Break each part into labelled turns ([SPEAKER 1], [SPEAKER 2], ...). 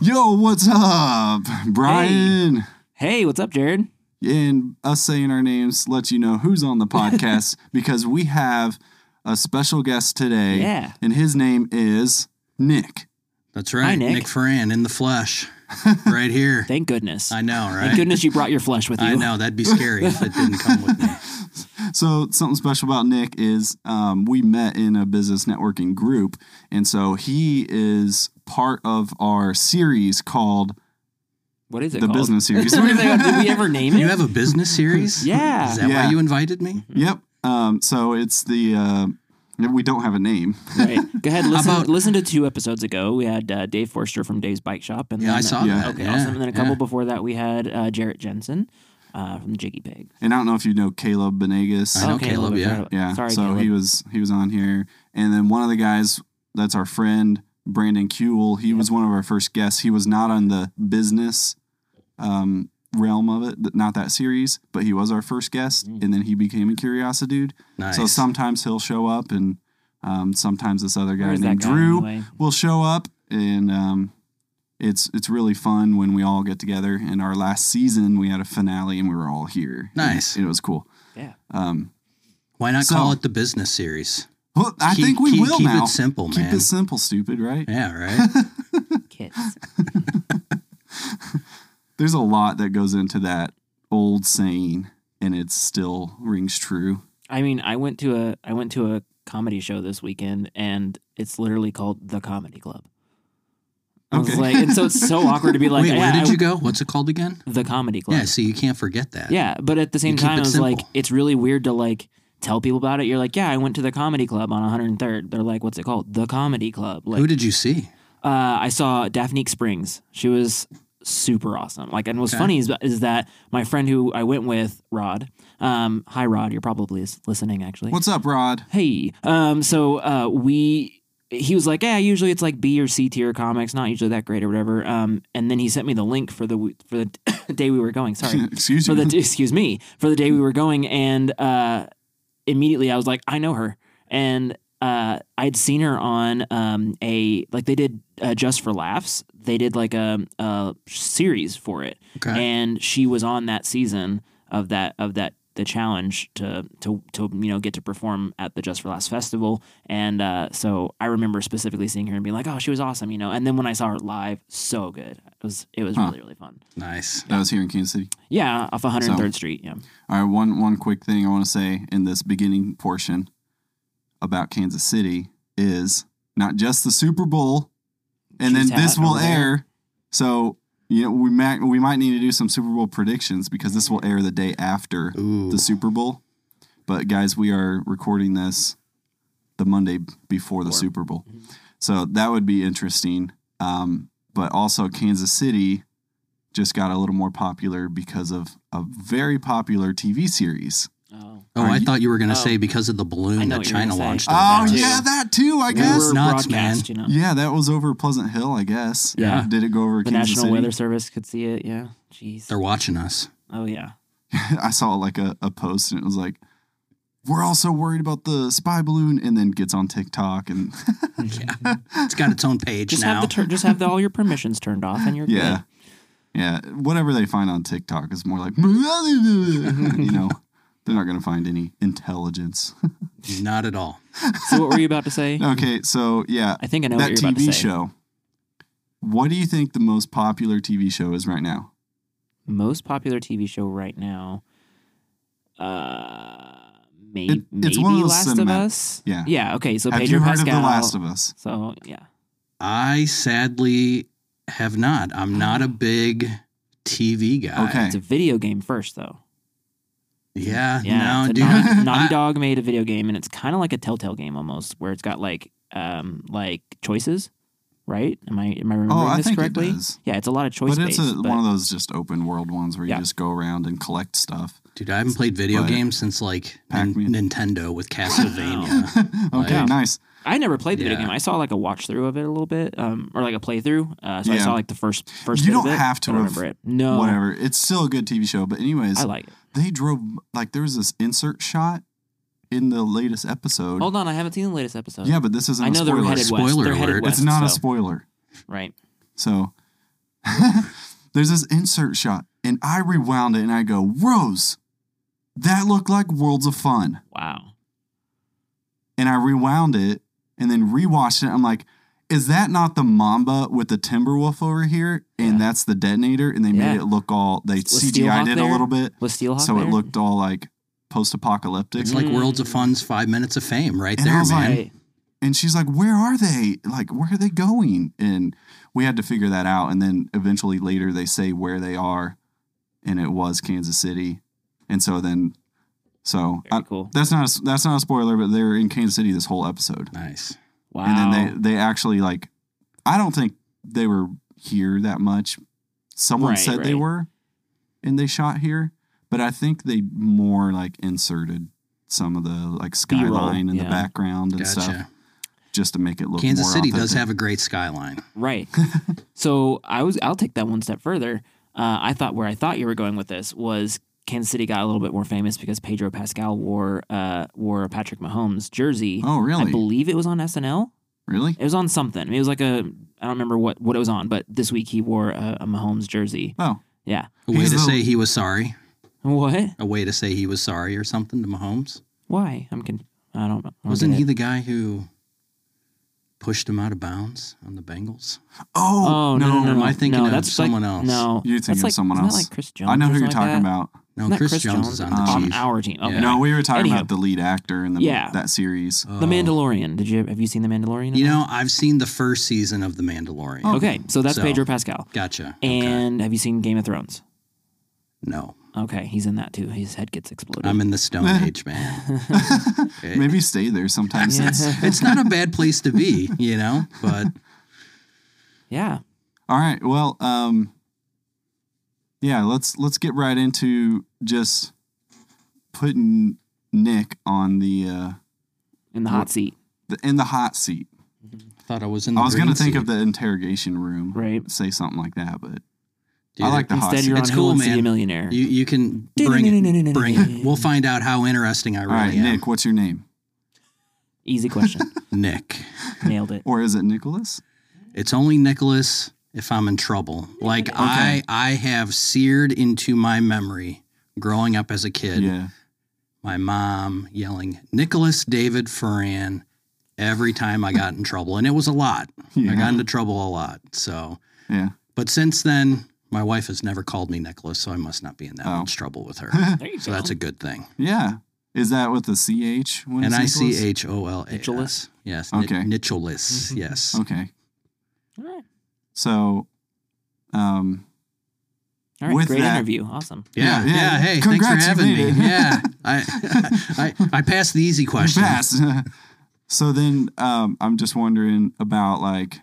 [SPEAKER 1] Yo, what's up, Brian?
[SPEAKER 2] Hey, what's up, Jared?
[SPEAKER 1] And us saying our names lets you know who's on the podcast because we have a special guest today.
[SPEAKER 2] Yeah.
[SPEAKER 1] And his name is Nick.
[SPEAKER 3] That's right.
[SPEAKER 2] Nick.
[SPEAKER 3] Ferran in the flesh. Right here.
[SPEAKER 2] Thank goodness.
[SPEAKER 3] I know, right?
[SPEAKER 2] Thank goodness you brought your flesh with you.
[SPEAKER 3] I know. That'd be scary if it didn't come with me.
[SPEAKER 1] So, something special about Nick is um, we met in a business networking group. And so he is part of our series called
[SPEAKER 2] What is it
[SPEAKER 1] The
[SPEAKER 2] called?
[SPEAKER 1] Business Series.
[SPEAKER 2] What is it called? Did we ever name
[SPEAKER 3] You
[SPEAKER 2] it?
[SPEAKER 3] have a business series?
[SPEAKER 2] Yeah. Mm-hmm.
[SPEAKER 3] Is that
[SPEAKER 1] Yeah.
[SPEAKER 3] why you invited me?
[SPEAKER 1] Yep. Um, so, it's the, uh, we don't have a name.
[SPEAKER 2] Right. Go ahead. Listen,
[SPEAKER 3] about-
[SPEAKER 2] listen to two episodes ago. We had uh, Dave Forster from Dave's Bike Shop, and
[SPEAKER 3] Yeah,
[SPEAKER 2] then, uh,
[SPEAKER 3] I saw
[SPEAKER 1] Yeah.
[SPEAKER 3] that.
[SPEAKER 2] Okay,
[SPEAKER 3] yeah.
[SPEAKER 2] awesome. And then a
[SPEAKER 3] yeah.
[SPEAKER 2] couple before that, we had uh, Jarrett Jensen uh, from Jiggy Pig.
[SPEAKER 1] And I don't know if you know Caleb Benegas.
[SPEAKER 3] I know
[SPEAKER 2] Okay,
[SPEAKER 3] Caleb,
[SPEAKER 2] Caleb,
[SPEAKER 3] yeah.
[SPEAKER 2] Caleb.
[SPEAKER 1] Yeah.
[SPEAKER 2] Sorry,
[SPEAKER 1] so
[SPEAKER 2] Caleb.
[SPEAKER 1] he was he was on here, and then one of the guys that's our friend Brandon Kuehl. He was one of our first guests. He was not on the business um, realm of it, th- not that series, but he was our first guest,
[SPEAKER 2] Mm.
[SPEAKER 1] and then he became a curiosity dude.
[SPEAKER 3] Nice.
[SPEAKER 1] So sometimes he'll show up, and um, sometimes this other guy
[SPEAKER 2] Where's that
[SPEAKER 1] named
[SPEAKER 2] guy,
[SPEAKER 1] Drew
[SPEAKER 2] anyway?
[SPEAKER 1] will show up, and um, it's it's really fun when we all get together. And our last season, we had a finale, and we were all here.
[SPEAKER 3] Nice.
[SPEAKER 1] And it was cool.
[SPEAKER 2] Yeah.
[SPEAKER 1] Um,
[SPEAKER 3] why not
[SPEAKER 1] so-
[SPEAKER 3] call it the business series?
[SPEAKER 1] well, I
[SPEAKER 3] Keep-
[SPEAKER 1] think we
[SPEAKER 3] keep-
[SPEAKER 1] will
[SPEAKER 3] keep
[SPEAKER 1] now.
[SPEAKER 3] it simple,
[SPEAKER 1] keep
[SPEAKER 3] man.
[SPEAKER 1] it simple, stupid, right?
[SPEAKER 3] Yeah, right?
[SPEAKER 2] Kids.
[SPEAKER 1] There's a lot that goes into that old saying, and it still rings true.
[SPEAKER 2] I mean, I went to a I went to a comedy show this weekend, and it's literally called the Comedy Club. I was
[SPEAKER 1] Okay.
[SPEAKER 2] like, and so it's so awkward to be like,
[SPEAKER 3] Wait,
[SPEAKER 2] yeah,
[SPEAKER 3] where did
[SPEAKER 2] I-
[SPEAKER 3] you go? What's it called again?
[SPEAKER 2] the Comedy Club.
[SPEAKER 3] Yeah, so you can't forget that.
[SPEAKER 2] Yeah, but at the same
[SPEAKER 3] keep
[SPEAKER 2] time,
[SPEAKER 3] it
[SPEAKER 2] I was
[SPEAKER 3] simple.
[SPEAKER 2] like, it's really weird to like tell people about it. You're like, yeah, I went to the comedy club on 103rd. They're like, what's it called? The comedy club. Like,
[SPEAKER 3] Who did you see?
[SPEAKER 2] uh, I saw Daphne Springs. She was super awesome. Like, and what's
[SPEAKER 3] Okay.
[SPEAKER 2] funny is, is that my friend who I went with, Rod. Um, hi, Rod. You're probably s- listening, actually.
[SPEAKER 1] What's up, Rod?
[SPEAKER 2] hey. Um, so uh, we. He was like, "Yeah, usually it's like B or C tier comics, not usually that great or whatever." Um, and then he sent me the link for the w- for the day we were going. Sorry,
[SPEAKER 1] Excuse
[SPEAKER 2] for
[SPEAKER 1] me.
[SPEAKER 2] the excuse me for the day we were going and uh immediately i was like i know her and uh i'd seen her on um a like they did uh, just for laughs they did like a, a series for it
[SPEAKER 3] Okay.
[SPEAKER 2] and she was on that season of that of that the challenge to to to you know get to perform at the Just for Last festival, and uh, so I remember specifically seeing her and being like, "Oh, she was awesome," you know. And then when I saw her live, so good. It was it was
[SPEAKER 1] Huh.
[SPEAKER 2] really really fun.
[SPEAKER 3] nice.
[SPEAKER 1] that was here in Kansas City.
[SPEAKER 2] Yeah, off 103rd Street. Yeah.
[SPEAKER 1] All right, one one quick thing I want to say in this beginning portion about Kansas City is not just the Super Bowl, and
[SPEAKER 2] She's
[SPEAKER 1] then this
[SPEAKER 2] hot
[SPEAKER 1] will
[SPEAKER 2] over there.
[SPEAKER 1] air. So you know we might we might need to do some Super Bowl predictions because this will air the day after
[SPEAKER 3] Ooh.
[SPEAKER 1] the Super Bowl. But guys, we are recording this the Monday before the Super Bowl,
[SPEAKER 2] Mm-hmm.
[SPEAKER 1] so that would be interesting. Um, but also Kansas City just got a little more popular because of a very popular TV series.
[SPEAKER 2] Oh.
[SPEAKER 3] Oh,
[SPEAKER 1] Are
[SPEAKER 3] I
[SPEAKER 1] you-
[SPEAKER 3] thought you were going to
[SPEAKER 2] Oh.
[SPEAKER 3] say because of the
[SPEAKER 2] I
[SPEAKER 3] balloon
[SPEAKER 2] know
[SPEAKER 3] that
[SPEAKER 2] what you were
[SPEAKER 3] China
[SPEAKER 2] gonna say.
[SPEAKER 3] launched.
[SPEAKER 2] Oh,
[SPEAKER 3] over
[SPEAKER 1] Oh
[SPEAKER 3] us.
[SPEAKER 1] yeah, that too. I guess.
[SPEAKER 2] were
[SPEAKER 3] That's nuts,
[SPEAKER 2] broadcast, You know,
[SPEAKER 1] Yeah, that was over Pleasant Hill. I guess.
[SPEAKER 2] Yeah.
[SPEAKER 1] Did it go over
[SPEAKER 2] the
[SPEAKER 1] Kansas
[SPEAKER 2] National
[SPEAKER 1] City?
[SPEAKER 2] Weather Service could see it. Yeah. Jeez.
[SPEAKER 3] They're watching us.
[SPEAKER 2] Oh yeah.
[SPEAKER 1] I saw like a, a post and it was like, "We're also worried about the spy balloon," and then gets on TikTok and
[SPEAKER 3] It's got its own page
[SPEAKER 2] Mm-hmm. Just
[SPEAKER 3] now.
[SPEAKER 2] have the tur just have the, all your permissions turned off, and you're
[SPEAKER 1] yeah,
[SPEAKER 2] good.
[SPEAKER 1] yeah. Whatever they find on TikTok is more like, you know, they're not gonna find any intelligence.
[SPEAKER 3] Not at all.
[SPEAKER 2] So what were you about to say?
[SPEAKER 1] okay, so yeah,
[SPEAKER 2] I think I know
[SPEAKER 1] that
[SPEAKER 2] what you're about
[SPEAKER 1] TV
[SPEAKER 2] to say.
[SPEAKER 1] show. What do you think the most popular TV show is right now?
[SPEAKER 2] Most popular TV show right now. Uh, may-
[SPEAKER 1] It-
[SPEAKER 2] maybe
[SPEAKER 1] it's one of those
[SPEAKER 2] Last of
[SPEAKER 1] cinematic-
[SPEAKER 2] Us.
[SPEAKER 1] yeah.
[SPEAKER 2] Yeah. Okay. So
[SPEAKER 1] Have
[SPEAKER 2] Pedro
[SPEAKER 1] you heard
[SPEAKER 2] Pascal.
[SPEAKER 1] of The Last of Us?
[SPEAKER 2] so yeah.
[SPEAKER 3] I sadly have not. I'm not a big TV guy.
[SPEAKER 1] Oh. Okay.
[SPEAKER 2] It's a video game first, though.
[SPEAKER 3] Yeah.
[SPEAKER 2] Yeah,
[SPEAKER 3] no,
[SPEAKER 2] it's a
[SPEAKER 3] dude.
[SPEAKER 2] Naughty,
[SPEAKER 3] I-
[SPEAKER 2] Naughty Dog made a video game, and it's kind of like a Telltale game almost, where it's got like um like choices, right? Am I am I remembering
[SPEAKER 1] Oh, I
[SPEAKER 2] this
[SPEAKER 1] think it
[SPEAKER 2] correctly?
[SPEAKER 1] does.
[SPEAKER 2] Yeah, it's a lot of choice
[SPEAKER 1] But it's
[SPEAKER 2] based,
[SPEAKER 1] a, one of those just open world ones where you
[SPEAKER 2] Yeah.
[SPEAKER 1] just go around and collect stuff.
[SPEAKER 3] Dude, I haven't played video
[SPEAKER 1] But-
[SPEAKER 3] games since like N-
[SPEAKER 1] Pac-Man.
[SPEAKER 3] Nintendo with Castlevania.
[SPEAKER 1] okay,
[SPEAKER 3] Yeah.
[SPEAKER 1] nice.
[SPEAKER 2] I never played the
[SPEAKER 3] Yeah.
[SPEAKER 2] video game. I saw like a watch through of it a little bit, um, or like a playthrough. Uh, so I
[SPEAKER 1] Yeah.
[SPEAKER 2] saw like the first first.
[SPEAKER 1] You
[SPEAKER 2] bit of
[SPEAKER 1] don't
[SPEAKER 2] it.
[SPEAKER 1] have to
[SPEAKER 2] I don't
[SPEAKER 1] have
[SPEAKER 2] remember it. No,
[SPEAKER 1] Whatever. It's still a good TV show. But anyways,
[SPEAKER 2] I like it.
[SPEAKER 1] they drove like there was this insert shot in the latest episode.
[SPEAKER 2] Hold on, I haven't seen the latest episode.
[SPEAKER 1] yeah, but this isn't
[SPEAKER 2] I
[SPEAKER 1] a
[SPEAKER 2] know they're
[SPEAKER 1] spoiler.
[SPEAKER 2] headed west.
[SPEAKER 3] Spoiler
[SPEAKER 2] They're headed
[SPEAKER 3] alert.
[SPEAKER 2] west.
[SPEAKER 1] it's not a
[SPEAKER 2] so-
[SPEAKER 1] spoiler.
[SPEAKER 2] right.
[SPEAKER 1] So There's this insert shot, and I rewound it and I go, Rose, that looked like worlds of fun.
[SPEAKER 2] Wow.
[SPEAKER 1] And I rewound it and then rewatched it. I'm like, is that not the Mamba with the Timberwolf over here? And
[SPEAKER 2] Yeah.
[SPEAKER 1] that's the detonator. And they
[SPEAKER 2] Yeah.
[SPEAKER 1] made it look all, they
[SPEAKER 2] Was
[SPEAKER 1] CGI'd
[SPEAKER 2] Steelhawk
[SPEAKER 1] it a
[SPEAKER 2] there?
[SPEAKER 1] little bit.
[SPEAKER 2] Was Steelhawk
[SPEAKER 1] So it
[SPEAKER 2] there?
[SPEAKER 1] looked all like post apocalyptic.
[SPEAKER 3] It's like
[SPEAKER 2] Mm.
[SPEAKER 3] Worlds of Fun's Five Minutes of Fame right
[SPEAKER 1] And I
[SPEAKER 3] there,
[SPEAKER 1] was
[SPEAKER 3] man.
[SPEAKER 1] like-
[SPEAKER 2] Right.
[SPEAKER 1] and she's like, "Where are they? Like, where are they going?" And we had to figure that out. And then eventually later, they say where they are, and it was Kansas City. And so then, so
[SPEAKER 2] Very
[SPEAKER 1] I-
[SPEAKER 2] cool.
[SPEAKER 1] that's not a, that's not a spoiler, but they're in Kansas City this whole episode.
[SPEAKER 3] nice.
[SPEAKER 2] Wow.
[SPEAKER 1] And then they they actually like, I don't think they were here that much. Someone
[SPEAKER 2] Right,
[SPEAKER 1] said they
[SPEAKER 2] right.
[SPEAKER 1] were, and they shot here, but I think they more like inserted some of the like
[SPEAKER 2] B-roll,
[SPEAKER 1] skyline in the
[SPEAKER 2] yeah.
[SPEAKER 1] background and stuff
[SPEAKER 3] Gotcha.
[SPEAKER 1] just to make it look
[SPEAKER 3] Kansas
[SPEAKER 1] more
[SPEAKER 3] City does
[SPEAKER 1] authentic.
[SPEAKER 3] have a great skyline.
[SPEAKER 2] Right. so I was. I'll take that one step further. Uh, I thought where I thought you were going with this was Kansas City got a little bit more famous because Pedro Pascal wore uh, wore a Patrick Mahomes jersey.
[SPEAKER 1] oh
[SPEAKER 2] I
[SPEAKER 1] really
[SPEAKER 2] believe it was on SNL.
[SPEAKER 1] really
[SPEAKER 2] It was on something. I mean, it was like a. I don't remember what what it was on, but this week he wore a, a Mahomes jersey.
[SPEAKER 1] oh
[SPEAKER 2] Yeah.
[SPEAKER 3] A way
[SPEAKER 1] Here's
[SPEAKER 3] to
[SPEAKER 1] the-
[SPEAKER 3] say he was sorry.
[SPEAKER 2] What?
[SPEAKER 3] A way to say he was sorry or something to Mahomes.
[SPEAKER 2] Why? I'm. Con- I don't know.
[SPEAKER 3] Wasn't he the guy who pushed him out of bounds on the Bengals?
[SPEAKER 1] oh,
[SPEAKER 2] Oh no no no!
[SPEAKER 3] am I
[SPEAKER 2] no.
[SPEAKER 3] thinking
[SPEAKER 2] no,
[SPEAKER 3] of
[SPEAKER 2] that's like-
[SPEAKER 3] someone else?
[SPEAKER 2] No,
[SPEAKER 1] You're thinking
[SPEAKER 2] that's
[SPEAKER 1] of
[SPEAKER 2] like,
[SPEAKER 1] someone
[SPEAKER 2] isn't that
[SPEAKER 1] else.
[SPEAKER 2] like Chris Jones.
[SPEAKER 1] I know
[SPEAKER 2] or
[SPEAKER 1] who you're
[SPEAKER 2] something
[SPEAKER 1] talking
[SPEAKER 2] like that?
[SPEAKER 1] about
[SPEAKER 3] No,
[SPEAKER 2] Isn't that
[SPEAKER 3] Chris, Jones, is on the
[SPEAKER 1] Um,
[SPEAKER 3] Chiefs.
[SPEAKER 2] our team. Okay.
[SPEAKER 3] Yeah.
[SPEAKER 1] no we were talking
[SPEAKER 2] Anywho.
[SPEAKER 1] about the lead actor in the
[SPEAKER 2] Yeah.
[SPEAKER 1] that series
[SPEAKER 3] Oh.
[SPEAKER 2] The Mandalorian. Did you have you seen The Mandalorian? at
[SPEAKER 3] You
[SPEAKER 2] all?
[SPEAKER 3] know, I've seen the first season of The Mandalorian.
[SPEAKER 1] Oh.
[SPEAKER 2] Okay, so that's
[SPEAKER 3] So-
[SPEAKER 2] Pedro Pascal.
[SPEAKER 3] Gotcha. okay.
[SPEAKER 2] And have you seen Game of Thrones?
[SPEAKER 3] no,
[SPEAKER 2] Okay, he's in that too. His head gets exploded.
[SPEAKER 3] I'm in the Stone Age, man. Okay.
[SPEAKER 1] maybe stay there sometimes
[SPEAKER 2] Yeah.
[SPEAKER 1] It's-
[SPEAKER 3] it's not a bad place to be, you know, but
[SPEAKER 2] yeah.
[SPEAKER 1] all right well um yeah let's let's get right into just putting Nick on the uh
[SPEAKER 2] In the hot seat.
[SPEAKER 1] the, in the hot seat
[SPEAKER 3] I thought I was in. The
[SPEAKER 1] I was gonna
[SPEAKER 3] green
[SPEAKER 1] think
[SPEAKER 3] seat.
[SPEAKER 1] of the interrogation room
[SPEAKER 2] Right.
[SPEAKER 1] say something like that but
[SPEAKER 3] Dude,
[SPEAKER 1] I like the hot
[SPEAKER 2] Instead
[SPEAKER 1] seat
[SPEAKER 2] you're on
[SPEAKER 3] It's
[SPEAKER 2] Who
[SPEAKER 3] cool,
[SPEAKER 2] Wants to
[SPEAKER 3] man.
[SPEAKER 2] Be a Millionaire.
[SPEAKER 3] You you can bring it. Bring it. We'll find out how interesting I
[SPEAKER 1] all right
[SPEAKER 3] really am.
[SPEAKER 1] Nick what's your name
[SPEAKER 2] Easy question.
[SPEAKER 3] Nick.
[SPEAKER 2] Nailed it.
[SPEAKER 1] or is it Nicholas
[SPEAKER 3] It's only Nicholas if I'm in trouble. Like I I have seared into my memory growing up as a kid.
[SPEAKER 1] yeah
[SPEAKER 3] my mom yelling Nicholas David Ferran every time I got in trouble, and it was a lot. I got into trouble a lot. So,
[SPEAKER 1] yeah
[SPEAKER 3] but since then, my wife has never called me Nicholas, so I must not be in that
[SPEAKER 1] Oh.
[SPEAKER 3] much trouble with her.
[SPEAKER 2] There you
[SPEAKER 3] so
[SPEAKER 2] go.
[SPEAKER 3] that's a good thing.
[SPEAKER 1] Yeah. Is that with the CH? When
[SPEAKER 3] N
[SPEAKER 1] it's
[SPEAKER 3] i c
[SPEAKER 1] Nicholas?
[SPEAKER 3] h o l a
[SPEAKER 2] Nicholas?
[SPEAKER 3] s. Yes.
[SPEAKER 1] Okay. Mm-hmm.
[SPEAKER 3] Okay. Nicholas. Yes.
[SPEAKER 1] Okay.
[SPEAKER 2] All right.
[SPEAKER 1] So, um,
[SPEAKER 2] All right.
[SPEAKER 1] With
[SPEAKER 2] Great
[SPEAKER 1] that-
[SPEAKER 2] interview. Awesome.
[SPEAKER 3] Yeah,
[SPEAKER 1] Yeah,
[SPEAKER 3] yeah.
[SPEAKER 1] yeah.
[SPEAKER 3] Hey,
[SPEAKER 1] Congrats,
[SPEAKER 3] thanks
[SPEAKER 1] you
[SPEAKER 3] for having
[SPEAKER 1] made
[SPEAKER 3] me.
[SPEAKER 1] it.
[SPEAKER 3] Yeah, I, I I passed the easy question.
[SPEAKER 1] fast. so then, um, I'm just wondering about like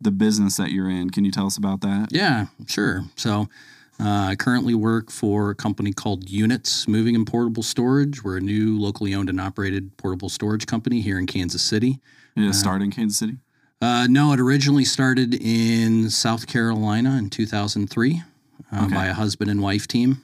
[SPEAKER 1] the business that you're in. Can you tell us about that?
[SPEAKER 3] Yeah, sure. So uh, I currently work for a company called Units Moving and Portable Storage. We're a new locally owned and operated portable storage company here in Kansas City.
[SPEAKER 1] Did it start in Kansas City?
[SPEAKER 3] Uh, no, it originally started in South Carolina in 2003 uh,
[SPEAKER 1] Okay.
[SPEAKER 3] by a husband and wife team.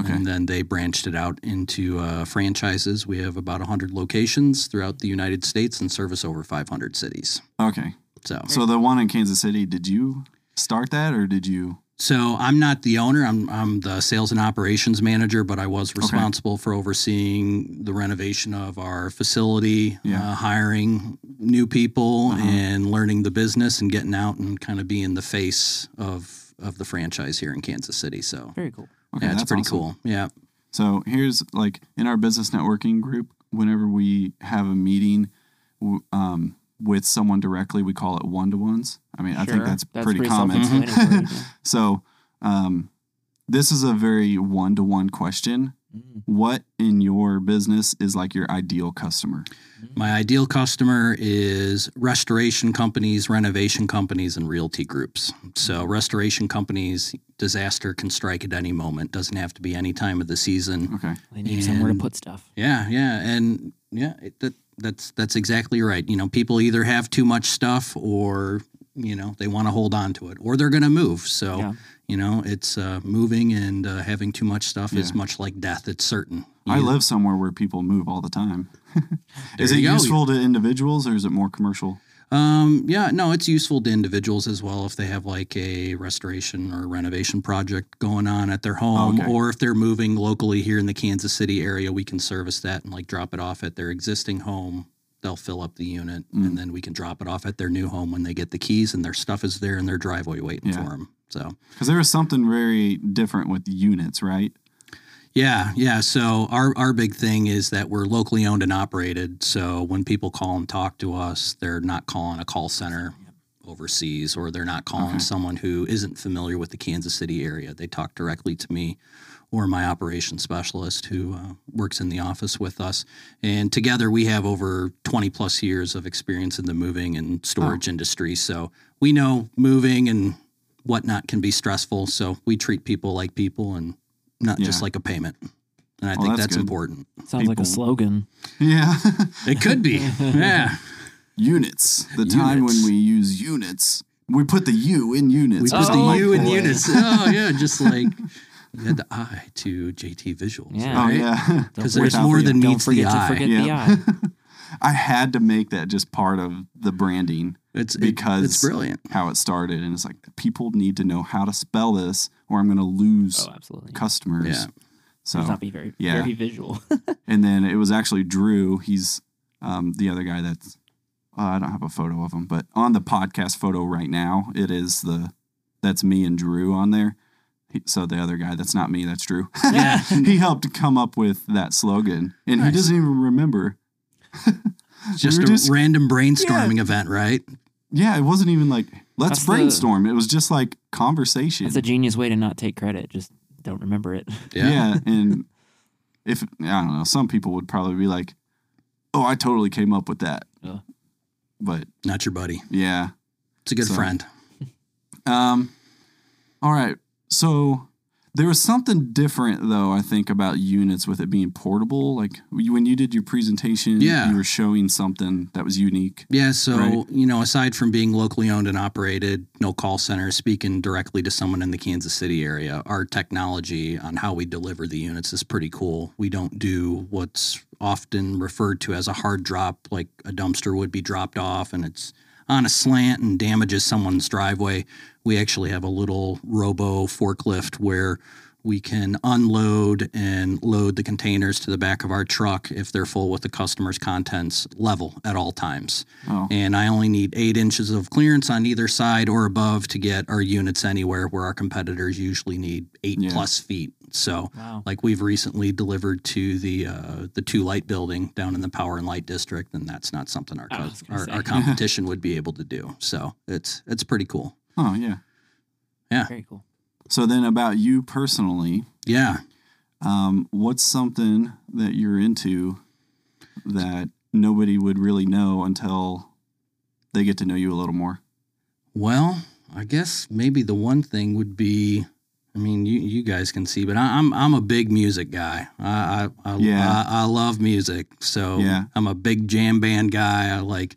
[SPEAKER 1] Okay.
[SPEAKER 3] And then they branched it out into uh, franchises. We have about 100 locations throughout the United States and service over 500 cities.
[SPEAKER 1] Okay.
[SPEAKER 3] So,
[SPEAKER 1] So the one in Kansas City, did you start that or did you?
[SPEAKER 3] So I'm not the owner. I'm I'm the sales and operations manager, but I was responsible for overseeing the renovation of our facility,
[SPEAKER 1] Yeah. Uh-huh.
[SPEAKER 3] uh, hiring new people, and learning the business and getting out and kind of being the face of of the franchise here in Kansas City. So
[SPEAKER 2] Very cool.
[SPEAKER 1] Okay,
[SPEAKER 3] yeah, it's
[SPEAKER 1] that's
[SPEAKER 3] pretty
[SPEAKER 1] awesome.
[SPEAKER 3] cool. Yeah.
[SPEAKER 1] So here's like in our business networking group, whenever we have a meeting w- um, with someone directly, we call it one to ones. I mean, I think
[SPEAKER 2] Sure.
[SPEAKER 1] that's, pretty, common.
[SPEAKER 2] self-explanatory,
[SPEAKER 3] Mm-hmm.
[SPEAKER 2] yeah.
[SPEAKER 1] So, um, this is a very one to one question.
[SPEAKER 2] Mm.
[SPEAKER 1] What in your business is like your ideal customer?
[SPEAKER 3] My ideal customer is restoration companies, renovation companies, and realty groups. So,
[SPEAKER 1] Mm-hmm.
[SPEAKER 3] restoration companies, disaster can strike at any moment, doesn't have to be any time of the season.
[SPEAKER 1] Okay.
[SPEAKER 2] They need somewhere to
[SPEAKER 3] And-
[SPEAKER 2] put stuff.
[SPEAKER 3] Yeah, yeah, and yeah, it, that that's that's exactly right. You know, people either have too much stuff, or you know, they want to hold on to it, or they're going to move. So
[SPEAKER 2] Yeah.
[SPEAKER 3] you know, it's uh, moving and uh, having too much stuff is
[SPEAKER 1] Yeah.
[SPEAKER 3] much like death. It's certain.
[SPEAKER 1] I
[SPEAKER 3] You-
[SPEAKER 1] live somewhere where people move all the time. is
[SPEAKER 3] There
[SPEAKER 1] it
[SPEAKER 3] you go.
[SPEAKER 1] useful to individuals or is it more commercial?
[SPEAKER 3] Um, yeah, no, it's useful to individuals as well if they have like a restoration or renovation project going on at their home,
[SPEAKER 1] Oh, Okay.
[SPEAKER 3] or if they're moving locally here in the Kansas City area, we can service that and like drop it off at their existing home. They'll fill up the unit,
[SPEAKER 1] Mm.
[SPEAKER 3] and then we can drop it off at their new home when they get the keys and their stuff is there in their driveway waiting
[SPEAKER 1] Yeah.
[SPEAKER 3] for them. So.
[SPEAKER 1] Because there was something very different with units, right?
[SPEAKER 3] Yeah, yeah. So our our big thing is that we're locally owned and operated. So when people call and talk to us, they're not calling a call center overseas or they're not calling
[SPEAKER 1] Okay.
[SPEAKER 3] someone who isn't familiar with the Kansas City area. They talk directly to me or my operations specialist who uh, works in the office with us. And together we have over 20 plus years of experience in the moving and storage industry. So we know moving and whatnot can be stressful. So we treat people like people and not just
[SPEAKER 1] Yeah.
[SPEAKER 3] like a payment. And
[SPEAKER 1] Well,
[SPEAKER 3] I think
[SPEAKER 1] that's
[SPEAKER 3] that's,
[SPEAKER 1] good.
[SPEAKER 3] important.
[SPEAKER 2] Sounds like
[SPEAKER 1] People-
[SPEAKER 2] a slogan.
[SPEAKER 1] Yeah.
[SPEAKER 3] It could be. yeah.
[SPEAKER 1] units. The time when
[SPEAKER 3] Units.
[SPEAKER 1] we use units, we put the U in
[SPEAKER 3] We
[SPEAKER 1] units.
[SPEAKER 3] put
[SPEAKER 1] Mr.
[SPEAKER 3] the U in
[SPEAKER 1] Mike.
[SPEAKER 3] units. Oh, yeah. Just like you had the I to JT Visuals.
[SPEAKER 2] Yeah.
[SPEAKER 1] Oh,
[SPEAKER 3] right?
[SPEAKER 1] yeah.
[SPEAKER 3] Because
[SPEAKER 2] Don't
[SPEAKER 3] there's
[SPEAKER 1] forget-
[SPEAKER 3] more than
[SPEAKER 2] Don't
[SPEAKER 3] meets the
[SPEAKER 2] forget to
[SPEAKER 3] eye.
[SPEAKER 2] forget the
[SPEAKER 1] Yeah.
[SPEAKER 2] eye.
[SPEAKER 1] I had to make that just part of the branding,
[SPEAKER 3] It's it-
[SPEAKER 1] Because-
[SPEAKER 3] it's brilliant.
[SPEAKER 1] how it started. And it's like, people need to know how to spell this, or I'm going to lose
[SPEAKER 2] Oh, absolutely.
[SPEAKER 1] customers.
[SPEAKER 3] Yeah.
[SPEAKER 1] So,
[SPEAKER 2] Let's not be very,
[SPEAKER 1] yeah.
[SPEAKER 2] very visual.
[SPEAKER 1] and then it was actually Drew. He's um, the other guy that's, uh, I don't have a photo of him, but on the podcast photo right now, it is the, that's me and Drew on there. He- So the other guy, that's not me, that's Drew.
[SPEAKER 3] Yeah.
[SPEAKER 2] Mm-hmm.
[SPEAKER 1] he helped come up with that slogan, and
[SPEAKER 3] Nice.
[SPEAKER 1] he doesn't even remember.
[SPEAKER 3] Just
[SPEAKER 1] were
[SPEAKER 3] a
[SPEAKER 1] just-
[SPEAKER 3] random brainstorming event, right?
[SPEAKER 1] Yeah, it wasn't even like let's
[SPEAKER 2] That's the-
[SPEAKER 1] brainstorm. it was just like conversation.
[SPEAKER 2] That's a genius way to not take credit. Just don't remember it.
[SPEAKER 1] yeah. and if I don't know, some people would probably be like, "Oh, I totally came up with that."
[SPEAKER 2] Yeah.
[SPEAKER 1] But
[SPEAKER 3] Not your buddy.
[SPEAKER 1] yeah,
[SPEAKER 3] It's a good
[SPEAKER 1] So-
[SPEAKER 3] friend.
[SPEAKER 1] Um, all right. So there was something different, though. I think about units with it being portable. Like you- when you did your presentation,
[SPEAKER 3] Yeah.
[SPEAKER 1] you were showing something that was unique.
[SPEAKER 3] Yeah, so
[SPEAKER 1] Right.
[SPEAKER 3] you know, aside from being locally owned and operated, no call center, speaking directly to someone in the Kansas City area, our technology on how we deliver the units is pretty cool. We don't do what's often referred to as a hard drop, like a dumpster would be dropped off and it's on a slant and damages someone's driveway. We actually have a little robo forklift where we can unload and load the containers to the back of our truck if they're full with the customer's contents level at all times
[SPEAKER 1] Oh,
[SPEAKER 3] and I only need eight inches of clearance on either side or above to get our units anywhere where our competitors usually need eight
[SPEAKER 1] Yeah.
[SPEAKER 3] plus feet. So,
[SPEAKER 2] Wow.
[SPEAKER 3] like we've recently delivered to the uh, the two light building down in the Power and Light District, and that's not something our
[SPEAKER 2] I
[SPEAKER 3] cus-
[SPEAKER 2] was gonna
[SPEAKER 3] our,
[SPEAKER 2] say.
[SPEAKER 3] our competition would be able to do. So it's it's pretty cool.
[SPEAKER 1] oh, yeah.
[SPEAKER 2] Very cool.
[SPEAKER 1] So then, about you personally,
[SPEAKER 3] Yeah.
[SPEAKER 1] um, what's something that you're into that nobody would really know until they get to know you a little more?
[SPEAKER 3] Well, I guess maybe the one thing would be, I mean, you, you guys can see, but I, I'm I'm a big music guy. I I I,
[SPEAKER 1] Yeah.
[SPEAKER 3] I I love music, so
[SPEAKER 1] Yeah.
[SPEAKER 3] I'm a big jam band guy. I like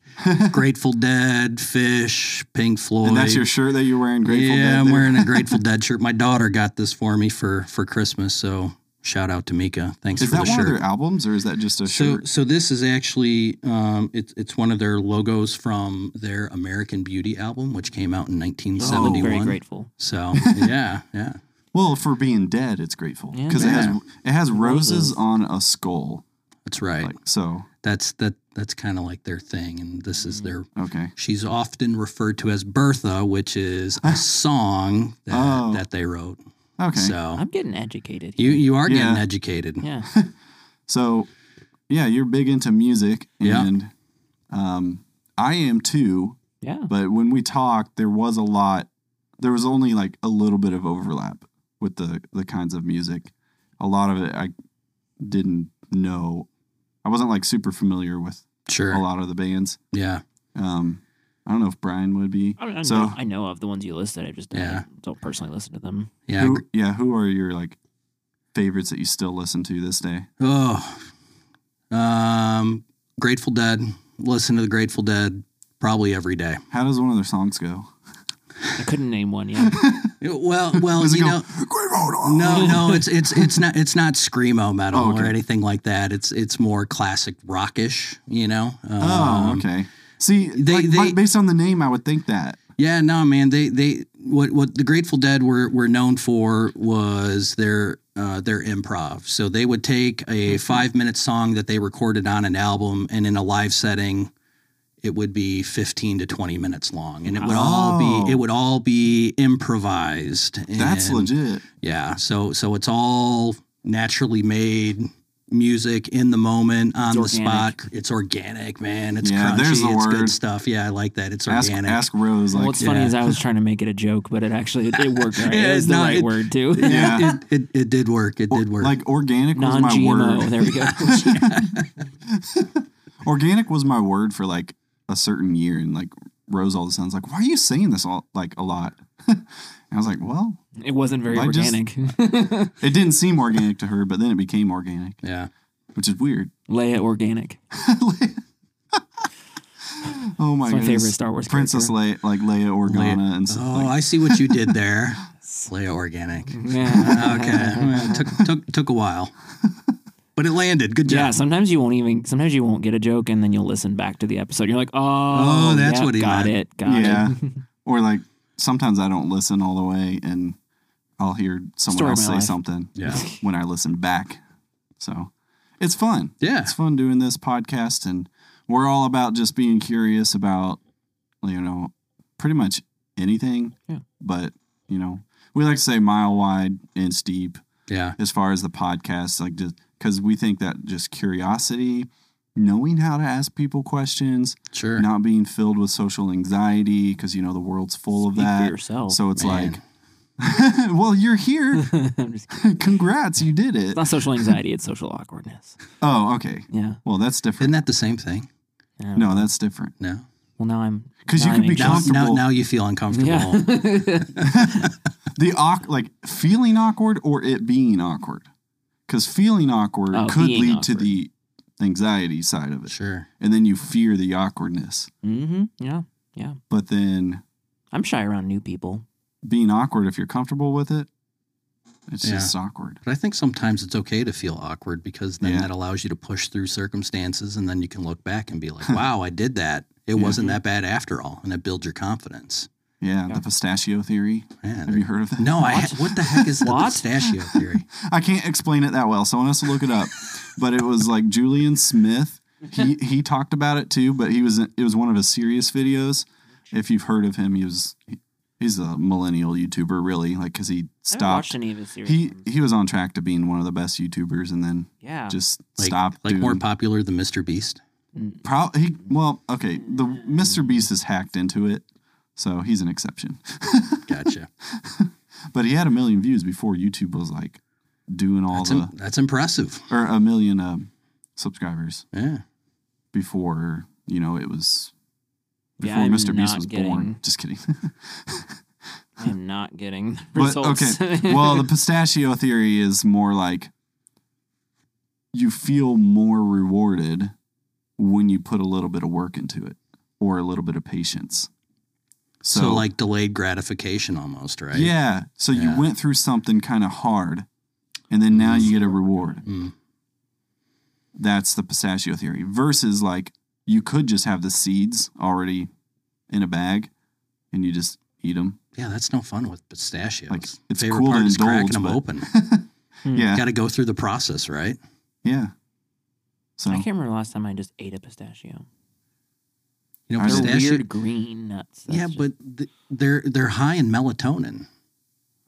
[SPEAKER 3] Grateful Dead, Fish, Pink Floyd.
[SPEAKER 1] and that's your shirt that you're wearing, Grateful
[SPEAKER 3] yeah,
[SPEAKER 1] Dead.
[SPEAKER 3] I'm
[SPEAKER 1] there?
[SPEAKER 3] wearing a Grateful Dead shirt. My daughter got this for me for for Christmas, so shout out to Mika. Thanks
[SPEAKER 1] Is
[SPEAKER 3] for
[SPEAKER 1] that
[SPEAKER 3] the
[SPEAKER 1] one
[SPEAKER 3] shirt.
[SPEAKER 1] of their albums, or is that just a
[SPEAKER 3] So,
[SPEAKER 1] shirt?
[SPEAKER 3] so this is actually um, it's it's one of their logos from their American Beauty album, which came out in
[SPEAKER 2] I look Oh, very
[SPEAKER 3] 1971.
[SPEAKER 2] grateful.
[SPEAKER 3] so yeah, yeah,
[SPEAKER 1] Well, for being dead, it's grateful
[SPEAKER 2] Yeah.
[SPEAKER 1] because it
[SPEAKER 3] Yeah.
[SPEAKER 1] has it has roses,
[SPEAKER 2] Roses.
[SPEAKER 1] on a skull.
[SPEAKER 3] that's right.
[SPEAKER 1] Like so,
[SPEAKER 3] that's that that's kind of like their thing, and this is their.
[SPEAKER 1] okay,
[SPEAKER 3] She's often referred to as Bertha, which is a song that,
[SPEAKER 1] Ah. Oh.
[SPEAKER 3] that they wrote.
[SPEAKER 1] okay. So,
[SPEAKER 3] So
[SPEAKER 2] I'm getting educated.
[SPEAKER 3] you you are
[SPEAKER 1] Yeah.
[SPEAKER 3] getting educated.
[SPEAKER 2] yeah.
[SPEAKER 1] yeah, you're big into music,
[SPEAKER 3] Yeah.
[SPEAKER 1] and um, I am too.
[SPEAKER 2] Yeah.
[SPEAKER 1] But when we talked, there was a lot. There was only like a little bit of overlap with the the kinds of music. A lot of it I didn't know. I wasn't like super familiar with a
[SPEAKER 3] Sure.
[SPEAKER 1] lot of the bands.
[SPEAKER 3] Yeah.
[SPEAKER 1] Um, I don't know if Brian would be.
[SPEAKER 2] I, mean, I
[SPEAKER 1] So-
[SPEAKER 2] know, I know of the ones you listed. I just don't,
[SPEAKER 3] Yeah.
[SPEAKER 2] don't personally listen to them.
[SPEAKER 3] Yeah.
[SPEAKER 1] Who, yeah, who are your like favorites that you still listen to this day?
[SPEAKER 3] Oh, um, Grateful Dead. Listen to the Grateful Dead probably every day.
[SPEAKER 1] How does one of their songs go?
[SPEAKER 2] I couldn't name one yet.
[SPEAKER 3] Well, well,
[SPEAKER 1] Does it
[SPEAKER 3] Oh, you
[SPEAKER 1] go,
[SPEAKER 3] know,
[SPEAKER 1] "Great road on"?
[SPEAKER 3] no, no, it's it's it's not it's not screamo metal
[SPEAKER 1] Oh, okay.
[SPEAKER 3] or anything like that. It's it's more classic rockish, you know. Um,
[SPEAKER 1] Oh, okay. See,
[SPEAKER 3] They-
[SPEAKER 1] like,
[SPEAKER 3] they-
[SPEAKER 1] like, based on the name, I would think that.
[SPEAKER 3] Yeah, no, man. They they what what the Grateful Dead were were known for was their uh, their improv. So they would take
[SPEAKER 1] Mm-hmm.
[SPEAKER 3] a five minute song that they recorded on an album, and in a live setting, it would be fifteen to twenty minutes long, and it would all
[SPEAKER 1] Oh.
[SPEAKER 3] be it would all be improvised.
[SPEAKER 1] That's
[SPEAKER 3] And-
[SPEAKER 1] legit.
[SPEAKER 3] Yeah. So so it's all naturally made music in the moment on
[SPEAKER 2] It's
[SPEAKER 3] the
[SPEAKER 2] organic.
[SPEAKER 3] spot. It's organic, man. It's
[SPEAKER 1] Yeah,
[SPEAKER 3] crunchy.
[SPEAKER 1] there's the
[SPEAKER 3] it's
[SPEAKER 1] word.
[SPEAKER 3] good stuff. Yeah, I like that. It's
[SPEAKER 1] Ask,
[SPEAKER 3] organic.
[SPEAKER 1] ask Rose. Like,
[SPEAKER 2] Well, what's funny
[SPEAKER 3] yeah.
[SPEAKER 2] is I was trying to make it a joke, but it actually it, worked right.
[SPEAKER 3] Yeah,
[SPEAKER 2] it was the
[SPEAKER 3] no,
[SPEAKER 2] right
[SPEAKER 3] it-
[SPEAKER 2] word too.
[SPEAKER 1] Yeah.
[SPEAKER 3] it, it, it did work. It did work.
[SPEAKER 1] like organic was my
[SPEAKER 2] Non-GMO.
[SPEAKER 1] word.
[SPEAKER 2] There we go.
[SPEAKER 1] organic was my word for like a certain year and like rose all the sounds like why are you saying this all like a lot and i was like well
[SPEAKER 2] it wasn't very
[SPEAKER 1] I just-
[SPEAKER 2] organic.
[SPEAKER 1] it didn't seem organic to her but then it became organic
[SPEAKER 3] yeah.
[SPEAKER 1] which is weird
[SPEAKER 2] Leia organic.
[SPEAKER 1] oh my
[SPEAKER 2] It's my
[SPEAKER 1] goodness.
[SPEAKER 2] favorite Star Wars
[SPEAKER 1] princess leia like leia organa
[SPEAKER 3] Leia-
[SPEAKER 1] and stuff
[SPEAKER 3] Oh,
[SPEAKER 1] like
[SPEAKER 3] I see what you did there. Slay organic. Okay.
[SPEAKER 2] Yeah.
[SPEAKER 3] Well, it took, took, took a while, but it landed. Good
[SPEAKER 2] Yeah,
[SPEAKER 3] job.
[SPEAKER 2] sometimes you won't even. Sometimes you won't get a joke, and then you'll listen back to the episode. You're like, oh,
[SPEAKER 3] Oh, that's
[SPEAKER 2] yeah,
[SPEAKER 3] what he
[SPEAKER 2] got
[SPEAKER 3] meant.
[SPEAKER 2] it. Got
[SPEAKER 1] yeah
[SPEAKER 2] it.
[SPEAKER 1] or like sometimes i don't listen all the way and i'll hear someone
[SPEAKER 2] Story of
[SPEAKER 1] else
[SPEAKER 2] my
[SPEAKER 1] say
[SPEAKER 2] life.
[SPEAKER 1] something
[SPEAKER 3] Yeah.
[SPEAKER 1] when i listen back so it's fun
[SPEAKER 3] Yeah.
[SPEAKER 1] it's fun doing this podcast and we're all about just being curious about you know pretty much anything
[SPEAKER 2] Yeah.
[SPEAKER 1] but you know we like to say mile wide and steep
[SPEAKER 3] Yeah.
[SPEAKER 1] as far as the podcast like just because we think that just curiosity knowing how to ask people questions
[SPEAKER 3] Sure.
[SPEAKER 1] not being filled with social anxiety because you know the world's full of
[SPEAKER 2] Speak for
[SPEAKER 1] that
[SPEAKER 2] yourself.
[SPEAKER 1] so it's
[SPEAKER 3] man.
[SPEAKER 1] like well you're here
[SPEAKER 2] I'm just kidding.
[SPEAKER 1] congrats you did
[SPEAKER 2] it's
[SPEAKER 1] it
[SPEAKER 2] not social anxiety; it's social awkwardness.
[SPEAKER 1] oh okay
[SPEAKER 2] Yeah.
[SPEAKER 1] well that's different
[SPEAKER 3] Isn't that the same thing?
[SPEAKER 2] Yeah.
[SPEAKER 1] no that's different
[SPEAKER 3] No.
[SPEAKER 2] Well, now I'm
[SPEAKER 1] 'Cause
[SPEAKER 2] now
[SPEAKER 1] you could
[SPEAKER 2] I'm
[SPEAKER 1] be
[SPEAKER 3] Now,
[SPEAKER 2] anxious.
[SPEAKER 3] now,
[SPEAKER 1] Comfortable.
[SPEAKER 3] now you feel uncomfortable.
[SPEAKER 2] Yeah.
[SPEAKER 1] the awk like feeling awkward or it being awkward because feeling awkward
[SPEAKER 2] Oh,
[SPEAKER 1] could
[SPEAKER 2] being
[SPEAKER 1] lead to
[SPEAKER 2] awkward.
[SPEAKER 1] the anxiety side of it
[SPEAKER 3] Sure.
[SPEAKER 1] and then you fear the awkwardness
[SPEAKER 2] mm-hmm. Yeah.
[SPEAKER 1] but then
[SPEAKER 2] I'm shy around new people.
[SPEAKER 1] being awkward if you're comfortable with it it's
[SPEAKER 3] Yeah.
[SPEAKER 1] just awkward
[SPEAKER 3] But I think sometimes it's okay to feel awkward because then
[SPEAKER 1] Yeah.
[SPEAKER 3] that allows you to push through circumstances and then you can look back and be like, wow, I did that. It
[SPEAKER 1] Yeah.
[SPEAKER 3] wasn't that bad after all. And it builds your confidence.
[SPEAKER 1] yeah,
[SPEAKER 2] Yeah.
[SPEAKER 1] the pistachio theory
[SPEAKER 3] Yeah,
[SPEAKER 1] have you heard of that
[SPEAKER 3] No, I, what the heck is the
[SPEAKER 2] What?
[SPEAKER 3] pistachio theory?
[SPEAKER 1] i can't explain it that well someone has to look it up but it was like julian smith he he talked about it too but he was it was one of his serious videos if you've heard of him he was he's a millennial youtuber really like because he
[SPEAKER 2] I haven't
[SPEAKER 1] stopped
[SPEAKER 2] watched any of his series.
[SPEAKER 1] he he was on track to being one of the best YouTubers, and then
[SPEAKER 2] yeah.
[SPEAKER 1] just
[SPEAKER 3] Like,
[SPEAKER 1] stopped.
[SPEAKER 3] like
[SPEAKER 1] doing,
[SPEAKER 3] more popular than Mr. Beast.
[SPEAKER 1] Pro- he well, okay. The Mr. Beast is hacked into it, so he's an exception.
[SPEAKER 3] Gotcha.
[SPEAKER 1] But he had a million views before YouTube was like doing all
[SPEAKER 3] that's,
[SPEAKER 1] the
[SPEAKER 3] im- that's impressive.
[SPEAKER 1] or a million um, subscribers
[SPEAKER 3] Yeah.
[SPEAKER 1] before you know it was
[SPEAKER 2] Yeah,
[SPEAKER 1] before
[SPEAKER 2] I'm
[SPEAKER 1] Mr. Beast
[SPEAKER 2] not
[SPEAKER 1] was
[SPEAKER 2] getting-
[SPEAKER 1] born. Just kidding.
[SPEAKER 2] I'm not getting the
[SPEAKER 1] But
[SPEAKER 2] results.
[SPEAKER 1] okay. well, the pistachio theory is more like you feel more rewarded when you put a little bit of work into it or a little bit of patience.
[SPEAKER 3] So,
[SPEAKER 1] So, like
[SPEAKER 3] like delayed gratification almost, right?
[SPEAKER 1] yeah, so
[SPEAKER 3] Yeah. Mm-hmm.
[SPEAKER 1] you went through something kind of hard and then now you get a reward.
[SPEAKER 3] Mm.
[SPEAKER 1] That's the pistachio theory versus like you could just have the seeds already in a bag and you just eat them.
[SPEAKER 3] Yeah, that's no fun with pistachios.
[SPEAKER 1] Like, it's
[SPEAKER 3] Favorite
[SPEAKER 1] cool to
[SPEAKER 3] part is cracking
[SPEAKER 1] indulge,
[SPEAKER 3] them
[SPEAKER 1] but-
[SPEAKER 3] open.
[SPEAKER 2] Hmm.
[SPEAKER 1] Yeah.
[SPEAKER 3] Got to go through the process, right?
[SPEAKER 1] Yeah. So
[SPEAKER 2] I can't remember the last time I just ate a pistachio.
[SPEAKER 3] You know,
[SPEAKER 1] Are they
[SPEAKER 2] They're
[SPEAKER 3] pistachio.
[SPEAKER 2] weird green nuts. That's
[SPEAKER 3] yeah,
[SPEAKER 2] just-
[SPEAKER 3] but th- they're they're high in melatonin.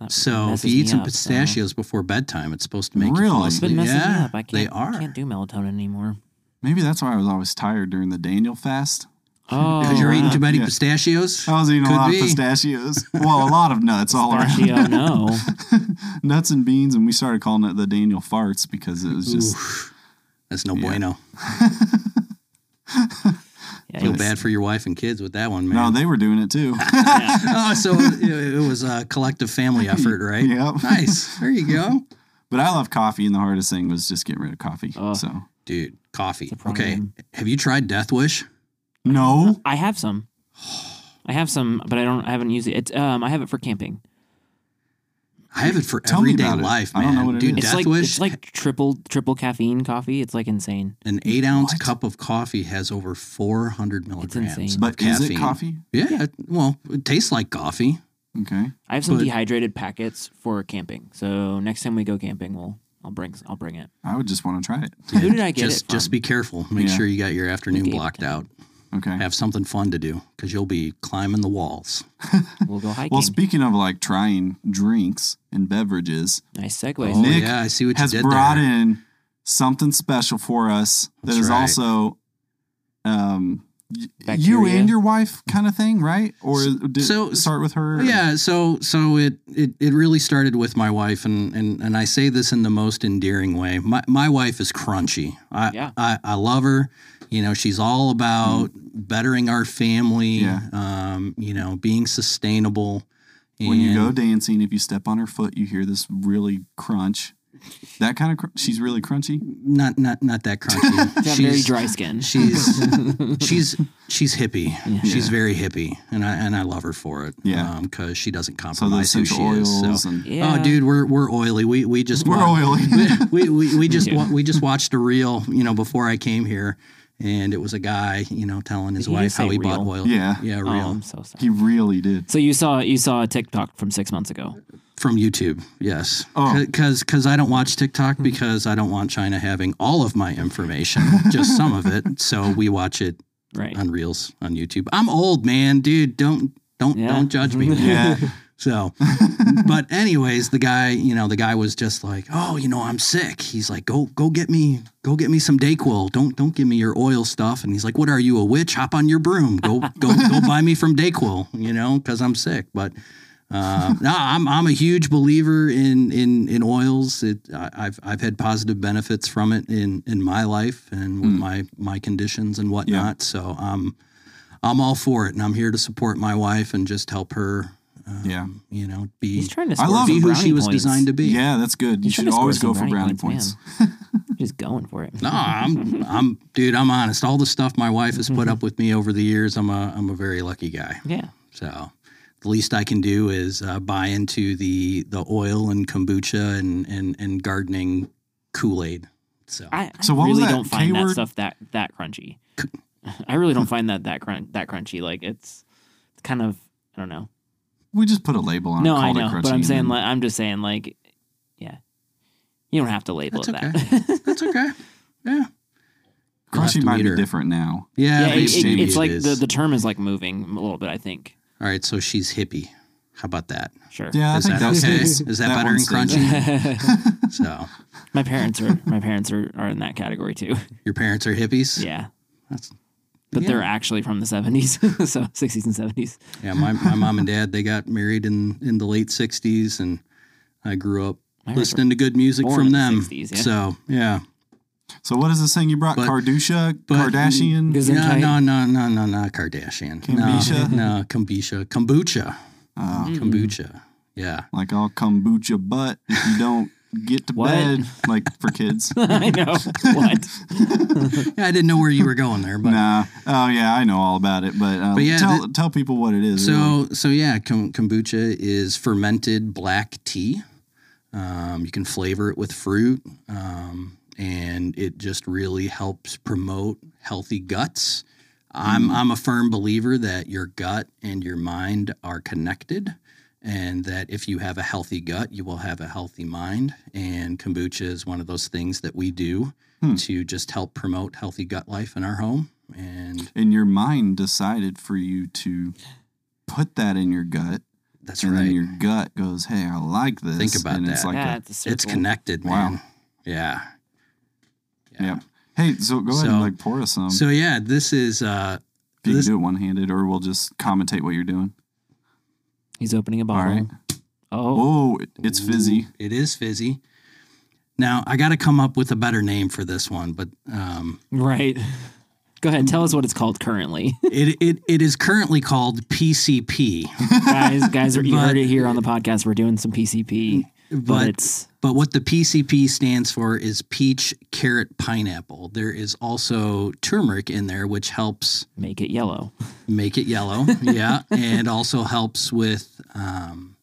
[SPEAKER 2] that
[SPEAKER 3] So if
[SPEAKER 2] messes
[SPEAKER 3] you
[SPEAKER 2] me
[SPEAKER 3] eat some
[SPEAKER 2] up, so-
[SPEAKER 3] pistachios before bedtime, it's supposed to make you fall
[SPEAKER 1] Really?
[SPEAKER 2] It's been
[SPEAKER 3] asleep.
[SPEAKER 2] messing me
[SPEAKER 3] Yeah,
[SPEAKER 2] up. I can't,
[SPEAKER 3] they are.
[SPEAKER 2] can't do melatonin anymore.
[SPEAKER 1] maybe that's why I was always tired during the Daniel fast.
[SPEAKER 2] Oh,
[SPEAKER 3] Because you're eating too many
[SPEAKER 1] Yeah. Oh,
[SPEAKER 3] pistachios.
[SPEAKER 1] I was eating
[SPEAKER 3] Could
[SPEAKER 1] a lot
[SPEAKER 3] be.
[SPEAKER 1] of pistachios. Well, a lot of nuts all around.
[SPEAKER 2] pistachio. no,
[SPEAKER 1] nuts and beans, and we started calling it the Daniel farts because it was just
[SPEAKER 3] Oof. That's no
[SPEAKER 1] Yeah.
[SPEAKER 3] bueno.
[SPEAKER 2] yeah,
[SPEAKER 3] Feel
[SPEAKER 2] you-
[SPEAKER 3] bad for your wife and kids with that one,
[SPEAKER 1] no,
[SPEAKER 3] man.
[SPEAKER 1] they were doing it too.
[SPEAKER 2] yeah.
[SPEAKER 3] oh, so it, it was a collective family effort, right?
[SPEAKER 1] Yep.
[SPEAKER 3] Nice. There you go.
[SPEAKER 1] but I love coffee, and the hardest thing was just getting rid of coffee.
[SPEAKER 2] Oh.
[SPEAKER 1] So
[SPEAKER 3] Dude, coffee.
[SPEAKER 2] a
[SPEAKER 3] Okay.
[SPEAKER 2] problem.
[SPEAKER 3] Have you tried Death Wish?
[SPEAKER 1] no,
[SPEAKER 2] I have some. I have some, but I don't. I haven't used it. It's, um, I have it for camping.
[SPEAKER 3] I have it for
[SPEAKER 1] Tell me
[SPEAKER 3] everyday
[SPEAKER 1] about it.
[SPEAKER 3] life,
[SPEAKER 1] I
[SPEAKER 3] man.
[SPEAKER 1] don't know what it
[SPEAKER 3] Dude,
[SPEAKER 1] is.
[SPEAKER 2] It's
[SPEAKER 3] Death
[SPEAKER 2] like
[SPEAKER 3] Wish,
[SPEAKER 2] it's like triple triple caffeine coffee. It's like insane.
[SPEAKER 3] an eight ounce
[SPEAKER 1] What?
[SPEAKER 3] cup of coffee has over 400 milligrams.
[SPEAKER 2] insane.
[SPEAKER 3] of
[SPEAKER 1] But is it
[SPEAKER 3] caffeine.
[SPEAKER 1] coffee?
[SPEAKER 3] Yeah, it- well, it tastes like coffee.
[SPEAKER 1] Okay.
[SPEAKER 2] I have some
[SPEAKER 3] But-
[SPEAKER 2] dehydrated packets for camping. So next time we go camping, we'll I'll bring I'll bring it.
[SPEAKER 1] I would just want to try it.
[SPEAKER 2] Who did I get
[SPEAKER 3] just
[SPEAKER 2] it
[SPEAKER 3] just
[SPEAKER 2] from?
[SPEAKER 3] be careful. Make
[SPEAKER 1] Yeah.
[SPEAKER 3] sure you got your afternoon
[SPEAKER 2] Gabe.
[SPEAKER 3] blocked out.
[SPEAKER 1] Okay.
[SPEAKER 3] Have something fun to do because you'll be climbing the walls.
[SPEAKER 2] We'll go hiking.
[SPEAKER 1] Well, speaking of like trying drinks and beverages,
[SPEAKER 2] nice segue.
[SPEAKER 3] Oh,
[SPEAKER 1] Nick
[SPEAKER 3] yeah, I see what
[SPEAKER 1] has
[SPEAKER 3] you did
[SPEAKER 1] brought
[SPEAKER 3] there.
[SPEAKER 1] in something special for us that
[SPEAKER 3] That's
[SPEAKER 1] is
[SPEAKER 3] right.
[SPEAKER 1] also um y- you
[SPEAKER 2] Bacteria.
[SPEAKER 1] and your wife kind of thing, right? Or did
[SPEAKER 3] so-
[SPEAKER 1] it start with her?
[SPEAKER 3] Yeah, so so it, it it really started with my wife, and and and I say this in the most endearing way. My my wife is crunchy. I
[SPEAKER 2] Yeah.
[SPEAKER 3] I, I love her. You know, she's all about bettering our family.
[SPEAKER 1] Mm. Yeah.
[SPEAKER 3] Um, you know, being sustainable.
[SPEAKER 1] When you go
[SPEAKER 3] And-
[SPEAKER 1] dancing, if you step on her foot, you hear this really crunch. That kind of cr- she's really crunchy.
[SPEAKER 3] not not not that crunchy.
[SPEAKER 2] Got very dry skin.
[SPEAKER 3] She's she's she's hippie. She's
[SPEAKER 1] Yeah.
[SPEAKER 3] very hippie, and I and I love her for it.
[SPEAKER 1] Yeah.
[SPEAKER 3] because she doesn't
[SPEAKER 1] So those
[SPEAKER 3] compromise who she
[SPEAKER 1] essential oils
[SPEAKER 3] is. So.
[SPEAKER 1] and
[SPEAKER 2] yeah.
[SPEAKER 3] Oh, dude, we're we're oily. We we just
[SPEAKER 1] we're
[SPEAKER 3] want-
[SPEAKER 1] oily.
[SPEAKER 3] we, we, we just
[SPEAKER 2] Yeah.
[SPEAKER 3] wa- we just watched a reel, you know, before I came here, and it was a guy, you know, telling his
[SPEAKER 2] Did he
[SPEAKER 3] wife
[SPEAKER 2] just
[SPEAKER 3] how
[SPEAKER 2] say
[SPEAKER 3] he bought
[SPEAKER 2] reel?
[SPEAKER 3] oil.
[SPEAKER 1] Yeah.
[SPEAKER 3] yeah,
[SPEAKER 2] Oh,
[SPEAKER 3] reel
[SPEAKER 2] I'm so sorry.
[SPEAKER 1] he really did.
[SPEAKER 2] So you saw you saw a TikTok from six months ago.
[SPEAKER 3] from YouTube. Yes,
[SPEAKER 1] Oh.
[SPEAKER 3] because because I don't watch
[SPEAKER 2] Hmm.
[SPEAKER 3] TikTok because I don't want China having all of my information, just some of it. So we watch it
[SPEAKER 2] Right.
[SPEAKER 3] on reels on YouTube. I'm old, man, dude. Don't don't
[SPEAKER 2] Yeah.
[SPEAKER 3] don't judge me.
[SPEAKER 1] Yeah.
[SPEAKER 3] So, but anyways, the guy, you know, the guy was just like, "Oh, you know, I'm sick." He's like, "Go, go get me, go get me some Dayquil. Don't, don't give me your oil stuff." And he's like, "What are you, a witch? Hop on your broom. Go, go, go buy me from Dayquil. You know, because I'm sick." But uh, no, I'm, I'm a huge believer in in in oils. It, I, I've I've had positive benefits from it in in my life and with my my conditions and whatnot. So I'm I'm all for it, and I'm here to support my wife and just help her
[SPEAKER 1] yeah.
[SPEAKER 3] you know, be,
[SPEAKER 2] He's trying to
[SPEAKER 1] I
[SPEAKER 2] score
[SPEAKER 1] love
[SPEAKER 2] some
[SPEAKER 3] be who she
[SPEAKER 2] brownie
[SPEAKER 3] was
[SPEAKER 2] points.
[SPEAKER 3] designed to be.
[SPEAKER 1] Yeah, that's good. You
[SPEAKER 2] He's trying
[SPEAKER 1] should
[SPEAKER 2] to score
[SPEAKER 1] always
[SPEAKER 2] some
[SPEAKER 1] go for brownie points.
[SPEAKER 2] man. Just going for it.
[SPEAKER 3] No, I'm, I'm, dude, I'm honest. All the stuff my wife has put up with me over the years, I'm a, I'm a very lucky guy.
[SPEAKER 2] Yeah.
[SPEAKER 3] So the least I can do is uh, buy into the, the oil and kombucha and, and, and gardening Kool Aid. So
[SPEAKER 2] I, I
[SPEAKER 1] So what was
[SPEAKER 2] really
[SPEAKER 1] that
[SPEAKER 2] don't find that
[SPEAKER 1] K-word?
[SPEAKER 2] stuff that that crunchy. I really don't find that that crun- that crunchy. Like it's it's kind of I don't know.
[SPEAKER 1] We just put a label on
[SPEAKER 2] No,
[SPEAKER 1] it.
[SPEAKER 2] I
[SPEAKER 1] called it
[SPEAKER 2] know, but
[SPEAKER 1] crunchy
[SPEAKER 2] I'm
[SPEAKER 1] and
[SPEAKER 2] saying
[SPEAKER 1] then-
[SPEAKER 2] like I'm just saying like yeah. You don't have to label
[SPEAKER 3] That's
[SPEAKER 2] it
[SPEAKER 3] okay.
[SPEAKER 2] that.
[SPEAKER 3] that's okay. Yeah. You'll have
[SPEAKER 1] crunchy
[SPEAKER 3] to
[SPEAKER 1] might
[SPEAKER 3] meet
[SPEAKER 1] be
[SPEAKER 3] her.
[SPEAKER 1] different now.
[SPEAKER 3] Yeah.
[SPEAKER 2] yeah,
[SPEAKER 3] maybe-
[SPEAKER 2] it, it-
[SPEAKER 1] maybe
[SPEAKER 2] it's
[SPEAKER 3] it
[SPEAKER 2] like
[SPEAKER 3] is.
[SPEAKER 2] the, the term is like moving a little bit, I think.
[SPEAKER 3] All right. So she's hippie. How about that?
[SPEAKER 2] Sure.
[SPEAKER 1] Yeah, I
[SPEAKER 3] Is
[SPEAKER 1] think
[SPEAKER 3] that
[SPEAKER 1] that's
[SPEAKER 3] okay?
[SPEAKER 1] stays.
[SPEAKER 3] Is that better
[SPEAKER 1] one
[SPEAKER 3] and
[SPEAKER 1] stays.
[SPEAKER 3] crunchy? So
[SPEAKER 2] my parents are my parents are, are in that category too.
[SPEAKER 3] your parents are hippies?
[SPEAKER 2] Yeah.
[SPEAKER 3] That's,
[SPEAKER 2] But
[SPEAKER 3] Yeah.
[SPEAKER 2] they're actually from the 70s, so 60s and 70s.
[SPEAKER 3] Yeah, my, my mom and dad they got married in in the late '60s, and I grew up
[SPEAKER 2] parents
[SPEAKER 3] listening to good music
[SPEAKER 2] born
[SPEAKER 3] from
[SPEAKER 2] in the
[SPEAKER 3] them.
[SPEAKER 2] 60s, yeah.
[SPEAKER 3] So yeah,
[SPEAKER 1] So what is this thing you brought?
[SPEAKER 3] But-
[SPEAKER 1] Kardusha,
[SPEAKER 3] but-
[SPEAKER 1] Kardashian.
[SPEAKER 2] Is it
[SPEAKER 3] no,
[SPEAKER 2] tight?
[SPEAKER 3] no, no, no, no, not Kardashian.
[SPEAKER 1] Kombucha?
[SPEAKER 3] No, no, kombucha, kombucha,
[SPEAKER 1] Oh,
[SPEAKER 2] Mm-hmm.
[SPEAKER 3] kombucha. Yeah,
[SPEAKER 1] like I'll kombucha butt if you don't get to
[SPEAKER 2] What?
[SPEAKER 1] bed. Like for kids.
[SPEAKER 2] I know. What?
[SPEAKER 3] yeah. I didn't know where you were going there, but
[SPEAKER 1] nah. Oh yeah, I know all about it. But, uh,
[SPEAKER 3] But yeah,
[SPEAKER 1] tell tell people what it is. really.
[SPEAKER 3] So, so yeah, kom- kombucha is fermented black tea. Um, you can flavor it with fruit, um, and it just really helps promote healthy guts. I'm
[SPEAKER 1] Mm.
[SPEAKER 3] I'm a firm believer that your gut and your mind are connected, and that if you have a healthy gut, you will have a healthy mind. And kombucha is one of those things that we do
[SPEAKER 1] Hmm.
[SPEAKER 3] to just help promote healthy gut life in our home. And
[SPEAKER 1] and your mind decided for you to put that in your gut,
[SPEAKER 3] that's
[SPEAKER 1] and
[SPEAKER 3] right.
[SPEAKER 1] then your gut goes, "Hey, I like this."
[SPEAKER 3] Think about
[SPEAKER 1] and It's
[SPEAKER 3] that.
[SPEAKER 1] like
[SPEAKER 2] yeah,
[SPEAKER 1] a-
[SPEAKER 2] it's a
[SPEAKER 3] It's
[SPEAKER 2] circle.
[SPEAKER 3] connected,
[SPEAKER 1] Wow.
[SPEAKER 3] man. Yeah.
[SPEAKER 1] yeah. Hey, so go ahead
[SPEAKER 3] So-
[SPEAKER 1] and like pour us some.
[SPEAKER 3] So yeah, this is uh
[SPEAKER 1] if you
[SPEAKER 3] this-
[SPEAKER 1] can do it one handed, or we'll just commentate what you're doing.
[SPEAKER 2] He's opening a
[SPEAKER 3] Uh-huh.
[SPEAKER 1] All
[SPEAKER 2] bottle.
[SPEAKER 1] right.
[SPEAKER 2] Oh,
[SPEAKER 1] Oh, it- it's fizzy.
[SPEAKER 3] Ooh, It is fizzy. Now I got to come up with a better name for this one, but um,
[SPEAKER 2] right. Go ahead. Tell us what it's called currently.
[SPEAKER 3] it, it it is currently called PCP.
[SPEAKER 2] guys, guys, you
[SPEAKER 3] But-
[SPEAKER 2] heard it here on the podcast. We're doing some PCP, but,
[SPEAKER 3] But-
[SPEAKER 2] it's
[SPEAKER 3] But what the PCP stands for is peach, carrot, pineapple. There is also turmeric in there, which helps
[SPEAKER 2] make it yellow.
[SPEAKER 3] make it yellow. yeah, and also helps with um,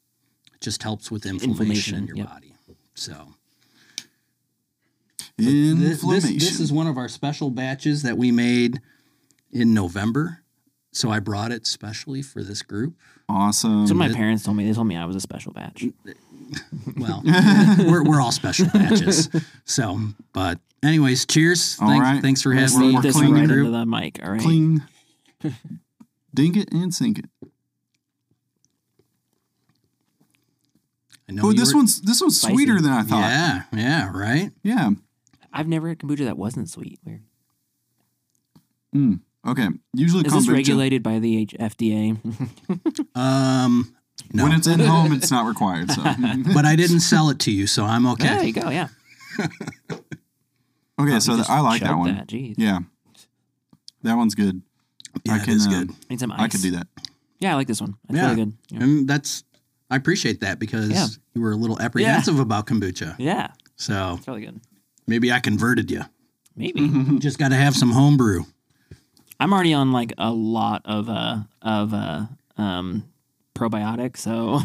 [SPEAKER 3] just helps with inflammation,
[SPEAKER 2] Inflammation,
[SPEAKER 3] in your
[SPEAKER 2] yep.
[SPEAKER 3] body. So Th-
[SPEAKER 1] Inflammation.
[SPEAKER 3] This, this is one of our special batches that we made in November. So I brought it specially for this group.
[SPEAKER 1] awesome.
[SPEAKER 2] So my parents told me they told me I was a special batch.
[SPEAKER 3] Well, we're, we're all special batches. So, but anyways, cheers.
[SPEAKER 1] All
[SPEAKER 3] Thanks,
[SPEAKER 1] right.
[SPEAKER 3] thanks for
[SPEAKER 1] Let's
[SPEAKER 2] Let's
[SPEAKER 1] we're-
[SPEAKER 3] having me.
[SPEAKER 2] leave
[SPEAKER 1] we're
[SPEAKER 2] this
[SPEAKER 1] cleaning
[SPEAKER 2] right
[SPEAKER 3] group.
[SPEAKER 2] into the mic. All right.
[SPEAKER 1] Cling. Dink it and sink it.
[SPEAKER 3] I know
[SPEAKER 1] Oh,
[SPEAKER 3] you
[SPEAKER 1] this
[SPEAKER 3] were-
[SPEAKER 1] one's this one's
[SPEAKER 2] Spicy.
[SPEAKER 1] sweeter than I thought.
[SPEAKER 3] Yeah, yeah, right.
[SPEAKER 1] Yeah.
[SPEAKER 2] I've never had kombucha that wasn't sweet. Weird.
[SPEAKER 1] Okay. Usually
[SPEAKER 2] Is this
[SPEAKER 1] kombucha-
[SPEAKER 2] regulated by the H- FDA?
[SPEAKER 3] Um, no,
[SPEAKER 1] When it's in home, it's not required. So okay,
[SPEAKER 3] but I didn't sell it to you, so I'm okay.
[SPEAKER 2] there you go. Yeah.
[SPEAKER 1] so
[SPEAKER 2] You
[SPEAKER 1] th-
[SPEAKER 2] just
[SPEAKER 1] I like that
[SPEAKER 2] chug
[SPEAKER 1] one.
[SPEAKER 2] That. Jeez.
[SPEAKER 1] Yeah, that one's good.
[SPEAKER 3] Yeah,
[SPEAKER 1] I
[SPEAKER 3] it
[SPEAKER 1] can,
[SPEAKER 3] is
[SPEAKER 1] uh,
[SPEAKER 3] good.
[SPEAKER 2] Need some ice.
[SPEAKER 1] I could do that.
[SPEAKER 2] Yeah, I like this one. It's
[SPEAKER 3] Yeah.
[SPEAKER 2] really good. Yeah.
[SPEAKER 3] And that's I appreciate that because
[SPEAKER 2] Yeah.
[SPEAKER 3] you were a little apprehensive about kombucha.
[SPEAKER 2] Yeah,
[SPEAKER 3] So
[SPEAKER 2] it's really good.
[SPEAKER 3] maybe I converted you.
[SPEAKER 2] Maybe
[SPEAKER 3] You just got to have some homebrew.
[SPEAKER 2] I'm already on like a lot of uh of uh um probiotic, so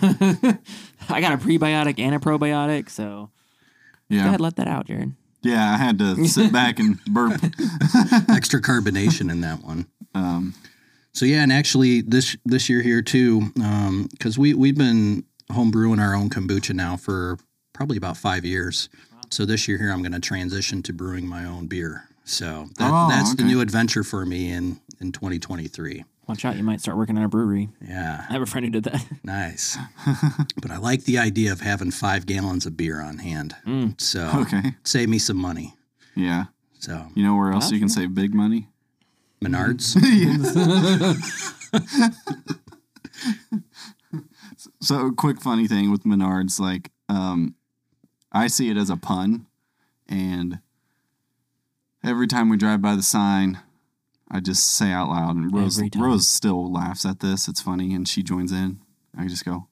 [SPEAKER 2] I got a prebiotic and a probiotic. So go
[SPEAKER 1] Yeah,
[SPEAKER 2] ahead, let that out, Jared.
[SPEAKER 1] yeah. I had to sit back and burp.
[SPEAKER 3] Extra carbonation in that one.
[SPEAKER 1] Um,
[SPEAKER 3] So yeah, and actually this this year here too, because we we've been home brewing our own kombucha now for probably about five years. So this year here, I'm going to transition to brewing my own beer. So that,
[SPEAKER 1] Oh,
[SPEAKER 3] that's the
[SPEAKER 1] okay.
[SPEAKER 3] new adventure for me in in 2023.
[SPEAKER 2] Watch out, you might start working at a brewery.
[SPEAKER 3] Yeah,
[SPEAKER 2] I have a friend who did that.
[SPEAKER 3] nice. but I like the idea of having five gallons of beer on hand.
[SPEAKER 2] Mm.
[SPEAKER 3] So
[SPEAKER 1] okay.
[SPEAKER 3] save me some money.
[SPEAKER 1] Yeah.
[SPEAKER 3] So
[SPEAKER 1] You know where else you can save big money?
[SPEAKER 3] Menards.
[SPEAKER 1] So, quick funny thing with Menards, like, um, I see it as a pun, and every time we drive by the sign, I just say out loud, and Rose,
[SPEAKER 2] Every time.
[SPEAKER 1] Rose still laughs at this. It's funny, and she joins in. I just go,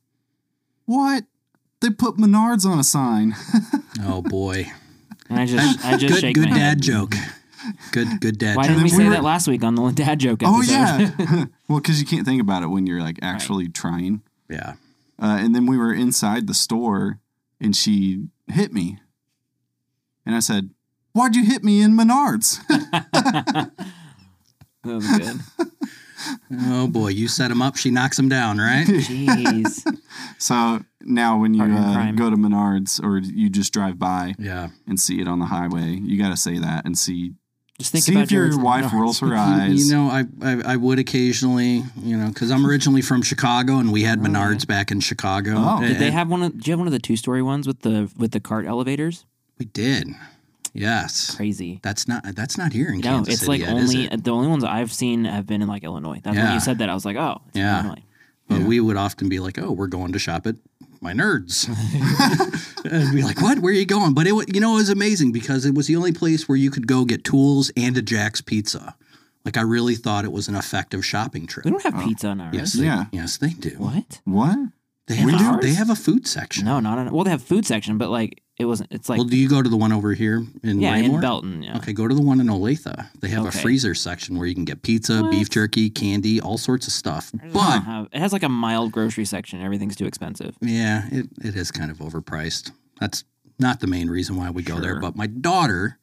[SPEAKER 1] "What? They put Menards on a sign?
[SPEAKER 3] oh boy.
[SPEAKER 2] And I just I just
[SPEAKER 3] good
[SPEAKER 2] shake
[SPEAKER 3] good
[SPEAKER 2] my
[SPEAKER 3] dad
[SPEAKER 2] head.
[SPEAKER 3] joke. Good good dad
[SPEAKER 2] Why
[SPEAKER 3] joke.
[SPEAKER 2] didn't we
[SPEAKER 1] then
[SPEAKER 2] say
[SPEAKER 1] we were-
[SPEAKER 2] that last week on the dad joke episode?
[SPEAKER 1] oh yeah. well, because you can't think about it when you're like actually trying.
[SPEAKER 3] Yeah.
[SPEAKER 1] Uh, and then we were inside the store and she hit me. And I said, Why'd you hit me in Menards?
[SPEAKER 2] that was good.
[SPEAKER 3] Oh boy, you set him up, she knocks him down, right?
[SPEAKER 2] Jeez,
[SPEAKER 1] so now when you
[SPEAKER 2] Partner in
[SPEAKER 1] uh,
[SPEAKER 2] crime.
[SPEAKER 1] go to Menards or you just drive by
[SPEAKER 3] yeah.
[SPEAKER 1] and see it on the highway, you got to say that and see,
[SPEAKER 2] just think
[SPEAKER 1] see
[SPEAKER 2] about
[SPEAKER 1] if your
[SPEAKER 2] Jared's-
[SPEAKER 1] wife
[SPEAKER 2] no.
[SPEAKER 1] rolls her
[SPEAKER 3] You-
[SPEAKER 1] eyes.
[SPEAKER 3] You know, I, I I would occasionally, you know, because I'm originally from Chicago, and we had Menards back in Chicago.
[SPEAKER 1] Oh.
[SPEAKER 2] Oh, Did they
[SPEAKER 3] And
[SPEAKER 2] have one? Of, did you have one of the two story ones with the with the cart elevators?
[SPEAKER 3] we did. Yes,
[SPEAKER 2] Crazy.
[SPEAKER 3] that's not that's not here in
[SPEAKER 2] No,
[SPEAKER 3] Kansas
[SPEAKER 2] it's
[SPEAKER 3] City
[SPEAKER 2] like
[SPEAKER 3] yet, is
[SPEAKER 2] only
[SPEAKER 3] it?
[SPEAKER 2] the only ones I've seen have been in like Illinois. That's when
[SPEAKER 3] Yeah.
[SPEAKER 2] you said that I was like, oh, it's
[SPEAKER 3] Yeah.
[SPEAKER 2] Illinois.
[SPEAKER 3] But we would often be like, "Oh, we're going to shop at my nerds," and be like, "What? Where are you going?" But it, wa- you know, it was amazing because it was the only place where you could go get tools and a Jack's Pizza. Like, I really thought it was an effective shopping trip.
[SPEAKER 2] We don't have pizza in ours.
[SPEAKER 3] Uh, Yes, they,
[SPEAKER 1] Yeah.
[SPEAKER 3] yes, they do.
[SPEAKER 2] What?
[SPEAKER 1] what?
[SPEAKER 3] They have,
[SPEAKER 2] We
[SPEAKER 3] a,
[SPEAKER 2] do?
[SPEAKER 3] they have a food section.
[SPEAKER 2] No, not in. Well, they have food section, but like it wasn't. It's like
[SPEAKER 3] well, do you go to the one over here in
[SPEAKER 2] yeah,
[SPEAKER 3] Raymore?
[SPEAKER 2] in Belton. Yeah.
[SPEAKER 3] Okay, go to the one in Olathe. They have
[SPEAKER 2] Okay.
[SPEAKER 3] a freezer section where you can get pizza, beef jerky, candy, all sorts of stuff.
[SPEAKER 2] It doesn't
[SPEAKER 3] But
[SPEAKER 2] have- it has like a mild grocery section. Everything's too expensive.
[SPEAKER 3] yeah, it, it is kind of overpriced. That's not the main reason why we go there.
[SPEAKER 2] Sure.
[SPEAKER 3] But my daughter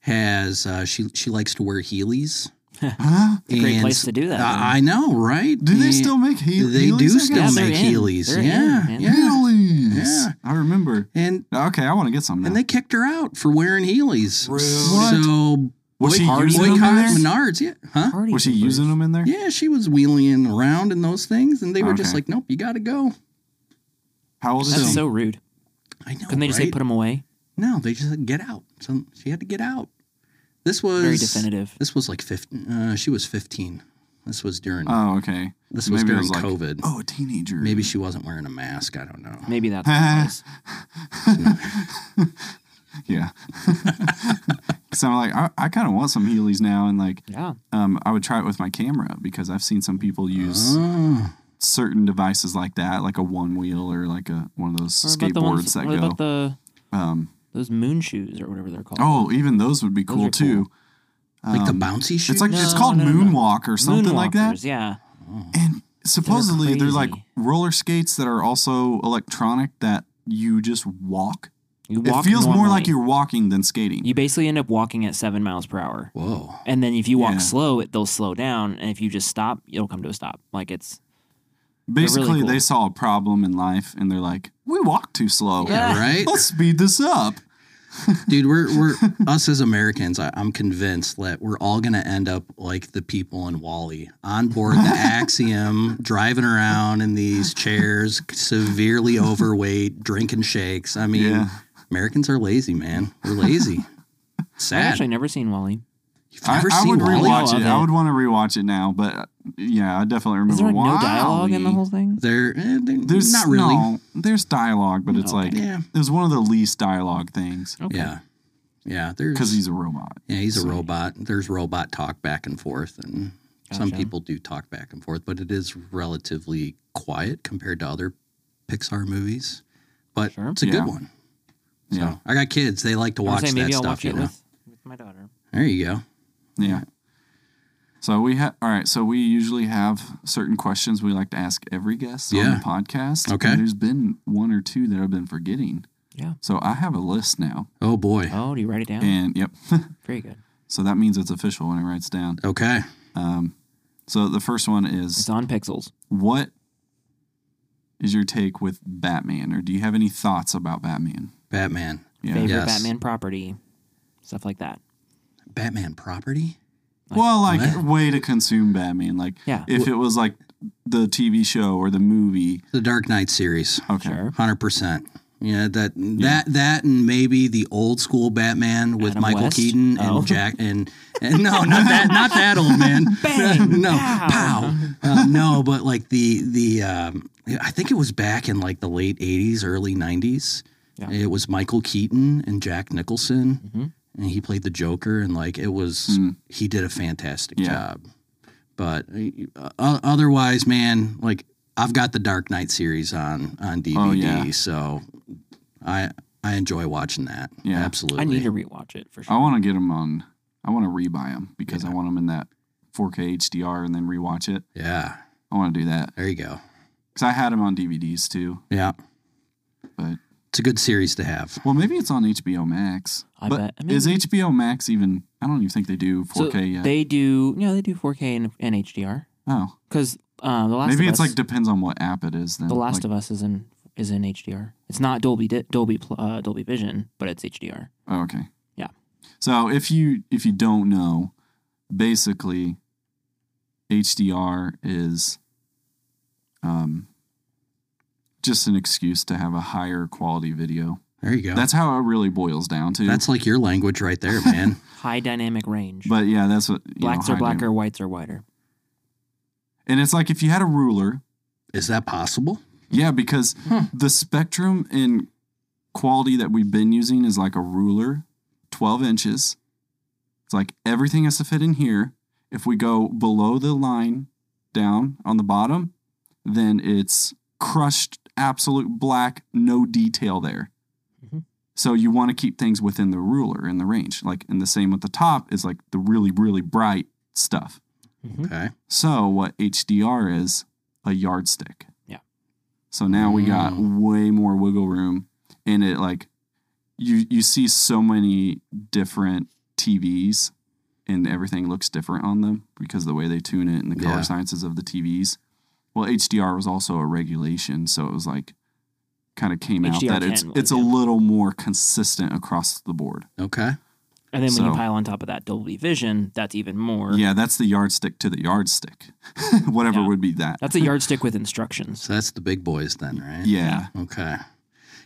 [SPEAKER 3] has uh, she she likes to wear Heelys.
[SPEAKER 1] Huh?
[SPEAKER 3] It's
[SPEAKER 2] great place to do that, man.
[SPEAKER 3] I, I know, right?
[SPEAKER 1] Do they
[SPEAKER 3] And
[SPEAKER 1] still make he-
[SPEAKER 3] They
[SPEAKER 1] Heelys,
[SPEAKER 3] do
[SPEAKER 1] I
[SPEAKER 3] still
[SPEAKER 1] guess?
[SPEAKER 2] they're
[SPEAKER 3] make
[SPEAKER 2] in.
[SPEAKER 3] Heelys.
[SPEAKER 2] They're in,
[SPEAKER 3] yeah,
[SPEAKER 2] man.
[SPEAKER 3] yeah.
[SPEAKER 1] Heelys.
[SPEAKER 3] Yeah.
[SPEAKER 1] I remember.
[SPEAKER 3] And
[SPEAKER 1] Okay, I want to get some now.
[SPEAKER 3] and they kicked her out for wearing Heelys.
[SPEAKER 2] Rude.
[SPEAKER 3] So
[SPEAKER 1] Was she
[SPEAKER 3] boycott-
[SPEAKER 1] using them in
[SPEAKER 3] boycott
[SPEAKER 1] there?
[SPEAKER 3] Menards, yeah, huh?
[SPEAKER 2] Party
[SPEAKER 1] Was she
[SPEAKER 2] poopers.
[SPEAKER 1] using them in there?
[SPEAKER 3] Yeah, she was wheeling around in those things, and they were just
[SPEAKER 1] Okay.
[SPEAKER 3] like, "Nope, you got to go."
[SPEAKER 1] How old is
[SPEAKER 2] That's
[SPEAKER 1] she?
[SPEAKER 2] so rude.
[SPEAKER 3] I know.
[SPEAKER 2] Couldn't they just say
[SPEAKER 3] right?
[SPEAKER 2] put them away?
[SPEAKER 3] No, they just said get out. So she had to get out. This was
[SPEAKER 2] Very definitive.
[SPEAKER 3] This was like fifteen. Uh, she was fifteen. This was during.
[SPEAKER 1] oh, okay.
[SPEAKER 3] this was
[SPEAKER 1] maybe it was
[SPEAKER 3] during
[SPEAKER 1] like-
[SPEAKER 3] COVID.
[SPEAKER 1] Oh, a teenager.
[SPEAKER 3] Maybe she wasn't wearing a mask. I don't know.
[SPEAKER 2] Maybe that's what it was.
[SPEAKER 1] Yeah. so I'm like, I, I kind of want some Heelys now, and like,
[SPEAKER 2] yeah.
[SPEAKER 1] um, I would try it with my camera because I've seen some people use
[SPEAKER 2] Uh-huh.
[SPEAKER 3] Oh,
[SPEAKER 1] certain devices like that, like a one wheel or like a one of those
[SPEAKER 2] What about the
[SPEAKER 1] skateboards
[SPEAKER 2] ones-
[SPEAKER 1] that
[SPEAKER 2] what
[SPEAKER 1] go.
[SPEAKER 2] about the
[SPEAKER 1] um,
[SPEAKER 2] those moon shoes or whatever they're called?
[SPEAKER 1] oh, even those would be cool
[SPEAKER 2] are
[SPEAKER 1] too. Um,
[SPEAKER 3] like the bouncy shoes.
[SPEAKER 1] It's like
[SPEAKER 2] No,
[SPEAKER 1] it's called
[SPEAKER 2] no, no, no.
[SPEAKER 1] Moonwalk or something like that.
[SPEAKER 2] Moonwalkers, Yeah.
[SPEAKER 1] And supposedly they're, like
[SPEAKER 2] crazy.
[SPEAKER 1] roller skates that are also electronic that you just walk.
[SPEAKER 2] You
[SPEAKER 1] it
[SPEAKER 2] walk
[SPEAKER 1] feels more like
[SPEAKER 2] normally.
[SPEAKER 1] you're walking than skating.
[SPEAKER 2] You basically end up walking at seven miles per hour,
[SPEAKER 3] Whoa.
[SPEAKER 2] and then if you walk
[SPEAKER 1] Yeah.
[SPEAKER 2] slow, it, they'll slow down, and if you just stop, it'll come to a stop. Like it's
[SPEAKER 1] Basically,
[SPEAKER 2] cool.
[SPEAKER 1] they saw a problem in life and they're like, "We walk too slow.
[SPEAKER 3] Yeah, right?
[SPEAKER 1] Let's speed this up."
[SPEAKER 3] Dude, we're, we're us as Americans. I, I'm convinced that we're all going to end up like the people in Wally on board the Axiom, driving around in these chairs, severely overweight, drinking shakes. I mean,
[SPEAKER 1] Yeah.
[SPEAKER 3] Americans are lazy, man. We're lazy.
[SPEAKER 2] I've
[SPEAKER 3] Sad.
[SPEAKER 2] actually never seen Wally.
[SPEAKER 3] You've never
[SPEAKER 1] I, I
[SPEAKER 3] seen
[SPEAKER 1] would
[SPEAKER 3] Wally?
[SPEAKER 1] rewatch
[SPEAKER 2] I
[SPEAKER 1] it.
[SPEAKER 2] love
[SPEAKER 1] I
[SPEAKER 2] it.
[SPEAKER 1] would want to rewatch it now, but uh, yeah, I definitely remember.
[SPEAKER 2] Is there like no dialogue in the
[SPEAKER 1] Wall-E.
[SPEAKER 2] whole thing?
[SPEAKER 3] They're, eh, they
[SPEAKER 1] There's
[SPEAKER 3] not really.
[SPEAKER 1] no, there's dialogue, but it's
[SPEAKER 2] Okay.
[SPEAKER 1] like
[SPEAKER 3] Yeah.
[SPEAKER 1] it was one of the least dialogue things
[SPEAKER 2] Okay.
[SPEAKER 3] Yeah. Yeah. There's
[SPEAKER 1] because he's a robot.
[SPEAKER 3] Yeah, he's a
[SPEAKER 2] Sorry.
[SPEAKER 3] robot. There's robot talk back and forth, and some
[SPEAKER 2] Gotcha.
[SPEAKER 3] people do talk back and forth, but it is relatively quiet compared to other Pixar movies. But
[SPEAKER 2] Sure.
[SPEAKER 3] it's a
[SPEAKER 1] Yeah.
[SPEAKER 3] good one. So
[SPEAKER 1] Yeah.
[SPEAKER 3] I got kids; they like to
[SPEAKER 2] I would
[SPEAKER 3] watch
[SPEAKER 2] say
[SPEAKER 3] that
[SPEAKER 2] maybe I'll
[SPEAKER 3] stuff.
[SPEAKER 2] watch
[SPEAKER 3] you
[SPEAKER 2] it
[SPEAKER 3] know?
[SPEAKER 2] with, with my daughter.
[SPEAKER 3] there you go.
[SPEAKER 1] Yeah. So we have all right. So we usually have certain questions we like to ask every guest on
[SPEAKER 3] Yeah.
[SPEAKER 1] the podcast.
[SPEAKER 3] Okay.
[SPEAKER 1] And there's been one or two that I've been forgetting.
[SPEAKER 2] Yeah.
[SPEAKER 1] So I have a list now,
[SPEAKER 3] Oh boy.
[SPEAKER 2] Oh, do you write it down?
[SPEAKER 1] and yep.
[SPEAKER 2] Very good.
[SPEAKER 1] so that means it's official when it writes down.
[SPEAKER 3] Okay.
[SPEAKER 1] Um, so the first one is
[SPEAKER 2] It's on Pixels.
[SPEAKER 1] what is your take with Batman, or do you have any thoughts about Batman?
[SPEAKER 3] Batman.
[SPEAKER 1] Yeah.
[SPEAKER 2] Favorite
[SPEAKER 3] Yes.
[SPEAKER 2] Batman property, stuff like that.
[SPEAKER 3] Batman property.
[SPEAKER 2] Like,
[SPEAKER 1] well, like
[SPEAKER 3] what?
[SPEAKER 1] way to consume Batman. Like
[SPEAKER 2] Yeah.
[SPEAKER 1] if it was like the TV show or the movie.
[SPEAKER 3] The Dark Knight series.
[SPEAKER 1] Okay.
[SPEAKER 2] Sure.
[SPEAKER 3] Hundred percent. Yeah, that that that and maybe the old school Batman with
[SPEAKER 2] Adam
[SPEAKER 3] Michael
[SPEAKER 2] West?
[SPEAKER 3] Keaton and
[SPEAKER 2] Oh.
[SPEAKER 3] Jack and, and no, not that not that old man.
[SPEAKER 2] Bang,
[SPEAKER 3] no,
[SPEAKER 2] pow.
[SPEAKER 3] pow. Uh, no, but like the the um, I think it was back in like the late '80s, early '90s.
[SPEAKER 2] Yeah.
[SPEAKER 3] It was Michael Keaton and Jack Nicholson,
[SPEAKER 2] Mhm.
[SPEAKER 3] and he played the Joker, and like it was
[SPEAKER 1] Mm.
[SPEAKER 3] he did a fantastic
[SPEAKER 1] Yeah.
[SPEAKER 3] job. But uh, o- otherwise, man, like I've got the Dark Knight series on on DVD,
[SPEAKER 1] Oh, yeah.
[SPEAKER 3] so I I enjoy watching that.
[SPEAKER 1] Yeah.
[SPEAKER 3] absolutely. Oh,
[SPEAKER 2] I need to rewatch it for sure.
[SPEAKER 1] I want to get them on. I want to rebuy them because I want them in that 4K HDR and then rewatch it.
[SPEAKER 3] yeah,
[SPEAKER 1] I want to do that
[SPEAKER 3] there you go.
[SPEAKER 1] because I had them on DVDs too.
[SPEAKER 3] Yeah,
[SPEAKER 1] But
[SPEAKER 3] it's a good series to have.
[SPEAKER 1] well, maybe it's on HBO Max.
[SPEAKER 2] I
[SPEAKER 1] but
[SPEAKER 2] bet- I
[SPEAKER 1] is
[SPEAKER 2] mean-
[SPEAKER 1] HBO Max even? I don't even think they do 4K
[SPEAKER 2] so
[SPEAKER 1] yet.
[SPEAKER 2] They do, you know, they do 4K and, and HDR
[SPEAKER 1] oh,
[SPEAKER 2] because uh, the last
[SPEAKER 1] maybe
[SPEAKER 2] of
[SPEAKER 1] it's
[SPEAKER 2] us,
[SPEAKER 1] like depends on what app it is. Then
[SPEAKER 2] the Last
[SPEAKER 1] like,
[SPEAKER 2] of Us is in is in HDR. It's not Dolby Di- Dolby Pl- uh, Dolby Vision, but it's HDR.
[SPEAKER 1] Oh, okay.
[SPEAKER 2] Yeah.
[SPEAKER 1] So if you if you don't know, basically, HDR is um just an excuse to have a higher quality video.
[SPEAKER 3] There you go.
[SPEAKER 1] That's how it really boils down to.
[SPEAKER 3] That's like your language right there, man.
[SPEAKER 2] High dynamic range.
[SPEAKER 1] but yeah, that's what you know,
[SPEAKER 2] blacks are
[SPEAKER 1] high
[SPEAKER 2] blacker,
[SPEAKER 1] dynamic-
[SPEAKER 2] whites are whiter.
[SPEAKER 1] And it's like if you had a ruler,
[SPEAKER 3] Is that possible?
[SPEAKER 1] yeah, because
[SPEAKER 3] Hmm.
[SPEAKER 1] the spectrum in quality that we've been using is like a ruler, twelve inches. It's like everything has to fit in here. If we go below the line down on the bottom, then it's crushed, absolute black, no detail there.
[SPEAKER 2] Mhm.
[SPEAKER 1] So you want to keep things within the ruler in the range. Like and the same with the top is like the really, really bright stuff.
[SPEAKER 2] Mhm.
[SPEAKER 3] Okay.
[SPEAKER 1] So what HDR is a yardstick.
[SPEAKER 2] Yeah. Mm.
[SPEAKER 1] So now we got way more wiggle room and it like you you see so many different TVs and everything looks different on them because of the way they tune it and the color
[SPEAKER 3] Yeah.
[SPEAKER 1] sciences of the TVs. Well, HDR was also a regulation, so it was like kind of came out
[SPEAKER 2] HDR
[SPEAKER 1] that it's
[SPEAKER 2] 10 was,
[SPEAKER 1] it's a
[SPEAKER 2] yeah.
[SPEAKER 1] little more consistent across the board.
[SPEAKER 3] Okay.
[SPEAKER 2] And then when you
[SPEAKER 1] So-
[SPEAKER 2] pile on top of that Dolby Vision, that's even more.
[SPEAKER 1] Yeah, that's the yardstick to the yardstick. Whatever
[SPEAKER 2] Yeah.
[SPEAKER 1] would be that.
[SPEAKER 2] That's a yardstick with instructions.
[SPEAKER 3] So that's the big boys then, right?
[SPEAKER 1] yeah.
[SPEAKER 3] Okay.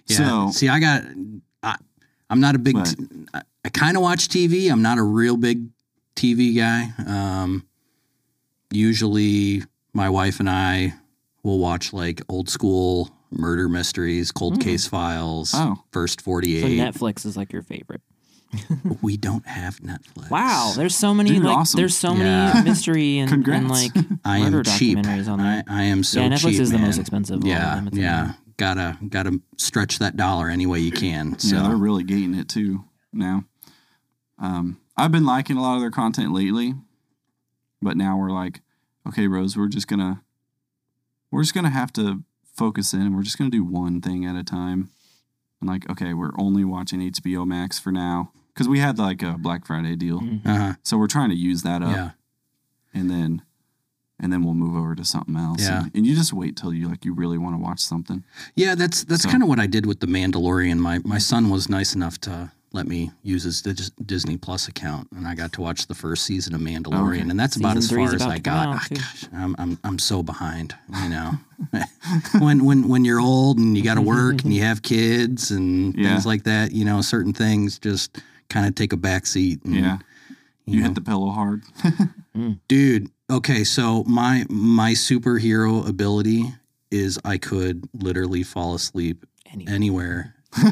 [SPEAKER 1] So-
[SPEAKER 3] Yeah. See, I got. I, I'm not a big.
[SPEAKER 1] But-
[SPEAKER 3] I, I kind of watch TV. I'm not a real big TV guy. Um, usually, my wife and I will watch like old school murder mysteries, cold
[SPEAKER 2] Mm.
[SPEAKER 3] case files,
[SPEAKER 1] Oh.
[SPEAKER 3] first
[SPEAKER 2] So
[SPEAKER 3] 48.
[SPEAKER 2] Netflix is like your favorite.
[SPEAKER 3] we don't have Netflix.
[SPEAKER 2] Wow, there's so many
[SPEAKER 1] Dude,
[SPEAKER 2] like
[SPEAKER 1] awesome.
[SPEAKER 2] there's so
[SPEAKER 3] Yeah.
[SPEAKER 2] many mystery and, and
[SPEAKER 1] Congrats.
[SPEAKER 2] like
[SPEAKER 3] I
[SPEAKER 2] murder
[SPEAKER 3] am cheap.
[SPEAKER 2] documentaries on
[SPEAKER 3] I,
[SPEAKER 2] there.
[SPEAKER 3] I am so
[SPEAKER 2] yeah, Netflix
[SPEAKER 3] cheap,
[SPEAKER 2] is the most
[SPEAKER 3] man.
[SPEAKER 2] expensive. Of all of
[SPEAKER 3] Yeah,
[SPEAKER 2] them. It's
[SPEAKER 3] yeah.
[SPEAKER 2] amazing.
[SPEAKER 3] Gotta gotta stretch that dollar any way you can. So
[SPEAKER 1] Yeah, they're really gating it too now. Um, I've been liking a lot of their content lately, but now we're like, okay, Rose, we're just gonna we're just gonna have to focus in and we're just gonna do one thing at a time. And like, okay, we're only watching HBO Max for now because we had like a Black Friday deal,
[SPEAKER 2] Mhm.
[SPEAKER 3] Uh-huh.
[SPEAKER 1] so we're trying to use that up,
[SPEAKER 3] Yeah.
[SPEAKER 1] and then and then we'll move over to something else.
[SPEAKER 3] Yeah.
[SPEAKER 1] and, and you just wait till you like you really want to watch something.
[SPEAKER 3] Yeah, that's that's
[SPEAKER 2] Hmm.
[SPEAKER 1] So-
[SPEAKER 3] kind of what I did with the Mandalorian. My my son was nice enough to let me use his Dis- Disney Plus account, and I got to watch the first season of Mandalorian,
[SPEAKER 1] Okay.
[SPEAKER 3] and that's about
[SPEAKER 2] Season
[SPEAKER 3] as
[SPEAKER 2] three's
[SPEAKER 3] far as
[SPEAKER 2] about
[SPEAKER 3] I
[SPEAKER 2] to come
[SPEAKER 3] got.
[SPEAKER 2] out,
[SPEAKER 3] Ah,
[SPEAKER 2] too.
[SPEAKER 3] gosh, I'm, I'm I'm so behind, you know. when when when you're old and you got to work and you have kids and
[SPEAKER 1] Yeah.
[SPEAKER 3] things like that, you know, certain things just kind of take a back seat. And,
[SPEAKER 1] Yeah, you
[SPEAKER 3] know,
[SPEAKER 1] hit the pillow hard.
[SPEAKER 3] dude okay so my my superhero ability is i could literally fall asleep
[SPEAKER 2] Anyway.
[SPEAKER 3] anywhere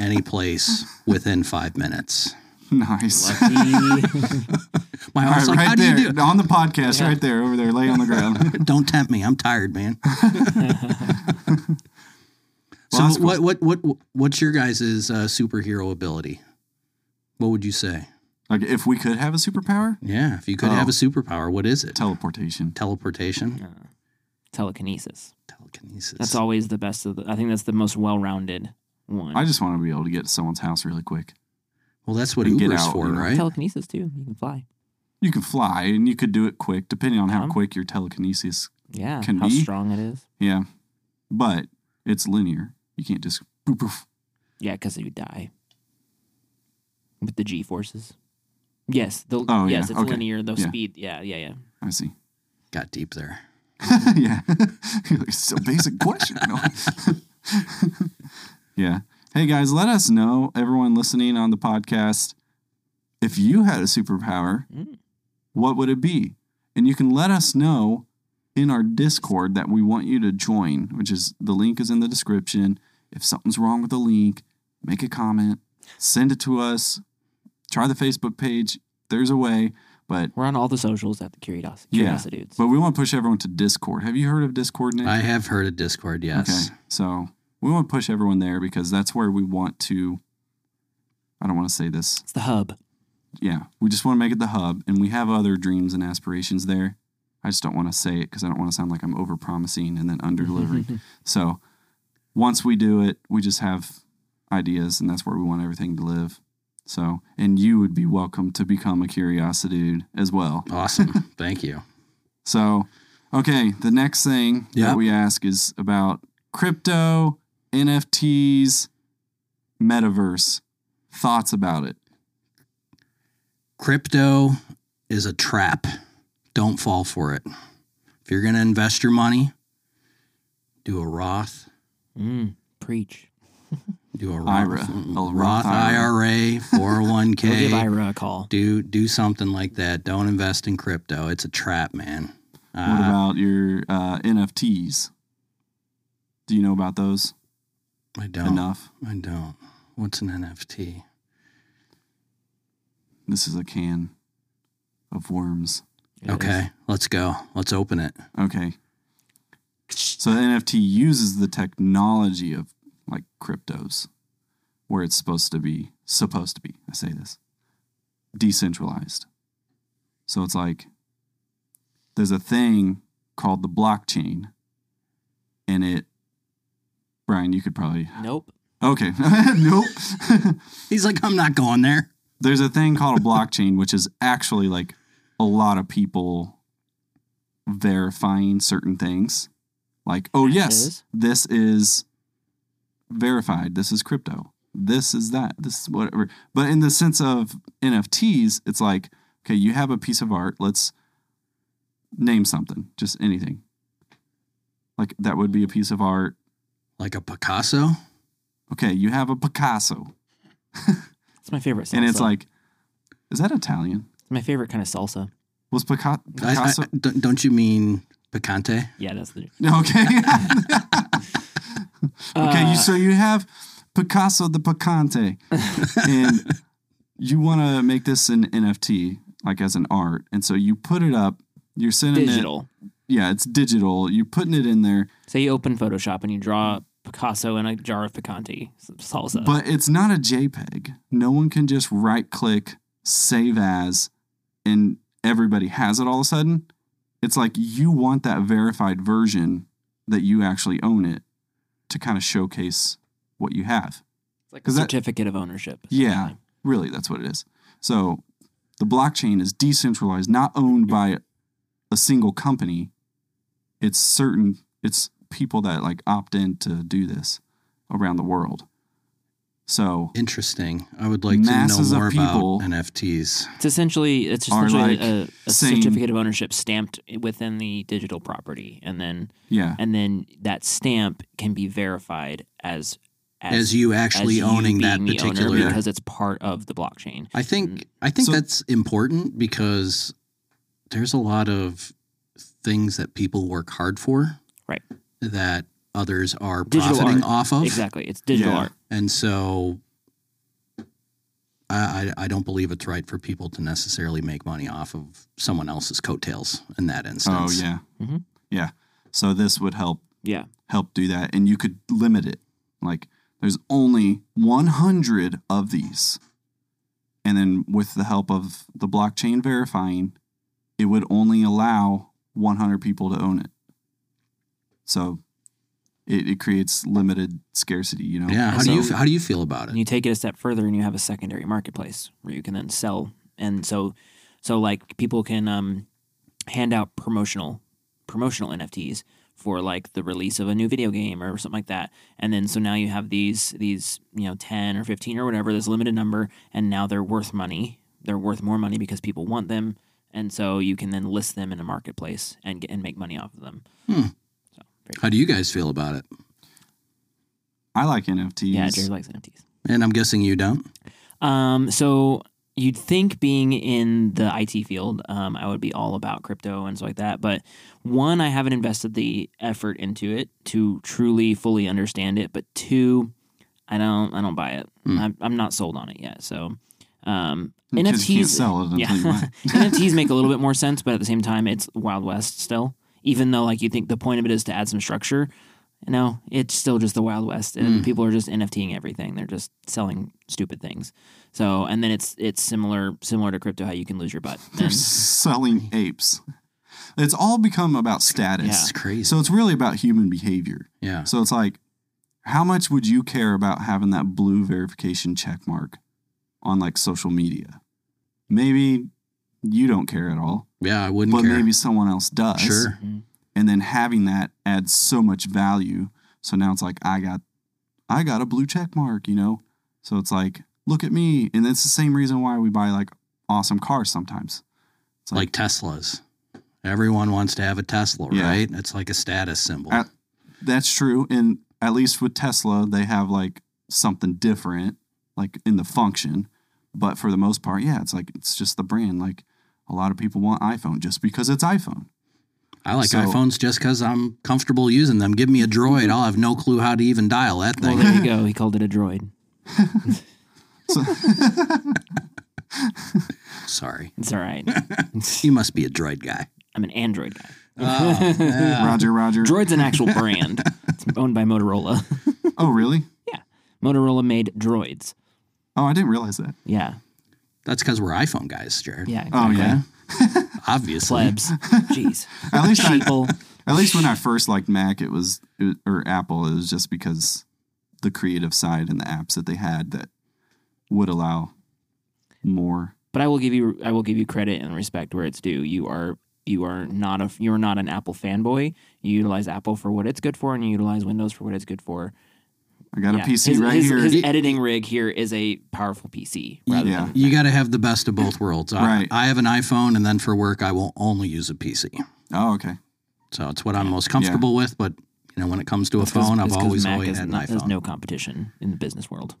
[SPEAKER 3] any place within five minutes
[SPEAKER 1] nice.
[SPEAKER 2] Lucky.
[SPEAKER 3] my
[SPEAKER 1] All right,
[SPEAKER 3] wife's like
[SPEAKER 1] right
[SPEAKER 3] how
[SPEAKER 1] there
[SPEAKER 3] do you do
[SPEAKER 1] on the podcast,
[SPEAKER 2] Yeah.
[SPEAKER 1] right there over there, lay on the ground.
[SPEAKER 3] it don't tempt me i'm tired man so
[SPEAKER 1] that's cool.
[SPEAKER 3] what, what what what's your guys' uh, superhero ability what would you say
[SPEAKER 1] like if we could have a superpower,
[SPEAKER 3] yeah if you could
[SPEAKER 1] Oh.
[SPEAKER 3] have a superpower what is it
[SPEAKER 1] teleportation.
[SPEAKER 3] teleportation
[SPEAKER 2] Uh, telekinesis.
[SPEAKER 3] telekinesis
[SPEAKER 2] That's always the best of the. I think that's the most well-rounded one.
[SPEAKER 1] I just want to be able to get to someone's house really quick.
[SPEAKER 3] well that's what
[SPEAKER 1] And get
[SPEAKER 3] uber's
[SPEAKER 1] out,
[SPEAKER 3] for
[SPEAKER 1] you know.
[SPEAKER 3] right
[SPEAKER 2] telekinesis too. You can fly.
[SPEAKER 1] You can fly and you could do it quick, depending on how
[SPEAKER 3] Uh-huh.
[SPEAKER 2] Um,
[SPEAKER 1] quick your telekinesis.
[SPEAKER 2] Yeah.
[SPEAKER 1] Can
[SPEAKER 2] how
[SPEAKER 1] be.
[SPEAKER 2] strong it is.
[SPEAKER 1] Yeah, but it's linear. You can't just poof, poof.
[SPEAKER 2] Yeah, because you die with the G forces. Yes. The,
[SPEAKER 1] Oh,
[SPEAKER 2] yes.
[SPEAKER 1] yeah,
[SPEAKER 2] It's
[SPEAKER 1] okay.
[SPEAKER 2] linear. The
[SPEAKER 1] Yeah.
[SPEAKER 2] speed. Yeah. Yeah. Yeah.
[SPEAKER 1] I see.
[SPEAKER 3] got deep there
[SPEAKER 1] yeah, it's a basic question. you know? yeah. Hey guys, let us know, everyone listening on the podcast, if you had a superpower,
[SPEAKER 2] Mm.
[SPEAKER 1] what would it be? And you can let us know in our Discord that we want you to join, which is the link is in the description. If something's wrong with the link, make a comment, send it to us, try the Facebook page. There's a way, but
[SPEAKER 2] We're on all the socials at the Curiosity,
[SPEAKER 1] Yeah.
[SPEAKER 2] Curiosity Dudes.
[SPEAKER 1] but we want to push everyone to Discord. Have you heard of Discord, Nick?
[SPEAKER 3] i have heard of discord yes
[SPEAKER 1] Okay. So we want to push everyone there because that's where we want to. I don't want to say this.
[SPEAKER 2] It's the hub.
[SPEAKER 1] Yeah. We just want to make it the hub and we have other dreams and aspirations there. I just don't want to say it because I don't want to sound like I'm over promising and then
[SPEAKER 2] Mm-hmm.
[SPEAKER 1] under delivering. so once we do it, we just have ideas and that's where we want everything to live. So, and you would be welcome to become a curiosity dude as well.
[SPEAKER 3] awesome thank you
[SPEAKER 1] So, okay, the next thing
[SPEAKER 3] Yeah.
[SPEAKER 1] that we ask is about crypto, NFTs, metaverse. Thoughts about it?
[SPEAKER 3] crypto is a trap. Don't fall for it. If you're going to invest your money, do a Roth,
[SPEAKER 2] Mm, preach.
[SPEAKER 3] do a Roth,
[SPEAKER 1] IRA,
[SPEAKER 3] a
[SPEAKER 1] a
[SPEAKER 3] Roth,
[SPEAKER 1] Roth
[SPEAKER 3] IRA,
[SPEAKER 2] Go give
[SPEAKER 3] 401k.
[SPEAKER 2] Ira a call.
[SPEAKER 3] do do something like that. Don't invest in crypto. It's a trap, man.
[SPEAKER 1] what
[SPEAKER 3] Uh,
[SPEAKER 1] about your uh, NFTs? Do you know about those
[SPEAKER 3] I don't.
[SPEAKER 1] enough?
[SPEAKER 3] I don't. What's an NFT?
[SPEAKER 1] This is a can of worms.
[SPEAKER 2] It
[SPEAKER 3] okay, let's go. Let's open it.
[SPEAKER 1] Okay. So the NFT uses the technology of like cryptos, where it's supposed to be supposed to be. I say this decentralized. So it's like there's a thing called the blockchain, and it. Brian, you could probably
[SPEAKER 2] is. Nope.
[SPEAKER 1] okay. nope.
[SPEAKER 3] He's like, I'm not going there.
[SPEAKER 1] there's a thing called a blockchain, which is actually like a lot of people verifying certain things. Like, oh,
[SPEAKER 2] That
[SPEAKER 1] yes,
[SPEAKER 2] is.
[SPEAKER 1] this is verified. This is crypto. This is that. This is whatever. But in the sense of NFTs, it's like, okay, you have a piece of art. Let's name something, just anything. Like, that would be a piece of art.
[SPEAKER 3] Like a Picasso?
[SPEAKER 1] Okay, you have a Picasso.
[SPEAKER 2] It's my favorite salsa.
[SPEAKER 1] And it's like, is that Italian?
[SPEAKER 2] It's my favorite kind of salsa.
[SPEAKER 1] Was Pica-
[SPEAKER 3] I- I-
[SPEAKER 1] Picasso?
[SPEAKER 3] don't- don't you mean Picante?
[SPEAKER 2] Yeah, that's the.
[SPEAKER 1] Okay. okay.
[SPEAKER 2] Uh,
[SPEAKER 1] You, so you have Picasso the Picante, and you want to make this an NFT, like as an art, and so you put it up. You're sending
[SPEAKER 2] digital.
[SPEAKER 1] it. Yeah, it's digital. You're putting it in there,
[SPEAKER 2] Say you open Photoshop and you draw Picasso in a jar of picante s- salsa.
[SPEAKER 1] but it's not a JPEG. No one can just right click, save as, and everybody has it all of a sudden. It's like you want that verified version that you actually own it to kind of showcase what you have.
[SPEAKER 2] It's like a
[SPEAKER 1] 'Cause that-
[SPEAKER 2] certificate of ownership.
[SPEAKER 1] Yeah,
[SPEAKER 2] essentially.
[SPEAKER 1] really, that's what it is. So the blockchain is decentralized, not owned by a single company. It's certain, it's people that like opt in to do this around the world. So
[SPEAKER 3] Interesting. I would like
[SPEAKER 1] Masses
[SPEAKER 3] to
[SPEAKER 1] of
[SPEAKER 3] know more about
[SPEAKER 1] people-
[SPEAKER 3] NFTs.
[SPEAKER 2] It's essentially it's
[SPEAKER 1] Are
[SPEAKER 2] essentially
[SPEAKER 1] like
[SPEAKER 2] a, a
[SPEAKER 1] saying-
[SPEAKER 2] certificate of ownership stamped within the digital property, and then
[SPEAKER 1] yeah,
[SPEAKER 2] and then that stamp can be verified as
[SPEAKER 3] As, you actually
[SPEAKER 2] as you
[SPEAKER 3] owning that
[SPEAKER 2] being the owner
[SPEAKER 3] particular
[SPEAKER 2] because Mm. it's part of the blockchain.
[SPEAKER 3] I think I think
[SPEAKER 1] So-
[SPEAKER 3] that's important because there's a lot of things that people work hard for,
[SPEAKER 2] Right.
[SPEAKER 3] That others are
[SPEAKER 2] Digital
[SPEAKER 3] profiting
[SPEAKER 2] art.
[SPEAKER 3] off of,
[SPEAKER 2] Exactly, it's digital
[SPEAKER 1] Yeah.
[SPEAKER 2] art.
[SPEAKER 3] and so I, I I don't believe it's right for people to necessarily make money off of someone else's coattails in that
[SPEAKER 1] oh
[SPEAKER 3] instance.
[SPEAKER 1] yeah,
[SPEAKER 2] Mhm.
[SPEAKER 1] yeah. So this would help
[SPEAKER 2] Yeah,
[SPEAKER 1] help do that, and you could limit it. Like there's only 100 of these, and then with the help of the blockchain verifying, it would only allow 100 people to own it. So it, it creates limited scarcity. You know.
[SPEAKER 3] Yeah. How do
[SPEAKER 1] So-
[SPEAKER 3] you how do you feel about
[SPEAKER 2] and
[SPEAKER 3] it?
[SPEAKER 2] you take it a step further, and you have a secondary marketplace where you can then sell. And so, so like people can um, hand out promotional promotional NFTs for like the release of a new video game or something like that. And then so now you have these these you know ten or fifteen or whatever this limited number, and now they're worth money. They're worth more money because people want them, and so you can then list them in a marketplace and get and make money off of them.
[SPEAKER 3] How do you guys feel about it?
[SPEAKER 1] I like NFTs.
[SPEAKER 2] Yeah, Jerry likes NFTs.
[SPEAKER 3] And I'm guessing you don't.
[SPEAKER 2] Um, so you'd think being in the IT field, um, I would be all about crypto and stuff like that. But one, I haven't invested the effort into it to truly fully understand it. But two, I don't, I don't buy it.
[SPEAKER 3] Hmm.
[SPEAKER 2] I'm, I'm not sold on it yet. So, um,
[SPEAKER 1] Because you can't
[SPEAKER 2] NFTs
[SPEAKER 1] sell it until
[SPEAKER 2] yeah.
[SPEAKER 1] you buy it.
[SPEAKER 2] NFTs make a little bit more sense, but at the same time, it's Wild West still. Even though, like, you think the point of it is to add some structure, no, it's still just the Wild West, and
[SPEAKER 1] Hmm.
[SPEAKER 3] Mm.
[SPEAKER 2] people are just NFTing everything. They're just selling stupid things. So, and then it's it's similar similar to crypto, how you can lose your butt.
[SPEAKER 1] They're
[SPEAKER 2] And-
[SPEAKER 1] selling apes. It's all become about status.
[SPEAKER 2] Yeah.
[SPEAKER 3] It's crazy.
[SPEAKER 1] So it's really about human behavior.
[SPEAKER 3] yeah.
[SPEAKER 1] So it's like, how much would you care about having that blue verification check mark on like social media? Maybe you don't care at all,
[SPEAKER 3] Yeah. I wouldn't
[SPEAKER 1] but
[SPEAKER 3] care.
[SPEAKER 1] maybe someone else does.
[SPEAKER 3] sure.
[SPEAKER 1] And then having that adds so much value. So now it's like I got, I got a blue check mark, you know. So it's like, look at me, and that's the same reason why we buy like awesome cars sometimes. It's
[SPEAKER 3] like Teslas. Everyone wants to have a Tesla,
[SPEAKER 1] Yeah.
[SPEAKER 3] right? It's like a status symbol.
[SPEAKER 1] At- That's true. And at least with Tesla, they have like something different, like in the function. But for the most part, yeah, it's like it's just the brand. Like a lot of people want iPhone just because it's iPhone.
[SPEAKER 3] I like
[SPEAKER 1] so-
[SPEAKER 3] iPhones just because I'm comfortable using them. Give me a Droid, I'll have no clue how to even dial that
[SPEAKER 2] Well,
[SPEAKER 3] thing.
[SPEAKER 2] there you go. He called it a droid.
[SPEAKER 1] So
[SPEAKER 3] Sorry,
[SPEAKER 2] It's all right.
[SPEAKER 3] you must be a Droid guy.
[SPEAKER 2] I'm an Android guy.
[SPEAKER 3] Oh, yeah.
[SPEAKER 1] Roger, Roger.
[SPEAKER 2] Droid's an actual brand. It's owned by Motorola.
[SPEAKER 1] Oh, really?
[SPEAKER 2] Motorola made droids.
[SPEAKER 1] Oh, I didn't realize that.
[SPEAKER 2] Yeah.
[SPEAKER 3] That's because we're iPhone guys, Jared.
[SPEAKER 2] Yeah.
[SPEAKER 1] Oh, yeah.
[SPEAKER 3] obviously.
[SPEAKER 2] Plebs. Jeez.
[SPEAKER 1] At least I,
[SPEAKER 2] Sheeple.
[SPEAKER 1] at least when I first liked Mac, it was it, or Apple, it was just because the creative side and the apps that they had that would allow more.
[SPEAKER 2] But I will give you I will give you credit and respect where it's due. You are you are not a you are not an Apple fanboy. You utilize Apple for what it's good for, and you utilize Windows for what it's good for.
[SPEAKER 1] I got
[SPEAKER 2] Yeah.
[SPEAKER 1] a PC
[SPEAKER 2] his,
[SPEAKER 1] right
[SPEAKER 2] his-
[SPEAKER 1] here.
[SPEAKER 2] his editing rig here is a powerful PC. Rather
[SPEAKER 1] Yeah.
[SPEAKER 2] than,
[SPEAKER 3] You got to have the best of both worlds. I,
[SPEAKER 1] Right.
[SPEAKER 3] I have an iPhone, and then for work, I will only use a PC.
[SPEAKER 1] oh, okay.
[SPEAKER 3] So it's what I'm most comfortable with. But you know, when it comes to a phone, I've
[SPEAKER 2] It's 'cause
[SPEAKER 3] always
[SPEAKER 2] Mac
[SPEAKER 3] always
[SPEAKER 2] is
[SPEAKER 3] had an
[SPEAKER 2] not- There's
[SPEAKER 3] iPhone.
[SPEAKER 2] no competition in the business world.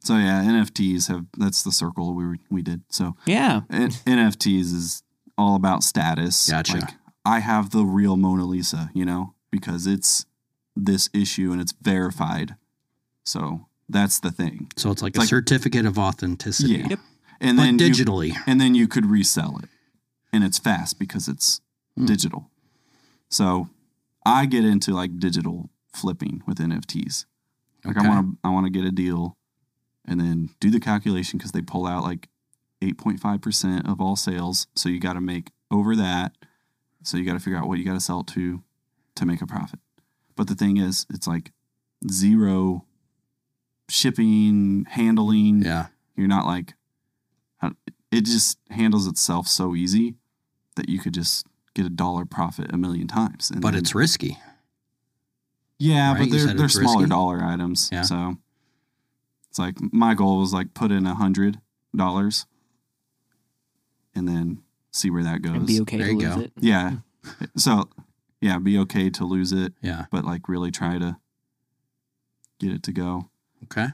[SPEAKER 1] So yeah, NFTs have that's the circle we were, we did. So
[SPEAKER 2] Yeah.
[SPEAKER 1] N- NFTs is all about status.
[SPEAKER 3] Gotcha.
[SPEAKER 1] Like I have the real Mona Lisa, you know, because it's this issue and it's verified. So that's the thing.
[SPEAKER 3] so it's like
[SPEAKER 1] It's
[SPEAKER 3] a
[SPEAKER 1] like-
[SPEAKER 3] certificity of authenticity,
[SPEAKER 1] Yeah. And
[SPEAKER 3] but
[SPEAKER 1] then you,
[SPEAKER 3] digitally.
[SPEAKER 1] and then you could resell it. And it's fast because it's
[SPEAKER 3] Hmm.
[SPEAKER 1] digital. So I get into like digital flipping with NFTs. Like
[SPEAKER 3] Okay.
[SPEAKER 1] I want to I want to get a deal and then do the calculation cuz they pull out like 8.5% of all sales, so you got to make over that. So you got to figure out what you got to sell it to to make a profit. But the thing is, it's like zero shipping, handling.
[SPEAKER 3] Yeah.
[SPEAKER 1] You're not like, I- it just handles itself so easy that you could just get a dollar profit a million times. And
[SPEAKER 3] But
[SPEAKER 1] then-
[SPEAKER 3] it's risky.
[SPEAKER 1] yeah,
[SPEAKER 3] right?
[SPEAKER 1] but
[SPEAKER 3] You
[SPEAKER 1] they're
[SPEAKER 3] said
[SPEAKER 1] they're
[SPEAKER 3] it's
[SPEAKER 1] smaller
[SPEAKER 3] risky.
[SPEAKER 1] dollar items.
[SPEAKER 3] Yeah.
[SPEAKER 1] So it's like my goal was like put in a hundred dollars and then see where that
[SPEAKER 2] and
[SPEAKER 1] goes.
[SPEAKER 2] be okay Mm-hmm.
[SPEAKER 3] There
[SPEAKER 2] to
[SPEAKER 3] you
[SPEAKER 2] lose
[SPEAKER 3] go.
[SPEAKER 2] it.
[SPEAKER 1] Yeah. so yeah, be okay to lose it,
[SPEAKER 3] Yeah.
[SPEAKER 1] but like really try to get it to go.
[SPEAKER 3] Okay.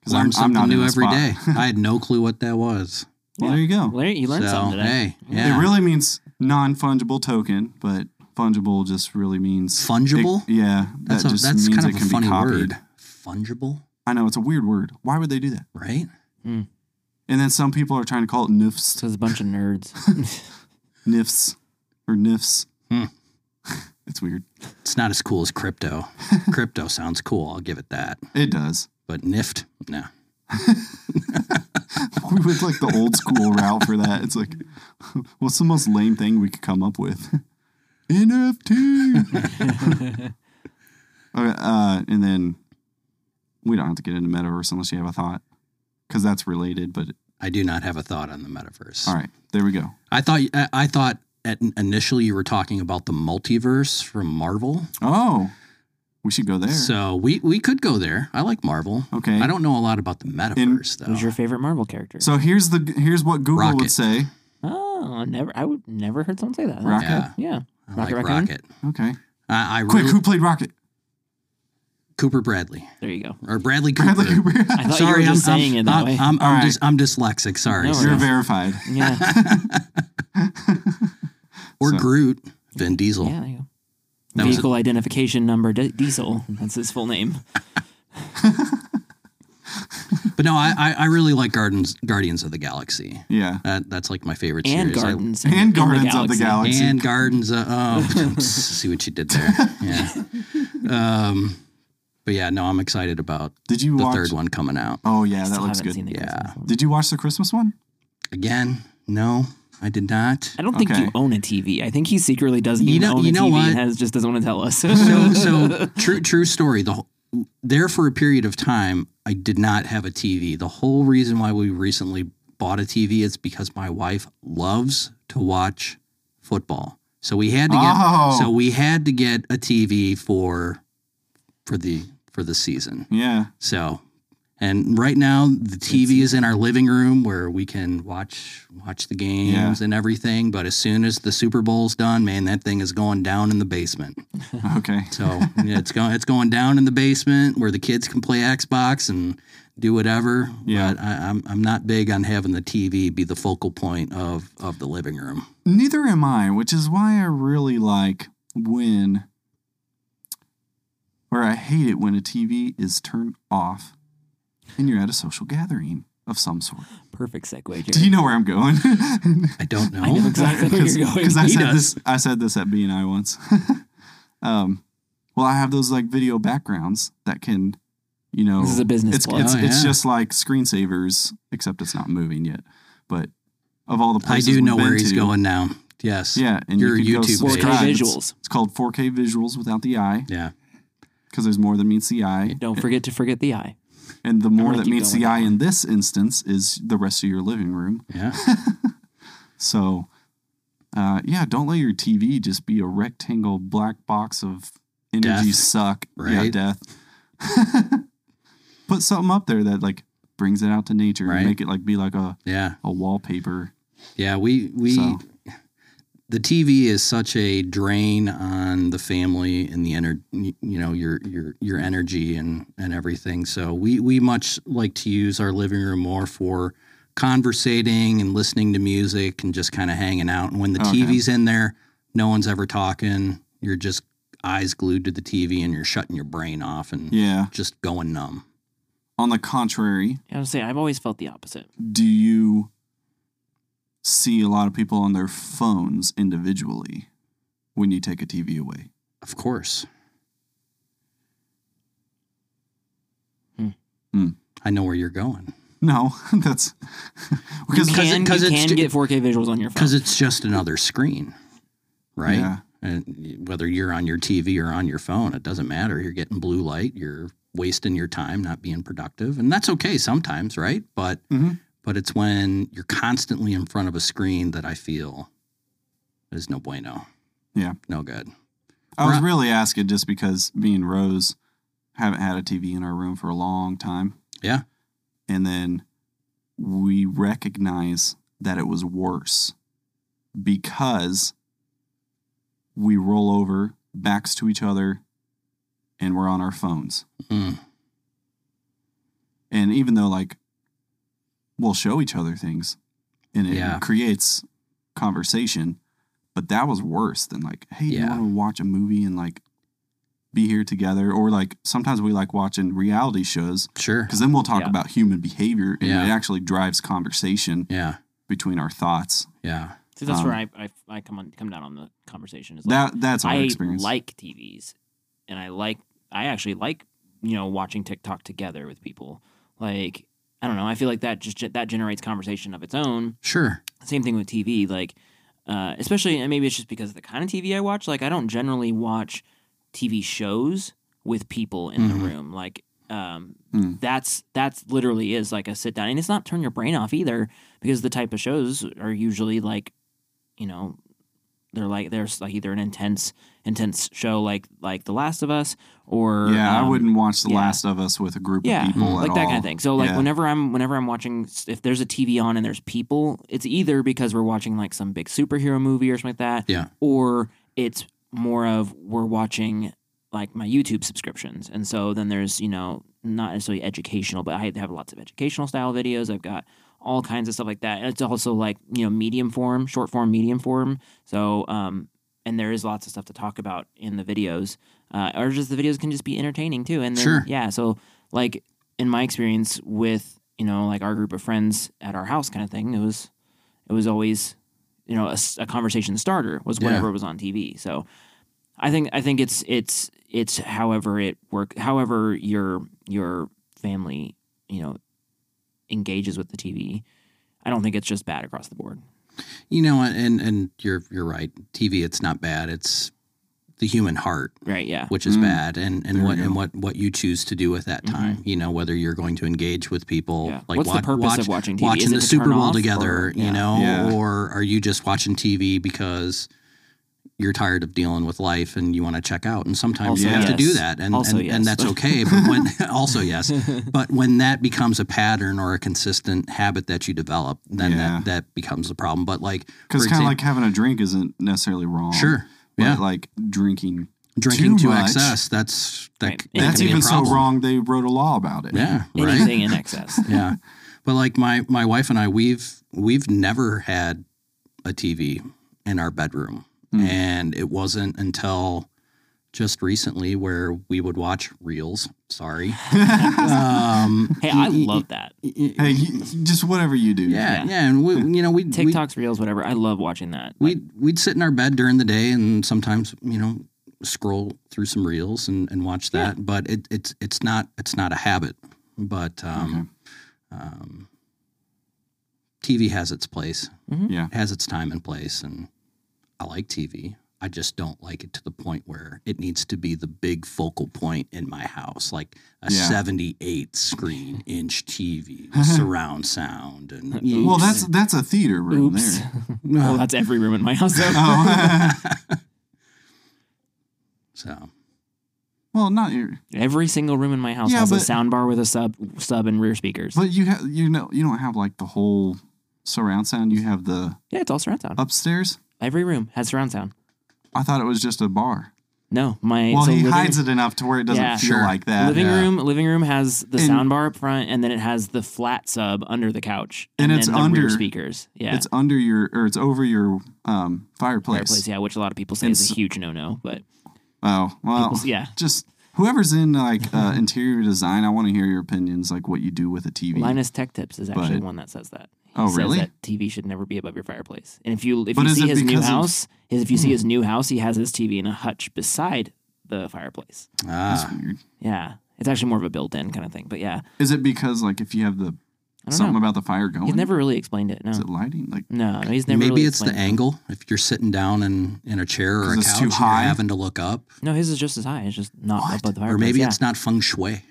[SPEAKER 1] Because
[SPEAKER 3] Learn something new every day.
[SPEAKER 1] well,
[SPEAKER 3] I had no clue what that was.
[SPEAKER 1] there you go.
[SPEAKER 2] Larry, you learned
[SPEAKER 3] so,
[SPEAKER 2] something today.
[SPEAKER 3] Hey, yeah.
[SPEAKER 1] It really means non fungible token, but fungible just really means
[SPEAKER 3] fungible.
[SPEAKER 1] It- yeah,
[SPEAKER 3] that's
[SPEAKER 1] that
[SPEAKER 3] a,
[SPEAKER 1] just
[SPEAKER 3] that's
[SPEAKER 1] means
[SPEAKER 3] kind
[SPEAKER 1] it
[SPEAKER 3] of a
[SPEAKER 1] can be
[SPEAKER 3] funny
[SPEAKER 1] copied.
[SPEAKER 3] word. Fungible,
[SPEAKER 1] I know it's a weird word. Why would they do that?
[SPEAKER 3] right?
[SPEAKER 1] And then some people are trying to call it NIFs,
[SPEAKER 2] So it's a bunch of nerds.
[SPEAKER 1] NIFs, or NIFs.
[SPEAKER 3] Hmm.
[SPEAKER 1] it's weird.
[SPEAKER 3] It's not as cool as crypto. crypto sounds cool. I'll give it that.
[SPEAKER 1] It does.
[SPEAKER 3] But Nift, no.
[SPEAKER 1] We went like the old school route for that. It's like, what's the most lame thing we could come up with? NFT. okay, uh, and then we don't have to get into metaverse unless you have a thought, because that's related. But
[SPEAKER 3] I do not have a thought on the metaverse.
[SPEAKER 1] all right, there we go.
[SPEAKER 3] I thought I, I thought at initially you were talking about the multiverse from Marvel.
[SPEAKER 1] Oh, we should go there.
[SPEAKER 3] So we we could go there. I like Marvel.
[SPEAKER 1] okay.
[SPEAKER 3] I don't know a lot about the metaverse though.
[SPEAKER 2] Who's your favorite Marvel character?
[SPEAKER 1] so here's the here's what Google
[SPEAKER 3] Rocket.
[SPEAKER 1] would say.
[SPEAKER 2] oh, I never. I would never heard someone say that.
[SPEAKER 1] Rocket.
[SPEAKER 3] yeah,
[SPEAKER 2] Yeah.
[SPEAKER 3] I
[SPEAKER 2] Rocket
[SPEAKER 3] like
[SPEAKER 2] Raccoon?
[SPEAKER 3] Rocket.
[SPEAKER 1] Okay,
[SPEAKER 3] I, I
[SPEAKER 1] quick,
[SPEAKER 3] really-
[SPEAKER 1] who played Rocket?
[SPEAKER 3] Cooper Bradley
[SPEAKER 2] There you go.
[SPEAKER 3] or Bradley Cooper.
[SPEAKER 1] Bradley Cooper.
[SPEAKER 2] I thought
[SPEAKER 3] Sorry,
[SPEAKER 2] you were just
[SPEAKER 3] I'm,
[SPEAKER 2] saying
[SPEAKER 3] I'm,
[SPEAKER 2] it that
[SPEAKER 3] I'm,
[SPEAKER 2] way.
[SPEAKER 3] I'm,
[SPEAKER 1] All
[SPEAKER 3] I'm
[SPEAKER 1] right.
[SPEAKER 3] just, I'm dyslexic. Sorry.
[SPEAKER 2] No
[SPEAKER 1] You're
[SPEAKER 2] worries.
[SPEAKER 3] So-
[SPEAKER 1] verified.
[SPEAKER 2] yeah.
[SPEAKER 3] or
[SPEAKER 1] So-
[SPEAKER 3] Groot, Vin Diesel.
[SPEAKER 2] Yeah. There you go.
[SPEAKER 3] That was a-
[SPEAKER 2] Vehicle identification number D- Diesel. That's his full name.
[SPEAKER 3] But no, I, I, I really like Gardens, Guardians of the Galaxy.
[SPEAKER 1] Yeah.
[SPEAKER 3] That, that's like my favorite
[SPEAKER 2] And
[SPEAKER 3] series. I-
[SPEAKER 2] Gardens. in the- in
[SPEAKER 1] And Guardians of the Galaxy.
[SPEAKER 3] and Gardens. Of, oh, see what you did there. Yeah. Um, but yeah, no, I'm excited about
[SPEAKER 1] Did you
[SPEAKER 3] the
[SPEAKER 1] watch?
[SPEAKER 3] third one coming out.
[SPEAKER 1] Oh yeah, that
[SPEAKER 2] Still
[SPEAKER 1] looks
[SPEAKER 2] haven't
[SPEAKER 1] good.
[SPEAKER 2] seen the
[SPEAKER 3] Yeah.
[SPEAKER 2] Christmas one.
[SPEAKER 1] Did you watch the Christmas one?
[SPEAKER 3] Again, no, I did not.
[SPEAKER 2] I don't think
[SPEAKER 1] Okay.
[SPEAKER 2] you own a TV. I think he secretly doesn't
[SPEAKER 3] You
[SPEAKER 2] even
[SPEAKER 3] know-
[SPEAKER 2] own
[SPEAKER 3] you
[SPEAKER 2] a
[SPEAKER 3] know
[SPEAKER 2] TV
[SPEAKER 3] what?
[SPEAKER 2] and has just doesn't want to tell us.
[SPEAKER 3] So, so true, true story. The whole, there for a period of time, I did not have a TV. The whole reason why we recently bought a TV is because my wife loves to watch football. So we had to get.
[SPEAKER 1] Oh.
[SPEAKER 3] So we had to get a TV for, for the for the season.
[SPEAKER 1] Yeah.
[SPEAKER 3] So, and right now the TV is in our living room where we can watch watch the games and everything. But as soon as the Super Bowl's done, man, that thing is going down in the basement.
[SPEAKER 1] Okay.
[SPEAKER 3] So yeah, it's going it's going down in the basement where the kids can play Xbox and do whatever.
[SPEAKER 1] Yeah.
[SPEAKER 3] But I, I'm I'm not big on having the TV be the focal point of of the living room.
[SPEAKER 1] Neither am I, which is why I really like when, or I hate it when a TV is turned off, and you're at a social gathering of some sort.
[SPEAKER 2] Perfect segue, Jared.
[SPEAKER 1] Do you know where I'm going?
[SPEAKER 3] I don't know.
[SPEAKER 2] I know exactly where you're going.
[SPEAKER 1] Because I
[SPEAKER 3] He
[SPEAKER 1] said
[SPEAKER 3] does.
[SPEAKER 1] this. I said this at BNI once. um, well, I have those like video backgrounds that can, you know,
[SPEAKER 2] This is a business
[SPEAKER 1] it's
[SPEAKER 2] plug.
[SPEAKER 1] it's,
[SPEAKER 3] Oh,
[SPEAKER 1] it's
[SPEAKER 3] yeah.
[SPEAKER 1] just like screensavers, except it's not moving yet. But of all the
[SPEAKER 3] I
[SPEAKER 1] places
[SPEAKER 3] do
[SPEAKER 1] we've
[SPEAKER 3] know where
[SPEAKER 1] been
[SPEAKER 3] he's
[SPEAKER 1] to-
[SPEAKER 3] going now. Yes.
[SPEAKER 1] Yeah, and
[SPEAKER 3] Your
[SPEAKER 1] you can
[SPEAKER 3] YouTube
[SPEAKER 1] go
[SPEAKER 3] page.
[SPEAKER 2] 4K
[SPEAKER 1] subscribe. It's,
[SPEAKER 2] visuals.
[SPEAKER 1] it's called 4K visuals without the eye
[SPEAKER 3] Yeah.
[SPEAKER 1] because there's more than meets the eye,
[SPEAKER 2] Don't forget to forget the eye.
[SPEAKER 1] and the
[SPEAKER 2] I'm
[SPEAKER 1] more
[SPEAKER 2] gonna
[SPEAKER 1] that
[SPEAKER 2] keep
[SPEAKER 1] meets
[SPEAKER 2] going
[SPEAKER 1] the
[SPEAKER 2] on.
[SPEAKER 1] eye in this instance is the rest of your living room.
[SPEAKER 3] Yeah.
[SPEAKER 1] So, uh, yeah, don't let your TV just be a rectangle black box of energy
[SPEAKER 3] Death,
[SPEAKER 1] suck, yeah,
[SPEAKER 3] right?
[SPEAKER 1] death. Put something up there that like brings it out to nature
[SPEAKER 3] Right.
[SPEAKER 1] and make it like be like a,
[SPEAKER 3] Yeah.
[SPEAKER 1] a wallpaper.
[SPEAKER 3] Yeah, we we
[SPEAKER 1] So-
[SPEAKER 3] the TV is such a drain on the family and the energy, you know, your your your energy and and everything. So we we much like to use our living room more for conversating and listening to music and just kind of hanging out. And when the
[SPEAKER 1] Okay.
[SPEAKER 3] TV's in there, no one's ever talking. You're just eyes glued to the TV and you're shutting your brain off and
[SPEAKER 1] Yeah.
[SPEAKER 3] just going numb.
[SPEAKER 1] On the contrary,
[SPEAKER 2] I was saying I've always felt the opposite.
[SPEAKER 1] do you see a lot of people on their phones individually when you take a TV away?
[SPEAKER 3] Of course.
[SPEAKER 2] Hmm.
[SPEAKER 1] Hmm.
[SPEAKER 3] I know where you're going.
[SPEAKER 1] No, that's
[SPEAKER 2] Because
[SPEAKER 1] because
[SPEAKER 2] you
[SPEAKER 3] 'cause it-
[SPEAKER 2] can,
[SPEAKER 3] 'cause
[SPEAKER 2] you
[SPEAKER 3] it's
[SPEAKER 2] can
[SPEAKER 3] ju-
[SPEAKER 2] get 4K visuals on your phone.
[SPEAKER 3] Because it's just another screen, right?
[SPEAKER 1] Yeah.
[SPEAKER 3] And whether you're on your TV or on your phone, it doesn't matter. You're getting blue light. You're wasting your time, not being productive, and that's okay sometimes, right? But
[SPEAKER 1] Mhm.
[SPEAKER 3] but it's when you're constantly in front of a screen that I feel is no bueno.
[SPEAKER 1] Yeah.
[SPEAKER 3] no good.
[SPEAKER 1] I was
[SPEAKER 3] Right.
[SPEAKER 1] really asking just because me and Rose haven't had a TV in our room for a long time.
[SPEAKER 3] Yeah.
[SPEAKER 1] And then we recognize that it was worse because we roll over, backs to each other, and we're on our phones.
[SPEAKER 3] Mm.
[SPEAKER 1] And even though, like, we'll show each other things and it
[SPEAKER 3] Yeah.
[SPEAKER 1] creates conversation, but that was worse than, like, hey, do you
[SPEAKER 3] Yeah.
[SPEAKER 1] want to watch a movie and, like, be here together? Or, like, sometimes we like watching reality shows
[SPEAKER 3] Sure.
[SPEAKER 1] because then we'll talk
[SPEAKER 2] Yeah.
[SPEAKER 1] about human behavior and
[SPEAKER 3] Yeah.
[SPEAKER 1] it actually drives conversation
[SPEAKER 3] Yeah.
[SPEAKER 1] between our thoughts.
[SPEAKER 3] Yeah.
[SPEAKER 2] So that's
[SPEAKER 1] Um,
[SPEAKER 2] where I, I I come on come down on the conversation. Is like,
[SPEAKER 1] That That's our
[SPEAKER 2] I
[SPEAKER 1] experience.
[SPEAKER 2] like TVs, and I like I actually like you know watching TikTok together with people. Like I don't know, I feel like that just that generates conversation of its own.
[SPEAKER 3] Sure.
[SPEAKER 2] Same thing with TV, like uh, especially and maybe it's just because of the kind of TV I watch. Like I don't generally watch TV shows with people in
[SPEAKER 1] Mm-hmm.
[SPEAKER 3] Mhm.
[SPEAKER 2] the room. Like um,
[SPEAKER 1] Mm.
[SPEAKER 2] that's that's literally is like a sit down, and it's not turn your brain off either because the type of shows are usually like you know they're like there's like either an intense intense show like like The Last of Us or
[SPEAKER 1] yeah, I
[SPEAKER 2] um,
[SPEAKER 1] wouldn't watch The
[SPEAKER 2] yeah.
[SPEAKER 1] Last of Us with a group
[SPEAKER 2] Yeah,
[SPEAKER 1] of people
[SPEAKER 2] like
[SPEAKER 1] at
[SPEAKER 2] that
[SPEAKER 1] all.
[SPEAKER 2] kind of thing. So like
[SPEAKER 1] Yeah.
[SPEAKER 2] whenever I'm whenever I'm watching if there's a TV on and there's people, it's either because we're watching like some big superhero movie or something like that,
[SPEAKER 3] Yeah.
[SPEAKER 2] or it's more of we're watching like my YouTube subscriptions. And so then there's, you know, not necessarily educational, but I have lots of educational style videos. I've got all kinds of stuff like that. And it's also like, you know, medium form, short form, medium form. So, um, and there is lots of stuff to talk about in the videos, uh, or just the videos can just be entertaining too. And then,
[SPEAKER 3] Sure.
[SPEAKER 2] yeah. So, like in my experience with you know like our group of friends at our house kind of thing, it was it was always you know a, s- a conversation starter was
[SPEAKER 3] Yeah.
[SPEAKER 2] whenever it was on TV. So I think I think it's it's it's however it work however your your family you know engages with the TV. I don't think it's just bad across the board.
[SPEAKER 3] You know, and and you're you're right. TV, it's not bad. It's the human heart,
[SPEAKER 2] Right? Yeah.
[SPEAKER 3] which is
[SPEAKER 1] Mm.
[SPEAKER 3] bad, and and
[SPEAKER 1] There
[SPEAKER 3] what
[SPEAKER 1] you
[SPEAKER 3] and what what you choose to do with that time. You know, whether you're going to engage with people,
[SPEAKER 2] Mm-hmm. yeah.
[SPEAKER 3] like
[SPEAKER 2] What's
[SPEAKER 3] wa-
[SPEAKER 2] the purpose
[SPEAKER 3] watch,
[SPEAKER 2] of watching TV? Is
[SPEAKER 3] watching
[SPEAKER 2] it
[SPEAKER 3] the
[SPEAKER 2] to
[SPEAKER 3] Super
[SPEAKER 2] turn
[SPEAKER 3] Bowl
[SPEAKER 2] off
[SPEAKER 3] together,
[SPEAKER 2] or-
[SPEAKER 3] you
[SPEAKER 2] yeah.
[SPEAKER 3] know,
[SPEAKER 1] Yeah.
[SPEAKER 3] or are you just watching TV because you're tired of dealing with life and you want to check out? And sometimes you
[SPEAKER 1] Also
[SPEAKER 3] have to do
[SPEAKER 2] yes.
[SPEAKER 3] that, and
[SPEAKER 2] Also
[SPEAKER 3] and, and
[SPEAKER 2] yes.
[SPEAKER 3] that's okay. But when also yes, but when that becomes a pattern or a consistent habit that you develop, then
[SPEAKER 1] Yeah.
[SPEAKER 3] that, that becomes a problem. But like
[SPEAKER 1] Because kind
[SPEAKER 3] for exam-
[SPEAKER 1] of like having a drink isn't necessarily wrong.
[SPEAKER 3] sure,
[SPEAKER 1] Um, But
[SPEAKER 3] yeah,
[SPEAKER 1] like drinking
[SPEAKER 3] drinking
[SPEAKER 1] too
[SPEAKER 3] to
[SPEAKER 1] much.
[SPEAKER 3] excess. That's that,
[SPEAKER 2] Right.
[SPEAKER 3] that
[SPEAKER 2] That's
[SPEAKER 3] can be a
[SPEAKER 1] even so
[SPEAKER 3] problem.
[SPEAKER 1] wrong they wrote a law about it.
[SPEAKER 3] Yeah, right.
[SPEAKER 2] Anything in excess.
[SPEAKER 3] yeah but like my my wife and i we've we've never had a tv in our bedroom
[SPEAKER 1] Hmm.
[SPEAKER 3] and it wasn't until just recently where we would watch reels sorry um
[SPEAKER 2] Hey, I love that.
[SPEAKER 1] hey, you, just whatever you do.
[SPEAKER 3] yeah yeah and we you know we
[SPEAKER 2] TikToks, Reels, whatever. I love watching that. Like,
[SPEAKER 3] we'd we'd sit in our bed during the day and sometimes you know scroll through some reels and, and watch that but it, it's it's not it's not a habit but um, um, tv has its place
[SPEAKER 2] Mhm.
[SPEAKER 1] Yeah.
[SPEAKER 3] has its time and place and i like tv i just don't like it to the point where it needs to be the big focal point in my house like a
[SPEAKER 1] Yeah.
[SPEAKER 3] 78 screen inch tv with surround sound and Uh,
[SPEAKER 1] Well, that's that's a theater room
[SPEAKER 2] oops.
[SPEAKER 1] there.
[SPEAKER 2] well, that's every room in my house. though.
[SPEAKER 1] Oh,
[SPEAKER 3] so
[SPEAKER 1] well, not your,
[SPEAKER 2] every single room in my house
[SPEAKER 1] Yeah,
[SPEAKER 2] has a
[SPEAKER 1] but-
[SPEAKER 2] sound bar with a sub, sub and rear speakers.
[SPEAKER 1] but you have you know you don't have like the whole surround sound. You have the
[SPEAKER 2] yeah, it's all surround sound.
[SPEAKER 1] upstairs.
[SPEAKER 2] every room has surround sound.
[SPEAKER 1] I thought it was just a bar.
[SPEAKER 2] No, my
[SPEAKER 1] Well,
[SPEAKER 2] so
[SPEAKER 1] he
[SPEAKER 2] living,
[SPEAKER 1] hides it enough to where it doesn't
[SPEAKER 2] Yeah.
[SPEAKER 1] feel
[SPEAKER 3] Sure.
[SPEAKER 1] like that.
[SPEAKER 2] living
[SPEAKER 3] yeah.
[SPEAKER 2] room. Living room has the
[SPEAKER 1] And-
[SPEAKER 2] sound bar up front, and then it has the flat sub under the couch,
[SPEAKER 1] And it's
[SPEAKER 2] then the rear
[SPEAKER 1] under-
[SPEAKER 2] speakers. Yeah,
[SPEAKER 1] It's under your or it's over your um, fireplace.
[SPEAKER 2] fireplace. Yeah, which a lot of people say
[SPEAKER 1] And
[SPEAKER 2] is a
[SPEAKER 1] s-
[SPEAKER 2] huge no no, but
[SPEAKER 1] Oh well,
[SPEAKER 2] people- yeah,
[SPEAKER 1] just whoever's in like uh, interior design, I want to hear your opinions, like what you do with a TV.
[SPEAKER 2] Linus Tech Tips is actually
[SPEAKER 1] But-
[SPEAKER 2] one that says that. He
[SPEAKER 1] Oh,
[SPEAKER 2] says
[SPEAKER 1] really?
[SPEAKER 2] That TV should never be above your fireplace. And if you if
[SPEAKER 1] But
[SPEAKER 2] you
[SPEAKER 1] is
[SPEAKER 2] see
[SPEAKER 1] it
[SPEAKER 2] his new
[SPEAKER 1] because Hmm. of-
[SPEAKER 2] house, his, if you see his new house, he has his TV in a hutch beside the fireplace.
[SPEAKER 3] ah.
[SPEAKER 1] That's weird.
[SPEAKER 2] Yeah, it's actually more of a built-in kind of thing. But yeah,
[SPEAKER 1] Is it because like if you have the
[SPEAKER 2] I don't
[SPEAKER 1] Something
[SPEAKER 2] know.
[SPEAKER 1] about the fire going.
[SPEAKER 2] He's never really explained it. No,
[SPEAKER 1] Is it lighting? Like
[SPEAKER 2] no, he's never.
[SPEAKER 3] Maybe
[SPEAKER 2] really
[SPEAKER 3] it's the
[SPEAKER 2] explained it.
[SPEAKER 3] angle. If you're sitting down in, in a chair
[SPEAKER 1] 'Cause
[SPEAKER 3] or a
[SPEAKER 1] it's
[SPEAKER 3] couch,
[SPEAKER 1] too
[SPEAKER 3] and
[SPEAKER 1] high?
[SPEAKER 3] you're having to look up.
[SPEAKER 2] No, his is just as high. It's just not
[SPEAKER 1] What?
[SPEAKER 2] above the fireplace.
[SPEAKER 3] Or maybe
[SPEAKER 2] yeah.
[SPEAKER 3] it's not feng shui.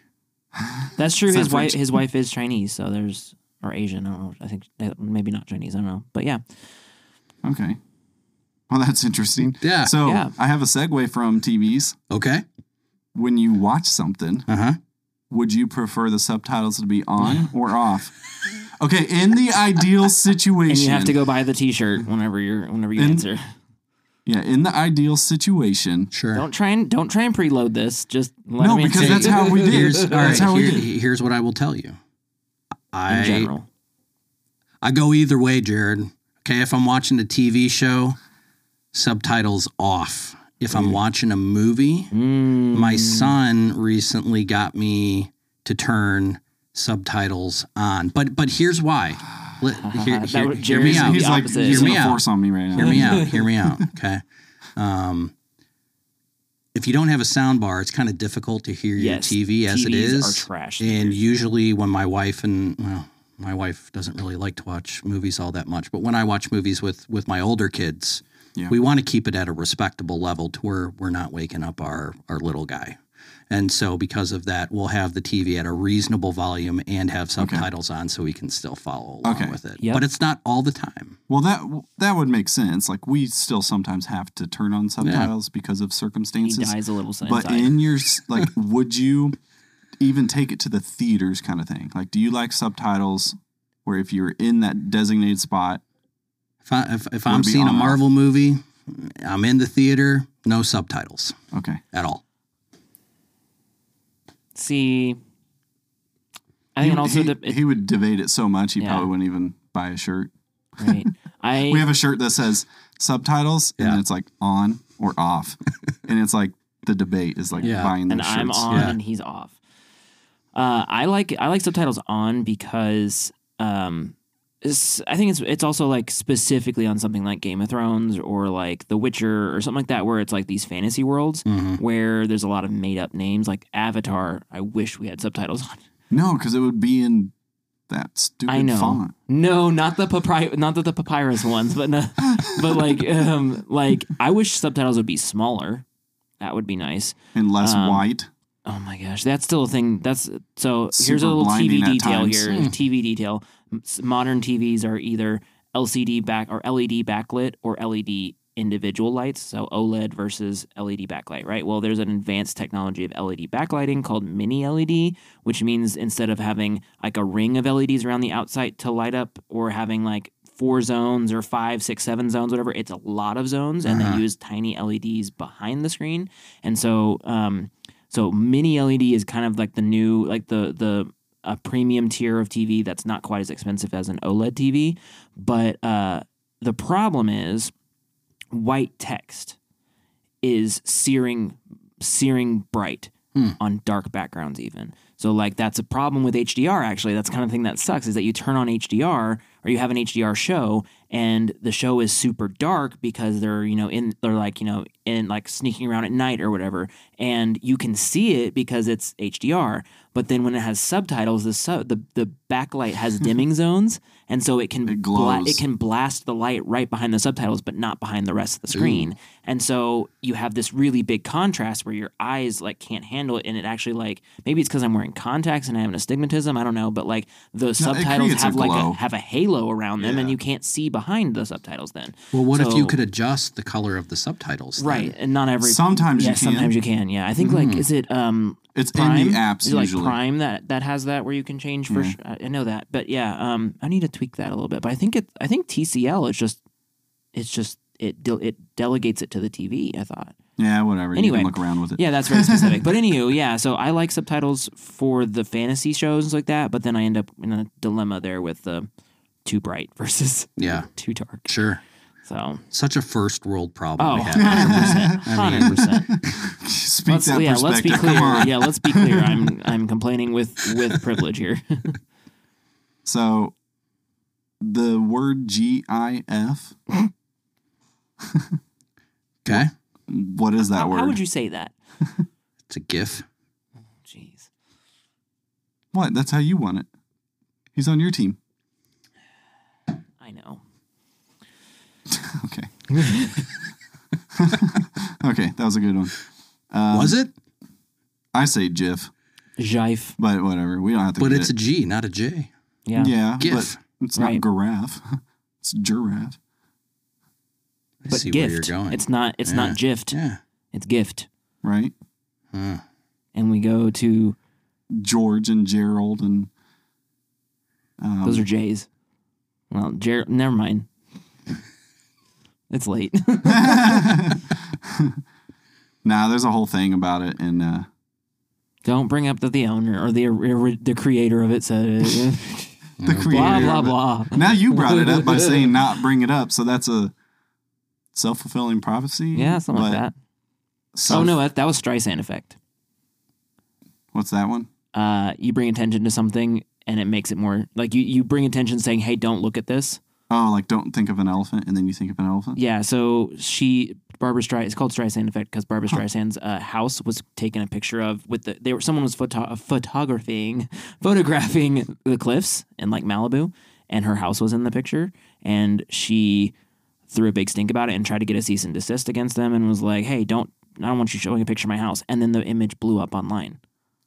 [SPEAKER 2] That's true.
[SPEAKER 1] It's
[SPEAKER 2] His
[SPEAKER 1] not
[SPEAKER 2] wife,
[SPEAKER 1] French.
[SPEAKER 2] his wife is Chinese, so there's or Asian. I don't know. I think uh, maybe not Chinese. I don't know. But yeah,
[SPEAKER 1] okay. Well, that's interesting.
[SPEAKER 3] Yeah.
[SPEAKER 1] So
[SPEAKER 2] Yeah.
[SPEAKER 1] I have a segue from TVs.
[SPEAKER 3] Okay.
[SPEAKER 1] When you watch something,
[SPEAKER 3] Uh huh.
[SPEAKER 1] would you prefer the subtitles to be on or off? Okay, in the ideal situation,
[SPEAKER 2] and you have to go buy the T-shirt whenever you're whenever you
[SPEAKER 1] And-
[SPEAKER 2] answer.
[SPEAKER 1] Yeah, in the ideal situation,
[SPEAKER 3] Sure.
[SPEAKER 2] Don't try and don't try and preload this. Just let
[SPEAKER 1] No,
[SPEAKER 2] him answer
[SPEAKER 1] because that's
[SPEAKER 2] you
[SPEAKER 1] how we did.
[SPEAKER 3] Here's, all right,
[SPEAKER 1] That's how we
[SPEAKER 3] here-
[SPEAKER 1] did.
[SPEAKER 3] here's what I will tell you.
[SPEAKER 2] in
[SPEAKER 3] I
[SPEAKER 2] general.
[SPEAKER 3] I go either way, Jared. Okay, if I'm watching a TV show, subtitles off. If I'm watching a movie,
[SPEAKER 2] Mm,
[SPEAKER 3] my son recently got me to turn subtitles on. But but here's why. Let- here-
[SPEAKER 2] That
[SPEAKER 3] here-
[SPEAKER 2] would-
[SPEAKER 3] hear
[SPEAKER 2] Jeremy's
[SPEAKER 1] he's,
[SPEAKER 3] me out.
[SPEAKER 2] the
[SPEAKER 1] he's like
[SPEAKER 2] opposite.
[SPEAKER 1] he's
[SPEAKER 3] Hear me
[SPEAKER 1] gonna
[SPEAKER 3] out.
[SPEAKER 1] force on me right now.
[SPEAKER 3] Hear me out. Hear me out. Okay. Um, if you don't have a sound bar, it's kind of difficult to hear your
[SPEAKER 2] Yes,
[SPEAKER 3] TV as it
[SPEAKER 2] TVs
[SPEAKER 3] is.
[SPEAKER 2] are trash.
[SPEAKER 3] And usually, when my wife and well, my wife doesn't really like to watch movies all that much, but when I watch movies with with my older kids,
[SPEAKER 1] Yeah.
[SPEAKER 3] we want to keep it at a respectable level to where we're not waking up our our little guy. And so, because of that, we'll have the TV at a reasonable volume and have subtitles on so we can still follow along
[SPEAKER 1] Okay.
[SPEAKER 3] with it.
[SPEAKER 2] Yep.
[SPEAKER 3] But it's not all the time.
[SPEAKER 1] Well, that that would make sense. Like we still sometimes have to turn on subtitles because of
[SPEAKER 2] he
[SPEAKER 1] circumstances.
[SPEAKER 2] dies a little inside.
[SPEAKER 1] But in your s- like, would you even take it to the theaters kind of thing? Like, do you like subtitles where if you're in that designated spot,
[SPEAKER 3] If, I, if, if
[SPEAKER 1] Would
[SPEAKER 3] I'm
[SPEAKER 1] be on
[SPEAKER 3] seeing a
[SPEAKER 1] and off.
[SPEAKER 3] Marvel movie, I'm in the theater, no subtitles
[SPEAKER 1] okay,
[SPEAKER 3] at all.
[SPEAKER 2] See, I think it also
[SPEAKER 1] he,
[SPEAKER 2] dep- it-
[SPEAKER 1] he would debate it so much he
[SPEAKER 2] Yeah.
[SPEAKER 1] probably wouldn't even buy a shirt.
[SPEAKER 2] right. I
[SPEAKER 1] We have a shirt that says subtitles
[SPEAKER 3] Yeah.
[SPEAKER 1] and it's like on or off, and it's like the debate is like
[SPEAKER 3] Yeah.
[SPEAKER 1] buying those
[SPEAKER 2] and
[SPEAKER 1] shirts.
[SPEAKER 2] I'm on
[SPEAKER 3] yeah.
[SPEAKER 2] and he's off. Uh, I like I like subtitles on because um, it's- I think it's it's also like specifically on something like Game of Thrones or like The Witcher or something like that where it's like these fantasy worlds
[SPEAKER 1] Mm-hmm.
[SPEAKER 2] where there's a lot of made up names like Avatar. I wish we had subtitles on.
[SPEAKER 1] No, because it would be in that stupid
[SPEAKER 2] I know.
[SPEAKER 1] font.
[SPEAKER 2] No, not the papyrus, not the, the papyrus ones, but no, but like um, like I wish subtitles would be smaller. That would be nice.
[SPEAKER 1] and less
[SPEAKER 2] Um,
[SPEAKER 1] white.
[SPEAKER 2] Oh my gosh, that's still a thing. That's so. here's
[SPEAKER 1] Super
[SPEAKER 2] a little TV
[SPEAKER 1] blinding at
[SPEAKER 2] detail
[SPEAKER 1] times. Hmm.
[SPEAKER 2] here. TV detail. M- s- Modern TVs are either LCD back or LED backlit or LED individual lights. So OLED versus LED backlight, right? Well, there's an advanced technology of LED backlighting called mini LED, which means instead of having like a ring of LEDs around the outside to light up, or having like four zones or five, six, seven zones, whatever, it's a lot of zones, and they use tiny LEDs behind the screen, and so. Um, so mini LED is kind of like the new, like the the a premium tier of TV that's not quite as expensive as an E OLED TV. But uh, the problem is white text is searing, searing bright on dark backgrounds even. So like that's a problem with HDR actually. That's the kind of thing that sucks is that you turn on HDR or you have an HDR show and the show is super dark because they're, you know, in they're like, you know, in like sneaking around at night or whatever. And you can see it because it's HDR. But then when it has subtitles, the sub, the, the backlight has dimming zones and so it can
[SPEAKER 1] It
[SPEAKER 2] bla-
[SPEAKER 1] glows.
[SPEAKER 2] it can blast the light right behind the subtitles but not behind the rest of the screen. And so you have this really big contrast where your eyes like can't handle it, and it actually like maybe it's because I'm wearing contacts and I have an astigmatism. I don't know, but like the subtitles
[SPEAKER 1] creates a
[SPEAKER 2] have like
[SPEAKER 1] glow.
[SPEAKER 2] a, have a halo around them, and
[SPEAKER 1] Yeah.
[SPEAKER 2] you can't see behind the subtitles. Then
[SPEAKER 3] Well, what if you
[SPEAKER 2] So-
[SPEAKER 3] could adjust the color of the subtitles? then?
[SPEAKER 2] right? And not every
[SPEAKER 1] Sometimes
[SPEAKER 2] yeah,
[SPEAKER 1] you can. Hmm.
[SPEAKER 2] sometimes you can. Yeah, I think like is it um
[SPEAKER 1] It's
[SPEAKER 2] Prime
[SPEAKER 1] in the apps
[SPEAKER 2] Is it like
[SPEAKER 1] usually.
[SPEAKER 2] Prime that that has that where you can change for. sh- I I know that, but yeah, um, I need to tweak that a little bit. But I think it. I think TCL is just, it's just it. De- it delegates it to the TV. I thought.
[SPEAKER 1] Yeah, whatever.
[SPEAKER 2] Anyway.
[SPEAKER 1] you can look around with it.
[SPEAKER 2] Yeah, that's very specific. but anywho, yeah. So I like subtitles for the fantasy shows and stuff like that, but then I end up in a dilemma there with the too bright versus
[SPEAKER 3] Yeah.
[SPEAKER 2] too dark.
[SPEAKER 3] Sure.
[SPEAKER 2] So
[SPEAKER 3] Such a first world problem
[SPEAKER 2] oh,
[SPEAKER 3] we have.
[SPEAKER 2] 100 percent.
[SPEAKER 1] Speak
[SPEAKER 2] Let's,
[SPEAKER 1] that
[SPEAKER 2] yeah,
[SPEAKER 1] perspective.
[SPEAKER 2] let's be
[SPEAKER 1] Come
[SPEAKER 2] clear.
[SPEAKER 1] on.
[SPEAKER 2] Yeah, let's be clear. I'm I'm complaining with with privilege here.
[SPEAKER 1] So the word G I F.
[SPEAKER 3] Okay.
[SPEAKER 1] What is that
[SPEAKER 2] how,
[SPEAKER 1] word?
[SPEAKER 2] how would you say that?
[SPEAKER 3] It's a GIF.
[SPEAKER 2] Jeez.
[SPEAKER 1] what? That's how you want it. He's on your team.
[SPEAKER 2] I know.
[SPEAKER 1] Okay. okay, that was a good one. Um,
[SPEAKER 3] Was it?
[SPEAKER 1] I say GIF,
[SPEAKER 2] Jive.
[SPEAKER 1] but whatever. We don't have to.
[SPEAKER 3] But
[SPEAKER 1] get
[SPEAKER 3] it's a
[SPEAKER 1] it.
[SPEAKER 3] G, not a J.
[SPEAKER 2] Yeah.
[SPEAKER 1] yeah,
[SPEAKER 3] GIF.
[SPEAKER 1] But it's
[SPEAKER 2] Right.
[SPEAKER 1] not giraffe. It's giraffe.
[SPEAKER 3] I
[SPEAKER 2] But
[SPEAKER 3] see
[SPEAKER 2] gift.
[SPEAKER 3] where you're going.
[SPEAKER 2] It's not it's
[SPEAKER 3] Yeah.
[SPEAKER 2] not gift.
[SPEAKER 3] yeah.
[SPEAKER 2] It's gift.
[SPEAKER 1] Right.
[SPEAKER 3] Huh.
[SPEAKER 2] And we go to
[SPEAKER 1] George and Gerald and um,
[SPEAKER 2] those are J's. Well, Jer never mind. It's late.
[SPEAKER 1] nah. There's a whole thing about it, and uh,
[SPEAKER 2] Don't bring up that the owner or the ori- the creator of it said it.
[SPEAKER 1] the creator.
[SPEAKER 2] blah blah
[SPEAKER 1] of it.
[SPEAKER 2] blah.
[SPEAKER 1] Now you brought it up by saying not bring it up, so that's a self fulfilling prophecy.
[SPEAKER 2] Yeah, something like
[SPEAKER 1] but
[SPEAKER 2] that.
[SPEAKER 1] self-
[SPEAKER 2] oh no, that, that was Streisand effect.
[SPEAKER 1] What's that one?
[SPEAKER 2] Uh, you bring attention to something and it makes it more like you you bring attention saying, "Hey, don't look at this."
[SPEAKER 1] Oh, like don't think of an elephant, and then you think of an elephant.
[SPEAKER 2] Yeah, so she Barbara Streisand. It's called Streisand effect because Barbara Streisand's uh, house was taken a picture of with the they were someone was photo- photographing photographing the cliffs in like Malibu, and her house was in the picture, and she threw a big stink about it and tried to get a cease and desist against them, and was like, "Hey, don't I don't want you showing a picture of my house," and then the image blew up online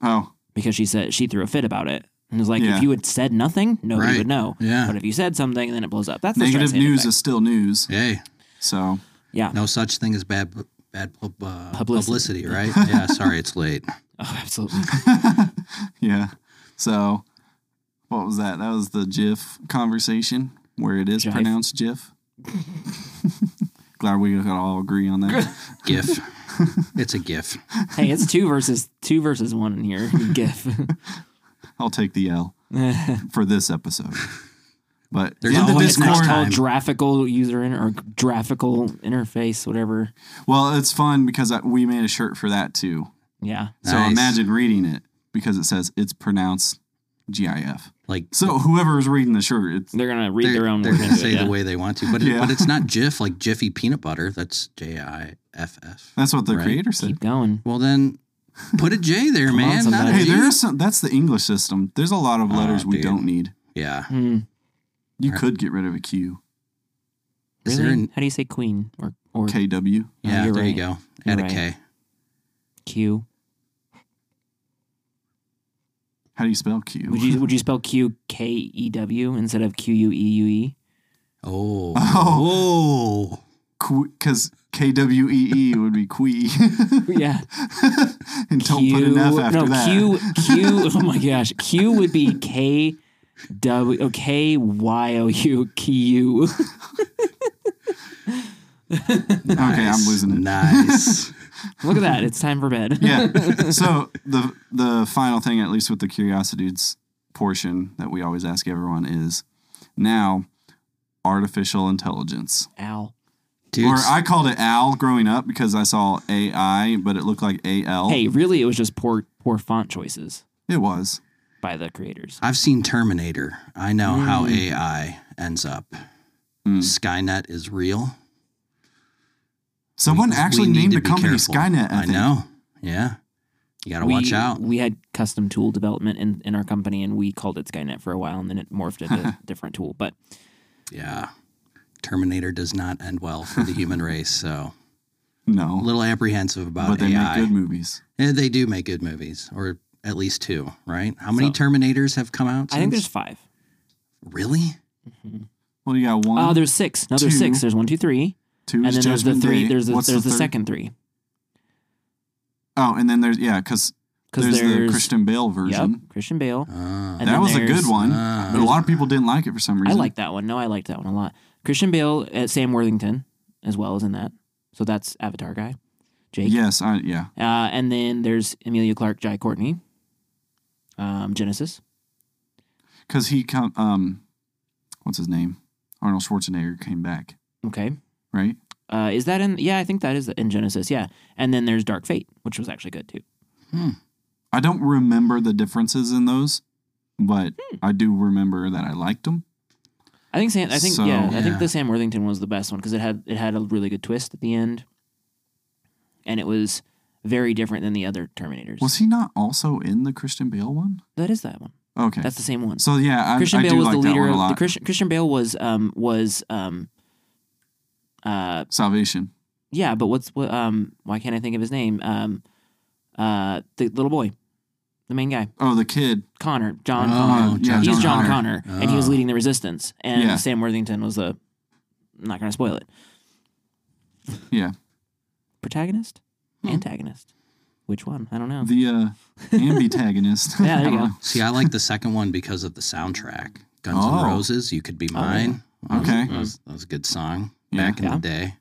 [SPEAKER 1] Oh,
[SPEAKER 2] because she said she threw a fit about it. And it was like,
[SPEAKER 1] Yeah.
[SPEAKER 2] if you had said nothing, nobody
[SPEAKER 3] Right.
[SPEAKER 2] would know.
[SPEAKER 3] Yeah.
[SPEAKER 2] But if you said something, then it blows up. That's the
[SPEAKER 1] negative
[SPEAKER 2] Streisand
[SPEAKER 1] news
[SPEAKER 2] effect.
[SPEAKER 1] is still news.
[SPEAKER 3] Hey,
[SPEAKER 1] So
[SPEAKER 2] yeah,
[SPEAKER 3] no such thing as bad pu- bad pub, uh,
[SPEAKER 2] Publicity.
[SPEAKER 3] publicity. right? yeah. Sorry, it's late.
[SPEAKER 2] oh, absolutely.
[SPEAKER 1] yeah. So what was that? That was the GIF conversation where it is
[SPEAKER 2] Jive.
[SPEAKER 1] pronounced GIF. Glad we could all agree on that.
[SPEAKER 3] GIF. it's a GIF.
[SPEAKER 2] hey, it's two versus two versus one in here. GIF.
[SPEAKER 1] I'll take the L for this episode. But
[SPEAKER 3] There's
[SPEAKER 1] in the
[SPEAKER 3] always next
[SPEAKER 1] Discord,
[SPEAKER 3] time.
[SPEAKER 2] called graphical user inter- or graphical interface, whatever.
[SPEAKER 1] well, it's fun because I, we made a shirt for that too.
[SPEAKER 2] Yeah.
[SPEAKER 1] So
[SPEAKER 3] Nice.
[SPEAKER 1] imagine reading it because it says it's pronounced GIF.
[SPEAKER 3] Like
[SPEAKER 1] So whoever's reading the shirt, it's
[SPEAKER 2] They're gonna read
[SPEAKER 3] they're,
[SPEAKER 2] their own
[SPEAKER 3] they're
[SPEAKER 2] word
[SPEAKER 3] gonna
[SPEAKER 2] into
[SPEAKER 3] say
[SPEAKER 2] it, yeah.
[SPEAKER 3] the way they want to, but it,
[SPEAKER 1] Yeah.
[SPEAKER 3] but it's not Jif like Jiffy peanut butter. That's J I F F.
[SPEAKER 1] that's what the
[SPEAKER 3] Right.
[SPEAKER 1] creator said.
[SPEAKER 2] Keep going.
[SPEAKER 3] Well, then put a J there,
[SPEAKER 2] on,
[SPEAKER 3] man. not a
[SPEAKER 2] somebody.
[SPEAKER 1] Hey,
[SPEAKER 3] G.
[SPEAKER 1] there is some. That's the English system. There's a lot
[SPEAKER 2] Ah,
[SPEAKER 1] of
[SPEAKER 3] Oh,
[SPEAKER 1] letters we
[SPEAKER 3] dude.
[SPEAKER 1] don't need.
[SPEAKER 3] yeah.
[SPEAKER 2] Hmm.
[SPEAKER 1] You
[SPEAKER 3] Right.
[SPEAKER 1] could get rid of a Q.
[SPEAKER 3] Is
[SPEAKER 2] really?
[SPEAKER 3] there an,
[SPEAKER 2] How do you say queen or or
[SPEAKER 1] KW.
[SPEAKER 3] yeah?
[SPEAKER 2] you're
[SPEAKER 3] there
[SPEAKER 2] right.
[SPEAKER 3] you go.
[SPEAKER 2] You're
[SPEAKER 3] Add a
[SPEAKER 2] right.
[SPEAKER 3] K.
[SPEAKER 2] Q?
[SPEAKER 1] How do you spell Q?
[SPEAKER 2] Would you would you spell Q K E W instead of Q U E U E?
[SPEAKER 3] Oh.
[SPEAKER 1] Oh.
[SPEAKER 3] Oh.
[SPEAKER 1] Because K W E E would be Quee.
[SPEAKER 2] Yeah.
[SPEAKER 1] and don't
[SPEAKER 2] Q
[SPEAKER 1] put an F after
[SPEAKER 2] no
[SPEAKER 1] that.
[SPEAKER 2] Q Q. Oh my gosh. Q would be K W oh, K Y O U Q U.
[SPEAKER 1] Okay, I'm losing it.
[SPEAKER 3] Nice.
[SPEAKER 2] Look at that. It's time for bed.
[SPEAKER 1] Yeah. So the the final thing, at least with the curiosities portion that we always ask everyone is now artificial intelligence.
[SPEAKER 2] Ow.
[SPEAKER 3] Dude,
[SPEAKER 1] Or I called it Al growing up because I saw AI, but it looked like A L.
[SPEAKER 2] Hey, really, it was just poor, poor font choices
[SPEAKER 1] It was.
[SPEAKER 2] by the creators.
[SPEAKER 3] I've seen Terminator. I know how
[SPEAKER 1] Mm.
[SPEAKER 3] AI ends up.
[SPEAKER 1] Hmm.
[SPEAKER 3] Skynet is real.
[SPEAKER 1] Someone
[SPEAKER 3] We
[SPEAKER 1] actually
[SPEAKER 3] need
[SPEAKER 1] named
[SPEAKER 3] to
[SPEAKER 1] a
[SPEAKER 3] be
[SPEAKER 1] company
[SPEAKER 3] careful.
[SPEAKER 1] Skynet. I,
[SPEAKER 3] I
[SPEAKER 1] think.
[SPEAKER 3] know. Yeah. You got to
[SPEAKER 2] We-
[SPEAKER 3] watch out.
[SPEAKER 2] We had custom tool development in, in our company, and we called it Skynet for a while, and then it morphed into a different tool. But
[SPEAKER 3] Yeah. Terminator does not end well for the human race, so a
[SPEAKER 1] No,
[SPEAKER 3] little apprehensive about
[SPEAKER 1] but they
[SPEAKER 3] AI.
[SPEAKER 1] make good movies.
[SPEAKER 3] And they do make good movies, or at least two, right? How many
[SPEAKER 2] So-
[SPEAKER 3] Terminators have come out?
[SPEAKER 2] I think
[SPEAKER 3] since?
[SPEAKER 2] there's five.
[SPEAKER 3] really
[SPEAKER 1] Well, you got one,
[SPEAKER 2] Oh, there's six. No, there's
[SPEAKER 1] two,
[SPEAKER 2] six. There's one, two, three,
[SPEAKER 1] two,
[SPEAKER 2] and
[SPEAKER 1] is
[SPEAKER 2] then there's the
[SPEAKER 1] Judgment
[SPEAKER 2] three.
[SPEAKER 1] Day.
[SPEAKER 2] There's the,
[SPEAKER 1] What's
[SPEAKER 2] there's the,
[SPEAKER 1] third?
[SPEAKER 2] second three
[SPEAKER 1] Oh, and then there's yeah, because
[SPEAKER 2] because
[SPEAKER 1] there's,
[SPEAKER 2] there's,
[SPEAKER 1] the Christian Bale version. Uh,
[SPEAKER 2] Yep, Christian Bale.
[SPEAKER 3] Ah.
[SPEAKER 2] And
[SPEAKER 1] that
[SPEAKER 2] then
[SPEAKER 1] was a good
[SPEAKER 2] there's- uh,
[SPEAKER 1] one,
[SPEAKER 3] Ah.
[SPEAKER 1] but a lot of people didn't like it for some
[SPEAKER 2] I
[SPEAKER 1] reason.
[SPEAKER 2] like that one. No, I liked that one a lot. Christian Bale, uh, Sam Worthington, as well as in that. So that's Avatar guy, Jake.
[SPEAKER 1] Yes, I, yeah,
[SPEAKER 2] Uh, and then there's Amelia Clark, Jai Courtney, um, Genesis.
[SPEAKER 1] because he come. Um, what's his name? Arnold Schwarzenegger came back,
[SPEAKER 2] Okay.
[SPEAKER 1] right?
[SPEAKER 2] Uh, is that in? Yeah, I think that is in Genesis. Yeah. And then there's Dark Fate, which was actually good too.
[SPEAKER 1] I don't remember the differences in those, but
[SPEAKER 2] Hmm.
[SPEAKER 1] I do remember that I liked them.
[SPEAKER 2] I think Sam. I think
[SPEAKER 1] So-
[SPEAKER 2] yeah, I
[SPEAKER 3] Yeah.
[SPEAKER 2] think the Sam Worthington was the best one because it had it had a really good twist at the end, and it was very different than the other Terminators.
[SPEAKER 1] Was he not also in the Christian Bale one?
[SPEAKER 2] that is that one.
[SPEAKER 1] Okay.
[SPEAKER 2] That's the same one.
[SPEAKER 1] so yeah, I,
[SPEAKER 2] Christian
[SPEAKER 1] I
[SPEAKER 2] Bale
[SPEAKER 1] do
[SPEAKER 2] was
[SPEAKER 1] like
[SPEAKER 2] the
[SPEAKER 1] that
[SPEAKER 2] leader
[SPEAKER 1] one a
[SPEAKER 2] of the
[SPEAKER 1] lot.
[SPEAKER 2] Christian Christian Bale was um was um uh
[SPEAKER 1] Salvation.
[SPEAKER 2] yeah, but what's what um why can't I think of his name? Um uh the little boy. The main guy.
[SPEAKER 1] Oh, the kid.
[SPEAKER 2] Connor. John
[SPEAKER 3] Oh,
[SPEAKER 2] Connor.
[SPEAKER 1] yeah,
[SPEAKER 2] He's
[SPEAKER 1] John
[SPEAKER 2] John Connor,
[SPEAKER 1] Connor.
[SPEAKER 2] and he was
[SPEAKER 3] Oh.
[SPEAKER 2] leading the resistance. And
[SPEAKER 1] Yeah.
[SPEAKER 2] Sam Worthington was the I'm not gonna spoil it.
[SPEAKER 1] Yeah.
[SPEAKER 2] Protagonist?
[SPEAKER 3] Hmm.
[SPEAKER 2] Antagonist. Which one? I don't know.
[SPEAKER 1] The uh ambitagonist.
[SPEAKER 2] Oh. Yeah, there you go.
[SPEAKER 3] See, I like the second one because of the soundtrack. Guns N'
[SPEAKER 1] Oh.
[SPEAKER 3] Roses, You Could Be Mine. That was-
[SPEAKER 1] Okay.
[SPEAKER 3] That was, that was a good song
[SPEAKER 1] Yeah.
[SPEAKER 3] back in
[SPEAKER 2] Yeah.
[SPEAKER 3] the day.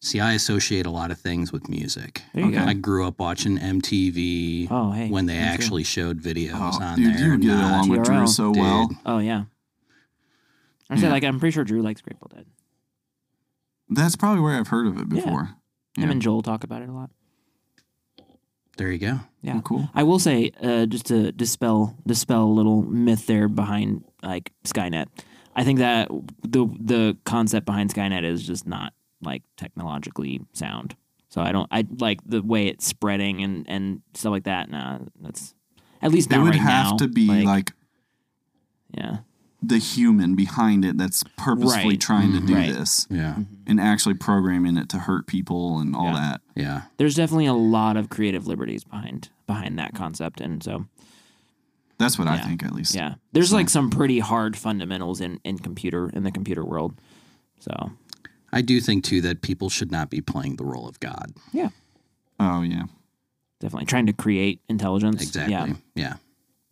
[SPEAKER 3] See, I associate a lot of things with music.
[SPEAKER 2] There you
[SPEAKER 1] Okay.
[SPEAKER 2] go.
[SPEAKER 3] I grew up watching MTV
[SPEAKER 2] Oh hey.
[SPEAKER 3] when they
[SPEAKER 2] me too.
[SPEAKER 3] actually showed videos
[SPEAKER 1] Oh,
[SPEAKER 3] on
[SPEAKER 1] dude,
[SPEAKER 3] there.
[SPEAKER 1] you get
[SPEAKER 3] not-
[SPEAKER 1] along with Drew
[SPEAKER 2] TRL.
[SPEAKER 1] so
[SPEAKER 3] Dude.
[SPEAKER 1] well.
[SPEAKER 2] Oh yeah. I said
[SPEAKER 1] Yeah.
[SPEAKER 2] like I'm pretty sure Drew likes Grateful Dead.
[SPEAKER 1] That's probably where I've heard of it
[SPEAKER 2] Yeah.
[SPEAKER 1] before.
[SPEAKER 2] Him
[SPEAKER 1] Yeah.
[SPEAKER 2] and Joel talk about it a lot.
[SPEAKER 3] There you go.
[SPEAKER 2] Yeah.
[SPEAKER 1] Oh, cool.
[SPEAKER 2] I will say, uh, just to dispel dispel a little myth there behind like Skynet. I think that the the concept behind Skynet is just not like technologically sound. So I don't I like the way it's spreading and and stuff like that. Nah, that's at least
[SPEAKER 1] It
[SPEAKER 2] not
[SPEAKER 1] would
[SPEAKER 2] right
[SPEAKER 1] have
[SPEAKER 2] now.
[SPEAKER 1] to be like,
[SPEAKER 2] yeah,
[SPEAKER 1] the human behind it that's purposefully
[SPEAKER 2] Right. Mm-hmm.
[SPEAKER 1] trying to do
[SPEAKER 2] Right.
[SPEAKER 1] this
[SPEAKER 3] Yeah.
[SPEAKER 2] Mm-hmm.
[SPEAKER 1] and actually programming it to hurt people and all
[SPEAKER 2] Yeah.
[SPEAKER 1] that.
[SPEAKER 3] Yeah.
[SPEAKER 2] there's definitely a lot of creative liberties behind behind that concept, and so
[SPEAKER 1] That's what I
[SPEAKER 2] Yeah.
[SPEAKER 1] think, at least.
[SPEAKER 2] yeah, there's like some pretty hard fundamentals in in computer in the computer world. So
[SPEAKER 3] I do think, too, that people should not be playing the role of God.
[SPEAKER 2] yeah,
[SPEAKER 1] Oh, yeah.
[SPEAKER 2] definitely trying to create intelligence.
[SPEAKER 3] Exactly.
[SPEAKER 2] Yeah.
[SPEAKER 3] Yeah.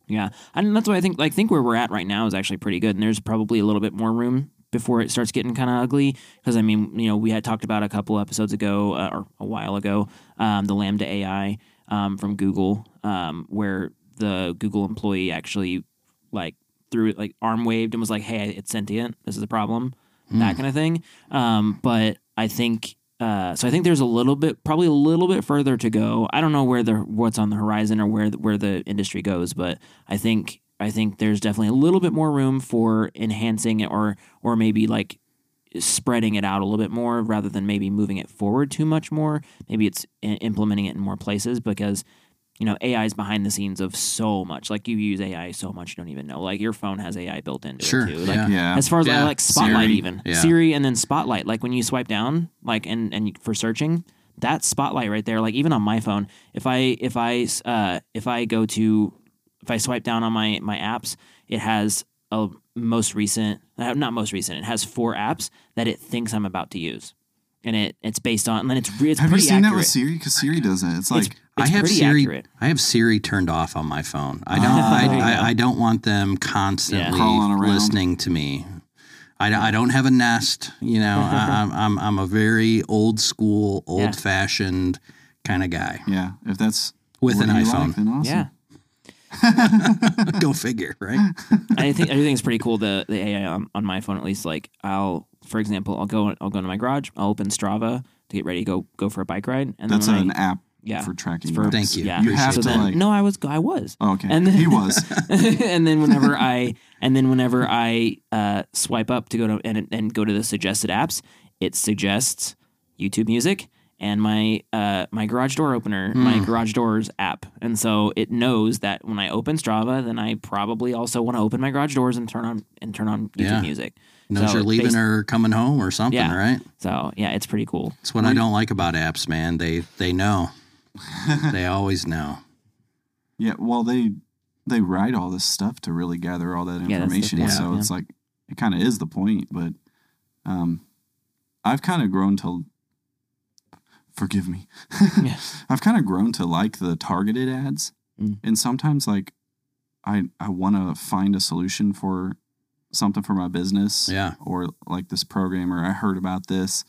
[SPEAKER 2] Yeah, and that's why I think like think where we're at right now is actually pretty good, and there's probably a little bit more room before it starts getting kind of ugly. Because I mean, you know, we had talked about a couple episodes ago uh, or a while ago um, the Lambda AI um, from Google, um, where the Google employee actually like threw it like arm waved and was like, "Hey, it's sentient. This is a problem."
[SPEAKER 3] Mm.
[SPEAKER 2] That kind of thing. Um, but I think uh, so I think there's a little bit, probably a little bit further to go. I don't know where the what's on the horizon or where the, where the industry goes, but I think I think there's definitely a little bit more room for enhancing it or or maybe like spreading it out a little bit more rather than maybe moving it forward too much more. Maybe it's i- implementing it in more places because you know AI is behind the scenes of so much. Like you use AI so much you don't even know. Like your phone has AI built into
[SPEAKER 3] Sure,
[SPEAKER 2] it too. Like
[SPEAKER 3] yeah.
[SPEAKER 1] Yeah.
[SPEAKER 2] as far as I
[SPEAKER 3] Yeah.
[SPEAKER 2] like Spotlight,
[SPEAKER 3] Siri.
[SPEAKER 2] even
[SPEAKER 3] Yeah.
[SPEAKER 2] Siri, and then Spotlight. Like when you swipe down, like and and for searching, that Spotlight right there. Like even on my phone, if I if I uh if I go to if I swipe down on my my apps, it has a most recent, uh, not most recent. It has four apps that it thinks I'm about to use, and it it's based on. And then it's re- it's
[SPEAKER 1] Have you
[SPEAKER 2] pretty
[SPEAKER 1] seen that
[SPEAKER 2] accurate.
[SPEAKER 1] with Siri? Because Siri does it. It's like,
[SPEAKER 2] It's, it's
[SPEAKER 3] I have
[SPEAKER 2] pretty
[SPEAKER 3] Siri.
[SPEAKER 2] accurate. Oh,
[SPEAKER 3] I have Siri turned off on my phone. I don't.
[SPEAKER 1] Ah.
[SPEAKER 3] I,
[SPEAKER 2] There you go.
[SPEAKER 3] I, I don't want them constantly
[SPEAKER 1] Crawling around.
[SPEAKER 3] listening to me. I, I don't have a nest. You know, I, I'm, I'm I'm a very old school, old fashioned kind of guy
[SPEAKER 1] yeah, if that's
[SPEAKER 3] with
[SPEAKER 1] what
[SPEAKER 3] an
[SPEAKER 1] you like,
[SPEAKER 3] iPhone.
[SPEAKER 1] then awesome.
[SPEAKER 2] Yeah,
[SPEAKER 3] Go figure, right?
[SPEAKER 2] I think I do think it's pretty cool. The the AI on, on my phone, at least, like I'll, for example, I'll go I'll go into my garage. I'll open Strava to get ready to go go for a bike ride, and
[SPEAKER 1] That's
[SPEAKER 2] then when
[SPEAKER 1] an
[SPEAKER 2] I,
[SPEAKER 1] app
[SPEAKER 2] yeah,
[SPEAKER 1] for tracking.
[SPEAKER 2] for-
[SPEAKER 1] apps.
[SPEAKER 3] Thank you.
[SPEAKER 2] yeah.
[SPEAKER 1] You have
[SPEAKER 2] so
[SPEAKER 1] to,
[SPEAKER 2] then
[SPEAKER 1] like-
[SPEAKER 2] no, I was I was,
[SPEAKER 1] Oh, okay.
[SPEAKER 2] And then-
[SPEAKER 1] he was.
[SPEAKER 2] and then whenever I and then whenever I uh, swipe up to go to and and go to the suggested apps, it suggests YouTube Music and my uh, my garage door opener,
[SPEAKER 3] Hmm.
[SPEAKER 2] my garage doors app, and so it knows that when I open Strava, then I probably also want to open my garage doors and turn on and turn on YouTube
[SPEAKER 3] Yeah.
[SPEAKER 2] Music.
[SPEAKER 3] Knows
[SPEAKER 2] So
[SPEAKER 3] you're
[SPEAKER 2] it's
[SPEAKER 3] leaving
[SPEAKER 2] based-
[SPEAKER 3] or coming home or something,
[SPEAKER 2] Yeah.
[SPEAKER 3] right?
[SPEAKER 2] So yeah, it's pretty cool.
[SPEAKER 3] That's what I don't like about apps, man. They they know. they always know.
[SPEAKER 1] Yeah, well, they they write all this stuff to really gather all that
[SPEAKER 2] that's the
[SPEAKER 1] information.
[SPEAKER 2] point,
[SPEAKER 1] so
[SPEAKER 2] yeah.
[SPEAKER 1] it's like it kind of is the point, but um, I've kind of grown to forgive me.
[SPEAKER 2] Yeah.
[SPEAKER 1] I've kind of grown to like the targeted ads,
[SPEAKER 2] Mm.
[SPEAKER 1] and sometimes like I I want to find a solution for something for my business,
[SPEAKER 3] Yeah.
[SPEAKER 1] or like this program, or I heard about this,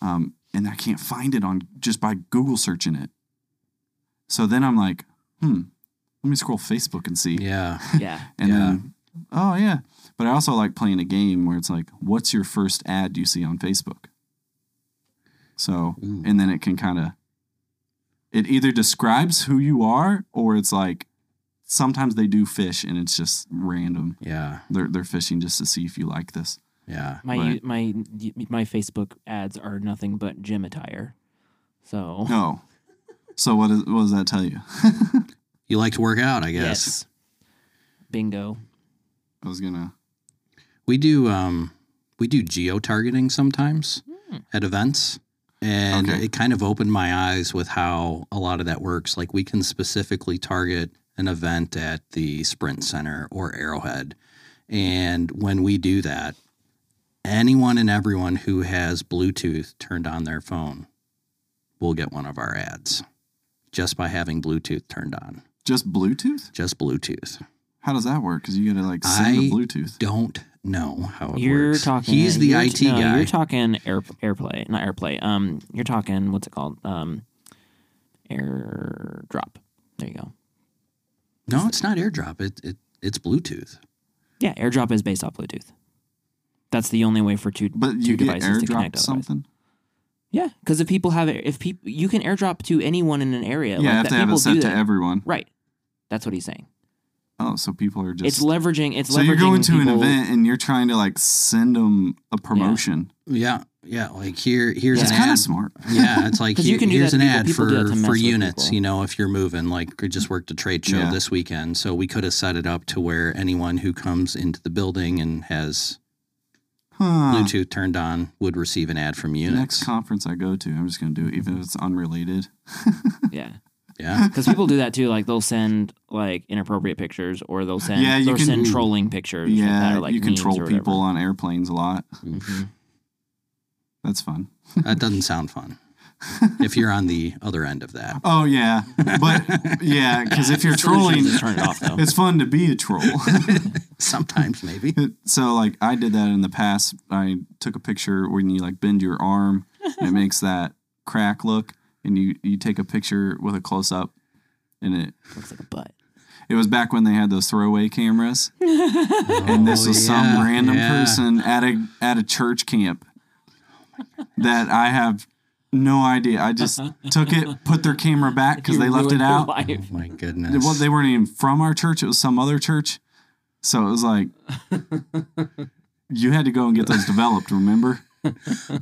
[SPEAKER 1] um, and I can't find it on just by Google searching it. So then I'm like, hmm, let me scroll Facebook and see.
[SPEAKER 3] Yeah.
[SPEAKER 2] Yeah,
[SPEAKER 1] And
[SPEAKER 3] Yeah.
[SPEAKER 1] then, oh, yeah. But I also like playing a game where it's like, what's your first ad you see on Facebook? So,
[SPEAKER 3] Ooh.
[SPEAKER 1] and then it can kind of, it either describes who you are or it's like, sometimes they do fish and it's just random.
[SPEAKER 3] Yeah.
[SPEAKER 1] They're, they're fishing just to see if you like this.
[SPEAKER 3] Yeah.
[SPEAKER 2] my
[SPEAKER 1] Right.
[SPEAKER 2] my my Facebook ads are nothing but gym attire. So
[SPEAKER 3] Oh,
[SPEAKER 1] No. So, what, is, what does that tell you?
[SPEAKER 3] You like to work out, I guess.
[SPEAKER 2] Bingo.
[SPEAKER 1] I was gonna.
[SPEAKER 3] We do um, we do geo targeting sometimes
[SPEAKER 2] Hmm.
[SPEAKER 3] at events, and
[SPEAKER 1] Okay.
[SPEAKER 3] it kind of opened my eyes with how a lot of that works. Like we can specifically target an event at the Sprint Center or Arrowhead, and when we do that, anyone and everyone who has Bluetooth turned on their phone will get one of our ads just by having Bluetooth turned on.
[SPEAKER 1] Just Bluetooth?
[SPEAKER 3] Just Bluetooth.
[SPEAKER 1] How does that work? Because you gotta like send
[SPEAKER 3] I
[SPEAKER 1] the Bluetooth.
[SPEAKER 3] Don't know how it
[SPEAKER 2] You're
[SPEAKER 3] works.
[SPEAKER 2] talking.
[SPEAKER 3] He's the
[SPEAKER 2] you're-
[SPEAKER 3] IT
[SPEAKER 2] no,
[SPEAKER 3] guy.
[SPEAKER 2] You're talking air, airplay, not airplay. Um, you're talking what's it called? Um, airdrop. There you go.
[SPEAKER 3] No, it's not AirDrop. It, it it's Bluetooth.
[SPEAKER 2] Yeah, airdrop is based off Bluetooth. That's the only way for two
[SPEAKER 1] But
[SPEAKER 2] two
[SPEAKER 1] you get
[SPEAKER 2] devices to connect.
[SPEAKER 1] airdrop
[SPEAKER 2] otherwise.
[SPEAKER 1] something.
[SPEAKER 2] Yeah, because if people have if people you can airdrop to anyone in an
[SPEAKER 1] yeah,
[SPEAKER 2] area. like
[SPEAKER 1] I have
[SPEAKER 2] that
[SPEAKER 1] to have
[SPEAKER 2] people
[SPEAKER 1] it
[SPEAKER 2] do
[SPEAKER 1] set to
[SPEAKER 2] that.
[SPEAKER 1] everyone.
[SPEAKER 2] right. That's what he's saying.
[SPEAKER 1] Oh, so people are just.
[SPEAKER 2] it's leveraging. It's
[SPEAKER 1] so
[SPEAKER 2] leveraging.
[SPEAKER 1] you're going to an
[SPEAKER 2] people-
[SPEAKER 1] event and you're trying to like send them a promotion.
[SPEAKER 3] Yeah, yeah. Like here, here's
[SPEAKER 2] Yeah.
[SPEAKER 1] That's
[SPEAKER 3] an
[SPEAKER 1] kind
[SPEAKER 3] ad.
[SPEAKER 1] of smart.
[SPEAKER 3] yeah, it's like
[SPEAKER 2] 'Cause you
[SPEAKER 3] here-
[SPEAKER 2] can do
[SPEAKER 3] here's
[SPEAKER 2] that
[SPEAKER 3] an
[SPEAKER 2] to people. People
[SPEAKER 3] ad
[SPEAKER 2] do that
[SPEAKER 3] for
[SPEAKER 2] to mess
[SPEAKER 3] for
[SPEAKER 2] with
[SPEAKER 3] units.
[SPEAKER 2] people.
[SPEAKER 3] You know, if you're moving, like I just worked a trade show
[SPEAKER 1] Yeah.
[SPEAKER 3] this weekend, so we could have set it up to where anyone who comes into the building and has
[SPEAKER 1] Huh.
[SPEAKER 3] Bluetooth turned on would receive an ad from
[SPEAKER 1] Next
[SPEAKER 3] units.
[SPEAKER 1] conference I go to, I'm just gonna do it, even if it's unrelated.
[SPEAKER 2] Yeah,
[SPEAKER 3] Yeah,
[SPEAKER 2] because people do that too. Like they'll send like inappropriate pictures, or they'll send
[SPEAKER 1] Yeah, you
[SPEAKER 2] they'll
[SPEAKER 1] can-
[SPEAKER 2] send trolling pictures. with that,
[SPEAKER 1] yeah,
[SPEAKER 2] or, like,
[SPEAKER 1] you
[SPEAKER 2] memes
[SPEAKER 1] control
[SPEAKER 2] or whatever.
[SPEAKER 1] people on airplanes a lot.
[SPEAKER 2] Mhm.
[SPEAKER 1] That's fun.
[SPEAKER 3] that doesn't sound fun. if you're on the other end of that,
[SPEAKER 1] Oh yeah, but yeah, because if you're
[SPEAKER 2] The solution
[SPEAKER 1] trolling,
[SPEAKER 2] is to turn it off though.
[SPEAKER 1] it's fun to be a troll.
[SPEAKER 3] sometimes maybe.
[SPEAKER 1] so like I did that in the past. I took a picture when you like bend your arm and it makes that crack look and you you take a picture with a close up and it
[SPEAKER 2] Looks like a butt.
[SPEAKER 1] it was back when they had those throwaway cameras and this
[SPEAKER 3] Oh,
[SPEAKER 1] was
[SPEAKER 3] yeah,
[SPEAKER 1] some random
[SPEAKER 3] yeah.
[SPEAKER 1] person at a at a church camp that I have no idea. I just
[SPEAKER 3] Uh-huh.
[SPEAKER 1] took it, put their camera back because
[SPEAKER 2] You
[SPEAKER 1] they left
[SPEAKER 2] ruined
[SPEAKER 1] it
[SPEAKER 2] your
[SPEAKER 1] out.
[SPEAKER 2] life.
[SPEAKER 3] Oh my goodness.
[SPEAKER 1] Well, they weren't even from our church. It was some other church. So it was like, you had to go and get those developed, remember?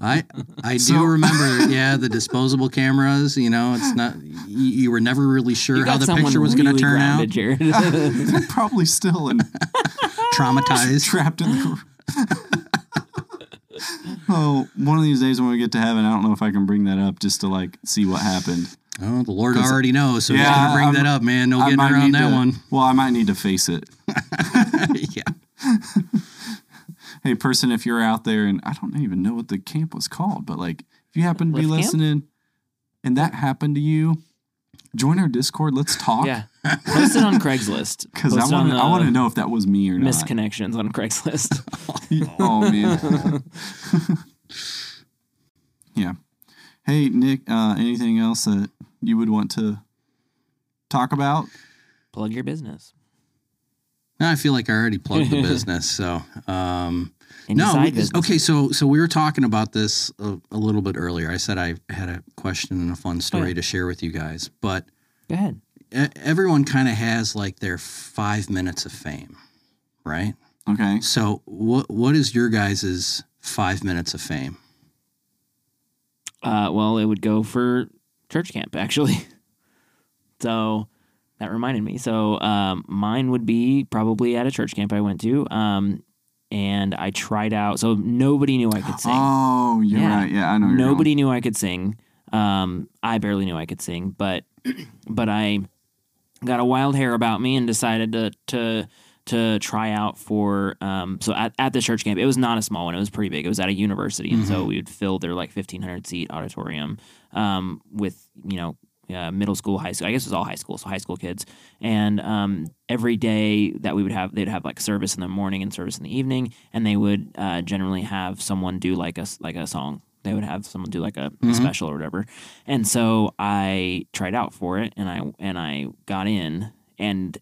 [SPEAKER 3] I I do
[SPEAKER 1] So-
[SPEAKER 3] remember, yeah, the disposable cameras. You know, it's not you, you were never really
[SPEAKER 2] You
[SPEAKER 3] sure how
[SPEAKER 2] got
[SPEAKER 3] the
[SPEAKER 2] someone
[SPEAKER 3] picture was going
[SPEAKER 2] really
[SPEAKER 3] to turn
[SPEAKER 2] grounded, Jared.
[SPEAKER 1] They're probably still in, Ah,
[SPEAKER 3] out. Traumatized.
[SPEAKER 1] trapped in the. oh, one of these days when we get to heaven, I don't know if I can bring that up just to like see what happened.
[SPEAKER 3] Oh, the Lord already knows, so he's
[SPEAKER 1] Yeah,
[SPEAKER 3] going to bring
[SPEAKER 1] I'm-
[SPEAKER 3] that up, man. No getting
[SPEAKER 1] need
[SPEAKER 3] around that
[SPEAKER 1] to,
[SPEAKER 3] one.
[SPEAKER 1] Well, I might need to face it.
[SPEAKER 3] yeah,
[SPEAKER 1] Hey, person, if you're out there, and I don't even know what the camp was called, but like, if you happen to be
[SPEAKER 2] Lift camp?
[SPEAKER 1] listening, and that happened to you, join our Discord. Let's talk.
[SPEAKER 2] yeah, post it on Craigslist.
[SPEAKER 1] Because I
[SPEAKER 2] Post it on,
[SPEAKER 1] want to, I
[SPEAKER 2] uh,
[SPEAKER 1] want to know if that was me or not.
[SPEAKER 2] misconnections on Craigslist.
[SPEAKER 1] oh man. yeah. Hey Nick, uh, anything else that you would want to talk about?
[SPEAKER 2] Plug your business.
[SPEAKER 3] Now I feel like I already plugged the business. So, um,
[SPEAKER 2] And your
[SPEAKER 3] no,
[SPEAKER 2] side
[SPEAKER 3] we-
[SPEAKER 2] business.
[SPEAKER 3] okay. So, so we were talking about this a, a little bit earlier. I said I had a question and a fun story to share with you guys, but
[SPEAKER 2] Go ahead.
[SPEAKER 3] e- everyone kind of has like their five minutes of fame, right?
[SPEAKER 1] Okay.
[SPEAKER 3] So what what is your guys' five minutes of fame?
[SPEAKER 2] Uh, well, it would go for church camp actually. so that reminded me. So um, mine would be probably at a church camp I went to, um, and I tried out. So nobody knew I could sing.
[SPEAKER 1] Oh, you're
[SPEAKER 2] Yeah.
[SPEAKER 1] right. Yeah, I know. where you're
[SPEAKER 2] Nobody knew I could sing. Um, I barely knew I could sing, but but I got a wild hair about me and decided to to to try out for um, so at, at the church camp it was not a small one it was pretty big it was at a university and
[SPEAKER 1] Mm-hmm.
[SPEAKER 2] so we would fill their like 1500 seat auditorium um, with you know uh, middle school high school i guess it was all high school so high school kids and um, every day that we would have they'd have like service in the morning and service in the evening and they would uh, generally have someone do like a s- like a song they would have someone do like a, a special or whatever and so i tried out for it and i and i got in and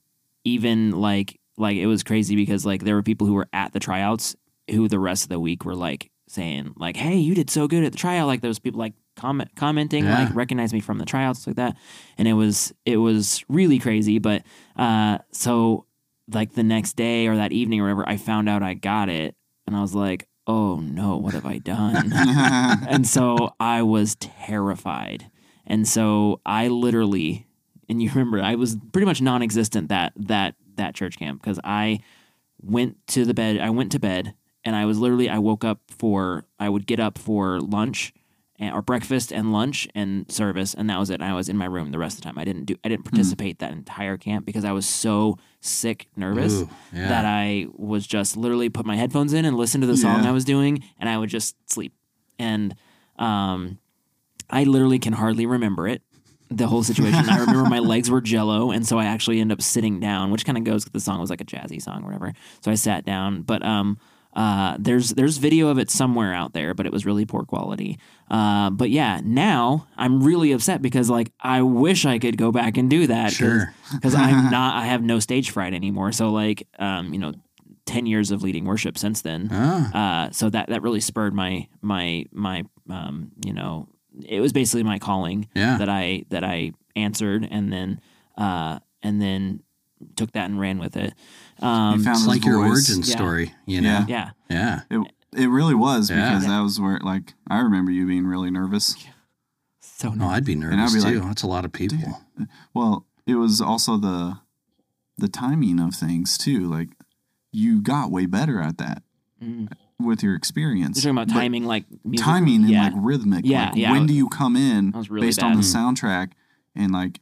[SPEAKER 2] even like like it was crazy because like there were people who were at the tryouts who the rest of the week were like saying like hey you did so good at the tryout like there was people like comment commenting
[SPEAKER 3] Yeah.
[SPEAKER 2] like recognize me from the tryouts like that and it was it was really crazy but uh so like the next day or that evening or whatever i found out i got it and i was like oh no what have i done
[SPEAKER 1] going.
[SPEAKER 2] and so I was terrified. And so I literally, and you remember, I was pretty much non-existent that that that church camp because I went to the bed. I went to bed and I was literally I woke up for I would get up for lunch and, or breakfast and lunch and service and that was it. And I was in my room the rest of the time. I didn't do I didn't participate that entire camp because I was so sick nervous
[SPEAKER 3] Ooh, yeah.
[SPEAKER 2] that I was just literally put my headphones in and listen to the song
[SPEAKER 1] Yeah.
[SPEAKER 2] I was doing and I would just sleep. And um I literally can hardly remember it. The whole situation. I remember my legs were jello, and so I actually end up sitting down, which kind of goes with the song. It was like a jazzy song, or whatever. So I sat down, but um, uh, there's there's video of it somewhere out there, but it was really poor quality. Uh, but yeah, now I'm really upset because like I wish I could go back and do that.
[SPEAKER 3] Sure.
[SPEAKER 2] because I'm not. I have no stage fright anymore. So like, um, you know, ten years of leading worship since then.
[SPEAKER 3] Ah,
[SPEAKER 2] Uh, so that that really spurred my my my um, you know it was basically my calling
[SPEAKER 3] Yeah.
[SPEAKER 2] that I that I answered and then uh, and then took that and ran with it. Um,
[SPEAKER 1] You found
[SPEAKER 3] it's
[SPEAKER 1] his
[SPEAKER 3] like your
[SPEAKER 1] voice.
[SPEAKER 3] origin
[SPEAKER 2] Yeah.
[SPEAKER 3] story, you know?
[SPEAKER 2] yeah,
[SPEAKER 3] Yeah.
[SPEAKER 1] It, it really was
[SPEAKER 3] Yeah.
[SPEAKER 1] because that was where like I remember you being really nervous.
[SPEAKER 2] so
[SPEAKER 3] No,
[SPEAKER 2] nice.
[SPEAKER 3] Oh, I'd be
[SPEAKER 1] I'd
[SPEAKER 3] nervous
[SPEAKER 1] be
[SPEAKER 3] too.
[SPEAKER 1] like,
[SPEAKER 3] That's a lot of people.
[SPEAKER 1] Well, it was also the the timing of things too. Like you got way better at that
[SPEAKER 2] Mm.
[SPEAKER 1] with your experience.
[SPEAKER 2] You're talking about
[SPEAKER 1] But
[SPEAKER 2] timing, like music-
[SPEAKER 1] timing
[SPEAKER 2] Yeah,
[SPEAKER 1] and like rhythmic.
[SPEAKER 2] Yeah,
[SPEAKER 1] like,
[SPEAKER 2] yeah, I
[SPEAKER 1] When
[SPEAKER 2] was-
[SPEAKER 1] do you come in
[SPEAKER 2] I was really
[SPEAKER 1] based on the
[SPEAKER 3] Hmm.
[SPEAKER 2] bad.
[SPEAKER 1] soundtrack and like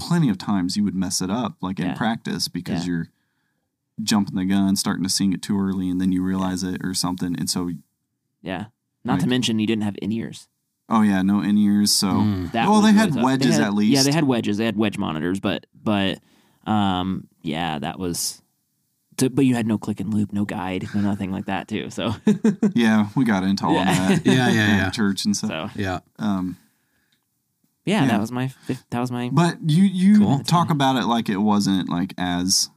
[SPEAKER 1] plenty of times you would mess it up like
[SPEAKER 2] Yeah.
[SPEAKER 1] in practice because you're jumping the gun, starting to sing it too early and then you realize it or something. And so
[SPEAKER 2] yeah. Not to
[SPEAKER 1] Right.
[SPEAKER 2] mention you didn't have in ears.
[SPEAKER 1] oh yeah, no in ears. So
[SPEAKER 3] Mm.
[SPEAKER 2] That
[SPEAKER 1] Well,
[SPEAKER 2] was
[SPEAKER 1] they
[SPEAKER 2] really
[SPEAKER 1] had
[SPEAKER 2] tough.
[SPEAKER 1] wedges
[SPEAKER 2] had-
[SPEAKER 1] at
[SPEAKER 2] Yeah,
[SPEAKER 1] least.
[SPEAKER 2] they had wedges. They had wedge monitors, but but um, yeah, that was. To, but you had no click and loop, no guide, no nothing like that too. So
[SPEAKER 1] yeah, we got into all
[SPEAKER 2] Yeah.
[SPEAKER 1] that.
[SPEAKER 3] Yeah, Hmm. yeah,
[SPEAKER 1] at
[SPEAKER 3] yeah.
[SPEAKER 1] Church and stuff.
[SPEAKER 2] so
[SPEAKER 3] Yeah.
[SPEAKER 1] Um,
[SPEAKER 2] yeah,
[SPEAKER 1] Yeah.
[SPEAKER 2] that was my fif- that was my
[SPEAKER 1] but you you
[SPEAKER 3] Cool.
[SPEAKER 1] talk about it like it wasn't like as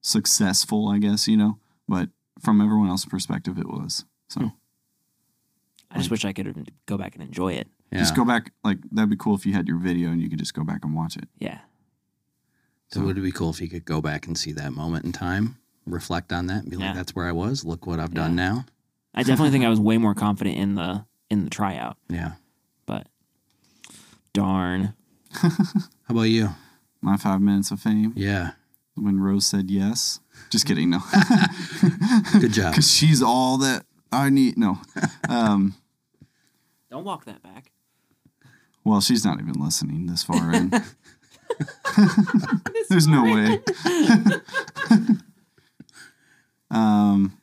[SPEAKER 1] successful, I guess you know. But from everyone else's perspective, it was. So
[SPEAKER 2] I just wish I could go back and enjoy it.
[SPEAKER 3] Yeah.
[SPEAKER 1] just go back. Like that'd be cool if you had your video and you could just go back and watch it.
[SPEAKER 2] Yeah.
[SPEAKER 3] So would it be cool if you could go back and see that moment in time, reflect on that, and be like,
[SPEAKER 2] Yeah.
[SPEAKER 3] "That's where I was. Look what I've done now."
[SPEAKER 2] I definitely think I was way more confident in the in the tryout,
[SPEAKER 3] Yeah.
[SPEAKER 2] but darn.
[SPEAKER 3] How about you?
[SPEAKER 1] My five minutes of fame
[SPEAKER 3] Yeah.
[SPEAKER 1] when Rose said yes. Just kidding, no,
[SPEAKER 3] Good job.
[SPEAKER 1] because she's all that I need. No, um,
[SPEAKER 2] Don't walk that back.
[SPEAKER 1] well, she's not even listening this far in. There's no way. um,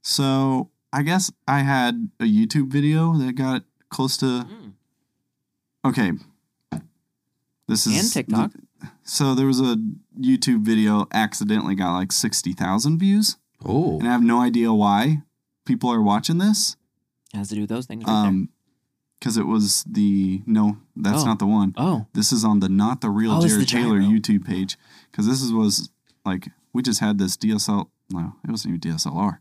[SPEAKER 1] so I guess I had a YouTube video that got close to.
[SPEAKER 2] Mm.
[SPEAKER 1] Okay. This is
[SPEAKER 2] And TikTok.
[SPEAKER 1] so there was a YouTube video accidentally got like sixty thousand views,
[SPEAKER 3] Oh.
[SPEAKER 1] and I have no idea why people are watching this.
[SPEAKER 2] It has to do with those things right
[SPEAKER 1] Um, because it was the no, that's
[SPEAKER 2] Oh.
[SPEAKER 1] not the one.
[SPEAKER 2] there. Oh.
[SPEAKER 1] This is on the not the real
[SPEAKER 2] Oh, it's
[SPEAKER 1] Jared
[SPEAKER 2] the
[SPEAKER 1] Taylor
[SPEAKER 2] gyro.
[SPEAKER 1] YouTube page because this is, was like we just had this DSL. No, it wasn't even DSLR.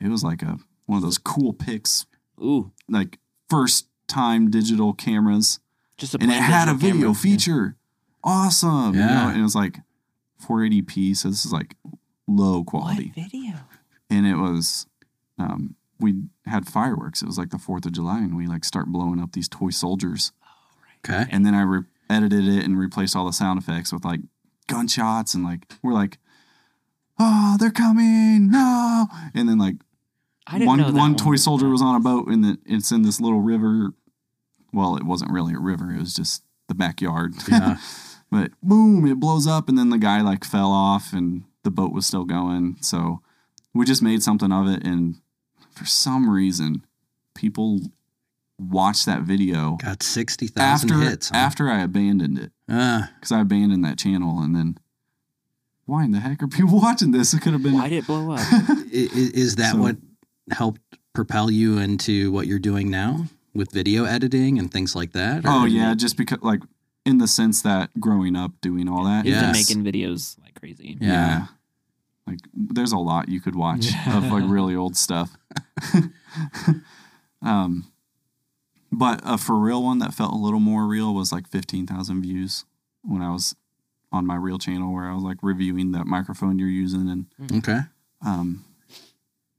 [SPEAKER 1] It was like a one of those cool pics,
[SPEAKER 2] Ooh.
[SPEAKER 1] like first time digital cameras,
[SPEAKER 2] Just a
[SPEAKER 1] and it
[SPEAKER 2] plain
[SPEAKER 1] had a
[SPEAKER 2] digital
[SPEAKER 1] video
[SPEAKER 2] camera.
[SPEAKER 1] feature. Awesome, you know?
[SPEAKER 3] Yeah.
[SPEAKER 1] And it was like 480p, so this is like low
[SPEAKER 2] What
[SPEAKER 1] quality,
[SPEAKER 2] video?
[SPEAKER 1] and it was. Um, we had fireworks. It was like the Fourth of July, and we like start blowing up these toy soldiers.
[SPEAKER 3] Okay.
[SPEAKER 1] And then I re- edited it and replaced all the sound effects with like gunshots and like we're like, oh, they're coming, no. And then like
[SPEAKER 2] I didn't
[SPEAKER 1] one
[SPEAKER 2] know that
[SPEAKER 1] one
[SPEAKER 2] one
[SPEAKER 1] toy soldier was on a boat and the, it's in this little river. Well, it wasn't really a river; it was just the backyard.
[SPEAKER 3] Yeah.
[SPEAKER 1] but boom, it blows up, and then the guy like fell off, and the boat was still going. So we just made something of it, and for some reason, people watched that video
[SPEAKER 3] Got sixty thousand
[SPEAKER 1] after
[SPEAKER 3] hits. huh?
[SPEAKER 1] after I abandoned it
[SPEAKER 3] Ah,
[SPEAKER 1] because I abandoned that channel and then why in the heck are people watching this? It could have been Oh,
[SPEAKER 2] Why did it blow up?
[SPEAKER 3] i- i- is that
[SPEAKER 1] So-
[SPEAKER 3] what helped propel you into what you're doing now with video editing and things like that?
[SPEAKER 1] oh
[SPEAKER 3] Or-
[SPEAKER 1] yeah, just because like in the sense that growing up doing all that,
[SPEAKER 2] You've been
[SPEAKER 3] Yes.
[SPEAKER 2] making videos like crazy.
[SPEAKER 3] Yeah.
[SPEAKER 1] Like there's a lot you could watch
[SPEAKER 2] Yeah.
[SPEAKER 1] of like really old stuff. um, but a for real one that felt a little more real was like 15,000 views when I was on my real channel where I was like reviewing that microphone you're using and
[SPEAKER 3] Okay.
[SPEAKER 1] um,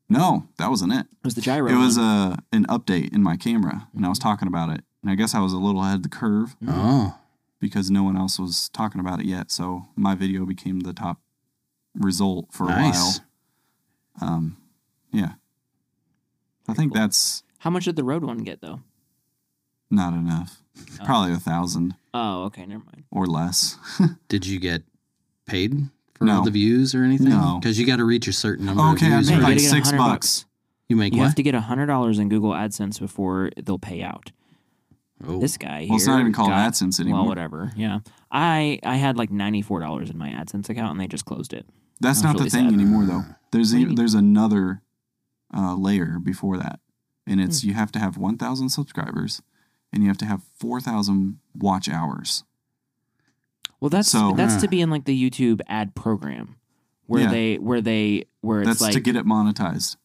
[SPEAKER 1] no, that wasn't it.
[SPEAKER 2] It was the gyro.
[SPEAKER 1] It was uh,
[SPEAKER 2] one.
[SPEAKER 1] a
[SPEAKER 3] Mm-hmm.
[SPEAKER 1] an update in my camera, and I was talking about it. And I guess I was a little ahead of the curve
[SPEAKER 2] Mhm.
[SPEAKER 3] Oh.
[SPEAKER 1] because no one else was talking about it yet. So my video became the top result for
[SPEAKER 3] Nice.
[SPEAKER 1] a while. Um, yeah. I think that's
[SPEAKER 2] How much did the road one get though?
[SPEAKER 1] not enough.
[SPEAKER 2] Oh.
[SPEAKER 1] Probably a thousand
[SPEAKER 2] Oh, okay, never mind.
[SPEAKER 1] or less.
[SPEAKER 3] Did you get paid for
[SPEAKER 1] No.
[SPEAKER 3] all the views or anything?
[SPEAKER 1] No.
[SPEAKER 3] because you got to reach a certain number.
[SPEAKER 1] Okay, I
[SPEAKER 3] of views.
[SPEAKER 1] made
[SPEAKER 3] or-
[SPEAKER 2] You
[SPEAKER 1] like
[SPEAKER 2] gotta get
[SPEAKER 1] six
[SPEAKER 2] 100
[SPEAKER 1] bucks.
[SPEAKER 3] You make
[SPEAKER 2] You
[SPEAKER 3] what?
[SPEAKER 2] have to get hundred dollars in Google AdSense before they'll pay out.
[SPEAKER 3] oh,
[SPEAKER 2] This guy.
[SPEAKER 1] Well, it's not
[SPEAKER 2] here
[SPEAKER 1] even called
[SPEAKER 2] got-
[SPEAKER 1] AdSense
[SPEAKER 2] Well,
[SPEAKER 1] anymore.
[SPEAKER 2] whatever. Yeah, I I had like ninety four dollars in my AdSense account, and they just closed it.
[SPEAKER 1] That's
[SPEAKER 2] That's
[SPEAKER 1] not the
[SPEAKER 2] really
[SPEAKER 1] thing
[SPEAKER 2] sad.
[SPEAKER 1] anymore, though. There's
[SPEAKER 2] What do
[SPEAKER 1] e
[SPEAKER 2] you mean?
[SPEAKER 1] there's another uh, layer before that, and
[SPEAKER 2] Hmm.
[SPEAKER 1] it's you have to have 1,000 subscribers, and you have to have 4,000 watch hours.
[SPEAKER 2] Well, that's
[SPEAKER 1] So-
[SPEAKER 2] that's
[SPEAKER 3] Huh.
[SPEAKER 2] to be in like the YouTube ad program, where
[SPEAKER 1] Yeah.
[SPEAKER 2] they where they where it's
[SPEAKER 1] That's
[SPEAKER 2] like
[SPEAKER 1] to get it monetized.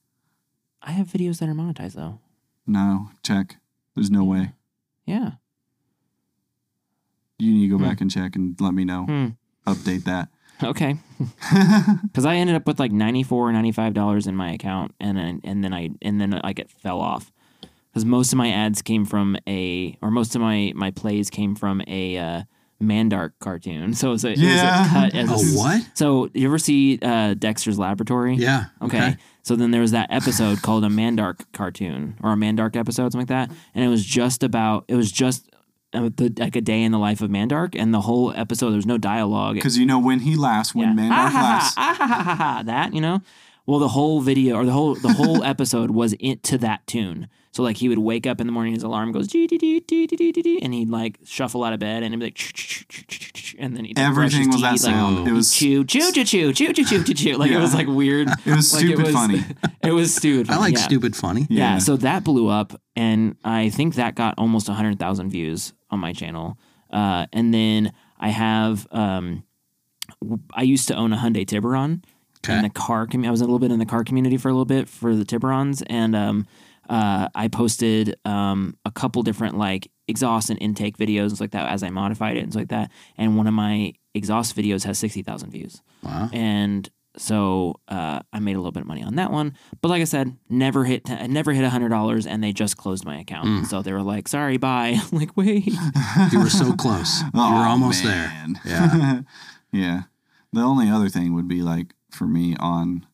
[SPEAKER 2] I have videos that are monetized though.
[SPEAKER 1] No, check. There's no way.
[SPEAKER 2] Yeah.
[SPEAKER 1] You need to go
[SPEAKER 2] Hmm.
[SPEAKER 1] back and check and let me know.
[SPEAKER 2] Hmm.
[SPEAKER 1] Update that.
[SPEAKER 2] Okay. Because I ended up with like ninety four or ninety five dollars in my account, and then and then I and then like it fell off. Because most of my ads came from a, or most of my my plays came from a uh, Mandark cartoon. So it was a, it was a
[SPEAKER 1] Yeah.
[SPEAKER 2] cut as
[SPEAKER 3] Oh,
[SPEAKER 1] This is-
[SPEAKER 3] what?
[SPEAKER 2] So you ever see uh, Dexter's Laboratory?
[SPEAKER 3] Oh, Yeah.
[SPEAKER 2] Okay. So then there was that episode called a Mandark cartoon or a Mandark episode, something like that, and it was just about it was just uh, the, like a day in the life of Mandark, and the whole episode there was no dialogue.
[SPEAKER 1] Because you know when he laughs, when
[SPEAKER 2] Yeah.
[SPEAKER 1] Mandark
[SPEAKER 2] Ah, ha, ha,
[SPEAKER 1] laughs.
[SPEAKER 2] ah, ha, ha, ha, ha, that you know. Well, the whole video or the whole the whole episode was it to that tune. So like he would wake up in the morning, his alarm goes dee dee dee dee dee dee dee, dee, and he'd like shuffle out of bed and he'd be like, "Ch- ch- ch- ch- ch- ch," and then he'd like, brush his
[SPEAKER 1] Everything was that
[SPEAKER 2] teeth, like,
[SPEAKER 1] sound. it was
[SPEAKER 2] chew, chew, chew, chew, chew, chew, chew, chew, chew. Like
[SPEAKER 1] Yeah.
[SPEAKER 2] it was like weird.
[SPEAKER 1] it was
[SPEAKER 2] like,
[SPEAKER 1] stupid
[SPEAKER 2] it was,
[SPEAKER 1] funny.
[SPEAKER 2] it was stupid.
[SPEAKER 3] I like
[SPEAKER 2] yeah.
[SPEAKER 3] stupid funny.
[SPEAKER 2] Yeah.
[SPEAKER 1] Yeah.
[SPEAKER 2] So that blew up, and I think that got almost hundred thousand views on my channel. Uh, and then I have, um, w- I used to own a Hyundai Tiburon,
[SPEAKER 3] Okay.
[SPEAKER 2] in the car community. I was a little bit in the car community for a little bit for the Tiburons, and um, uh, I posted um, a couple different like exhaust and intake videos and stuff like that as I modified it and stuff like that. And one of my exhaust videos has sixty thousand views,
[SPEAKER 3] Wow.
[SPEAKER 2] and so uh, I made a little bit of money on that one. But like I said, never hit t- I never hit hundred dollars, and they just closed my account.
[SPEAKER 3] Mm.
[SPEAKER 2] So they were like, "Sorry, bye." I'm like, wait.
[SPEAKER 3] You were so close. you were almost there. Yeah.
[SPEAKER 1] Yeah. Oh, yeah. The only other thing would be like for me on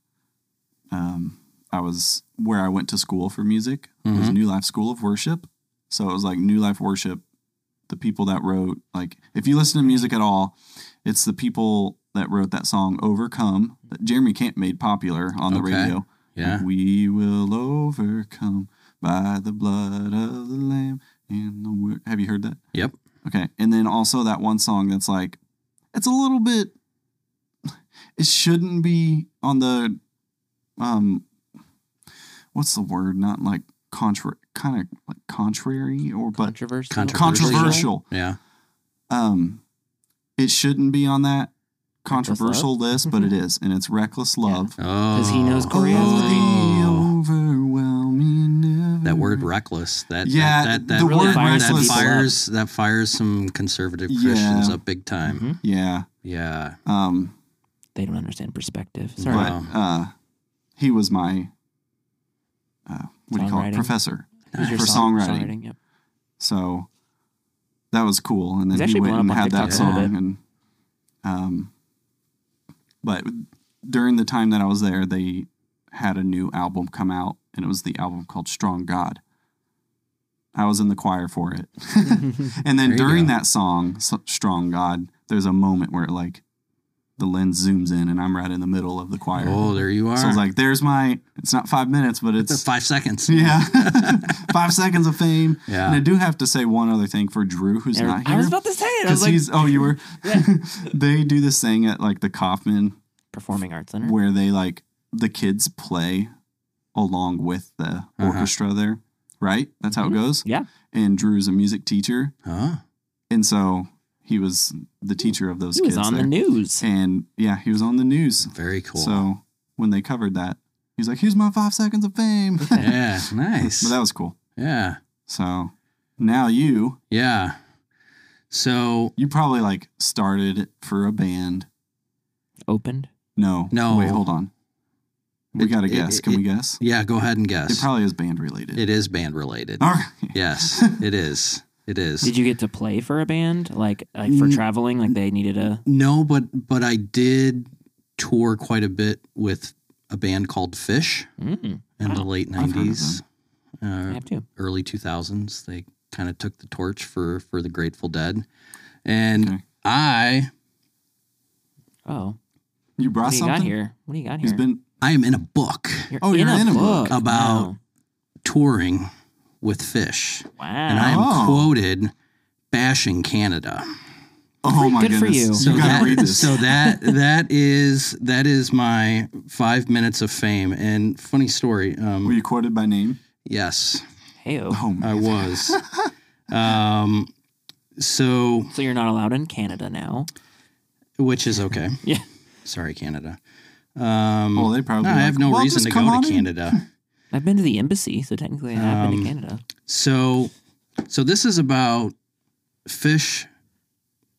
[SPEAKER 1] um I was where I went to school for music. It was
[SPEAKER 3] Mhm.
[SPEAKER 1] New Life School of Worship. So it was like New Life Worship, the people that wrote like if you listen to music at all, it's the people that wrote that song Overcome that Jeremy Camp made popular on the
[SPEAKER 3] Okay.
[SPEAKER 1] radio.
[SPEAKER 3] Yeah.
[SPEAKER 1] We will overcome by the blood of the lamb and the word. Have you heard that?
[SPEAKER 3] Yep.
[SPEAKER 1] Okay. And then also that one song that's like, it's a little bit, it shouldn't be on the, um, what's the word? Not like contra, kind of like contrary or, but
[SPEAKER 2] Controversial.
[SPEAKER 3] Controversial.
[SPEAKER 1] controversial.
[SPEAKER 3] Yeah.
[SPEAKER 1] Um, it shouldn't be on that
[SPEAKER 2] Reckless Love?
[SPEAKER 1] controversial list, but
[SPEAKER 3] Mm-hmm.
[SPEAKER 1] it is. And it's Reckless Love.
[SPEAKER 3] Oh.
[SPEAKER 2] he knows Korean.
[SPEAKER 3] Oh.
[SPEAKER 1] the overwhelming
[SPEAKER 3] That word
[SPEAKER 1] never-
[SPEAKER 3] reckless. That
[SPEAKER 1] Yeah,
[SPEAKER 3] That, that,
[SPEAKER 1] the
[SPEAKER 3] that,
[SPEAKER 2] Really
[SPEAKER 1] word
[SPEAKER 2] fires
[SPEAKER 3] that
[SPEAKER 1] reckless.
[SPEAKER 2] people up.
[SPEAKER 3] fires that fires some conservative
[SPEAKER 1] Yeah.
[SPEAKER 3] Christians up big time.
[SPEAKER 2] Mhm.
[SPEAKER 1] Yeah.
[SPEAKER 3] Yeah.
[SPEAKER 1] Um,
[SPEAKER 2] They don't understand perspective.
[SPEAKER 1] but
[SPEAKER 2] Sorry.
[SPEAKER 3] Wow.
[SPEAKER 1] uh, he was my uh, what do you call it,
[SPEAKER 2] Songwriting.
[SPEAKER 1] professor.
[SPEAKER 2] Who's your
[SPEAKER 1] for
[SPEAKER 2] song-
[SPEAKER 1] songwriting.
[SPEAKER 2] Yep.
[SPEAKER 1] So that was cool. And then
[SPEAKER 2] He's
[SPEAKER 1] he
[SPEAKER 2] actually
[SPEAKER 1] went
[SPEAKER 2] blown
[SPEAKER 1] and
[SPEAKER 2] up on
[SPEAKER 1] had that
[SPEAKER 2] TikTok a little
[SPEAKER 1] song,
[SPEAKER 2] bit.
[SPEAKER 1] and um, but during the time that I was there, they had a new album come out, and it was the album called Strong God. I was in the choir for it,
[SPEAKER 2] Mm-hmm.
[SPEAKER 1] and
[SPEAKER 3] There
[SPEAKER 1] then
[SPEAKER 3] you
[SPEAKER 1] during
[SPEAKER 3] go.
[SPEAKER 1] that song, S- "Strong God," there's a moment where like the lens zooms in, and I'm right in the middle of the choir.
[SPEAKER 3] Oh, there you are.
[SPEAKER 1] So I was like, there's my, it's not five minutes, but it's,
[SPEAKER 3] five seconds.
[SPEAKER 1] yeah, five seconds of fame.
[SPEAKER 3] Yeah.
[SPEAKER 1] And I do have to say one other thing for Drew, who's
[SPEAKER 2] And
[SPEAKER 1] not
[SPEAKER 2] I was
[SPEAKER 1] here.
[SPEAKER 2] about to say it. I
[SPEAKER 1] Because
[SPEAKER 2] was like,
[SPEAKER 1] he's, oh, you were,
[SPEAKER 2] Yeah.
[SPEAKER 1] they do this thing at like the Kaufman
[SPEAKER 2] performing arts center.
[SPEAKER 1] where they like, the kids play along with the
[SPEAKER 3] Uh-huh.
[SPEAKER 1] orchestra there, right? That's how
[SPEAKER 2] Mhm.
[SPEAKER 1] it goes.
[SPEAKER 2] Yeah.
[SPEAKER 1] And Drew's a music teacher.
[SPEAKER 3] Huh?
[SPEAKER 1] And so he was the teacher of those
[SPEAKER 2] He was
[SPEAKER 1] kids.
[SPEAKER 2] on
[SPEAKER 1] there.
[SPEAKER 2] the news.
[SPEAKER 1] and yeah, he was on the news.
[SPEAKER 3] Very cool.
[SPEAKER 1] So when they covered that, he's like, "Here's my five seconds of fame."
[SPEAKER 3] yeah. Nice.
[SPEAKER 1] but that was cool.
[SPEAKER 3] yeah.
[SPEAKER 1] So now you
[SPEAKER 3] Yeah. So
[SPEAKER 1] you probably like started for a band.
[SPEAKER 2] Opened.
[SPEAKER 1] No,
[SPEAKER 3] No.
[SPEAKER 1] Wait, hold on. We
[SPEAKER 3] It-
[SPEAKER 1] got to
[SPEAKER 3] it-
[SPEAKER 1] guess.
[SPEAKER 3] it-
[SPEAKER 1] Can we guess?
[SPEAKER 3] yeah, go ahead and guess.
[SPEAKER 1] It probably is band related.
[SPEAKER 3] it is band related.
[SPEAKER 1] All right.
[SPEAKER 3] Yes, it is. It is.
[SPEAKER 2] Did you get to play for a band like like for
[SPEAKER 3] N-
[SPEAKER 2] traveling? Like they needed a
[SPEAKER 3] No, but but I did tour quite a bit with a band called Fish
[SPEAKER 2] mm,
[SPEAKER 3] in the
[SPEAKER 2] Wow.
[SPEAKER 3] late
[SPEAKER 1] I've heard of
[SPEAKER 3] nineties,
[SPEAKER 2] I
[SPEAKER 3] uh,
[SPEAKER 2] have to.
[SPEAKER 3] early two thousands. They kind of took the torch for for the Grateful Dead, and
[SPEAKER 1] Okay.
[SPEAKER 3] I
[SPEAKER 2] Oh,
[SPEAKER 1] You brought
[SPEAKER 2] what do you
[SPEAKER 1] something.
[SPEAKER 2] got here? What do you got here?
[SPEAKER 1] He's been
[SPEAKER 3] I am in a book
[SPEAKER 2] You're
[SPEAKER 1] Oh, you're in a book.
[SPEAKER 3] About-
[SPEAKER 2] now.
[SPEAKER 3] touring with Fish,
[SPEAKER 2] wow.
[SPEAKER 3] and I am
[SPEAKER 1] Oh.
[SPEAKER 3] quoted bashing Canada.
[SPEAKER 1] Oh my
[SPEAKER 2] good for
[SPEAKER 1] goodness!
[SPEAKER 2] you.
[SPEAKER 1] You
[SPEAKER 3] So
[SPEAKER 1] gotta
[SPEAKER 3] that,
[SPEAKER 1] read this.
[SPEAKER 3] so that that is that is my five minutes of fame. And funny story. Um,
[SPEAKER 1] Were you quoted by name?
[SPEAKER 3] yes,
[SPEAKER 2] Heyo.
[SPEAKER 1] Oh my.
[SPEAKER 3] I was. um, so
[SPEAKER 2] So you're not allowed in Canada now.
[SPEAKER 3] which is okay.
[SPEAKER 2] Yeah.
[SPEAKER 3] Sorry, Canada. Um,
[SPEAKER 1] Well, they probably.
[SPEAKER 3] no, I have
[SPEAKER 1] like,
[SPEAKER 3] no
[SPEAKER 1] "Well,
[SPEAKER 3] reason
[SPEAKER 1] just
[SPEAKER 3] to
[SPEAKER 1] come
[SPEAKER 3] go
[SPEAKER 1] on
[SPEAKER 3] to
[SPEAKER 1] in."
[SPEAKER 3] Canada.
[SPEAKER 2] I've been to the embassy, so technically I have been
[SPEAKER 3] Um,
[SPEAKER 2] to Canada.
[SPEAKER 3] so, so this is about fish.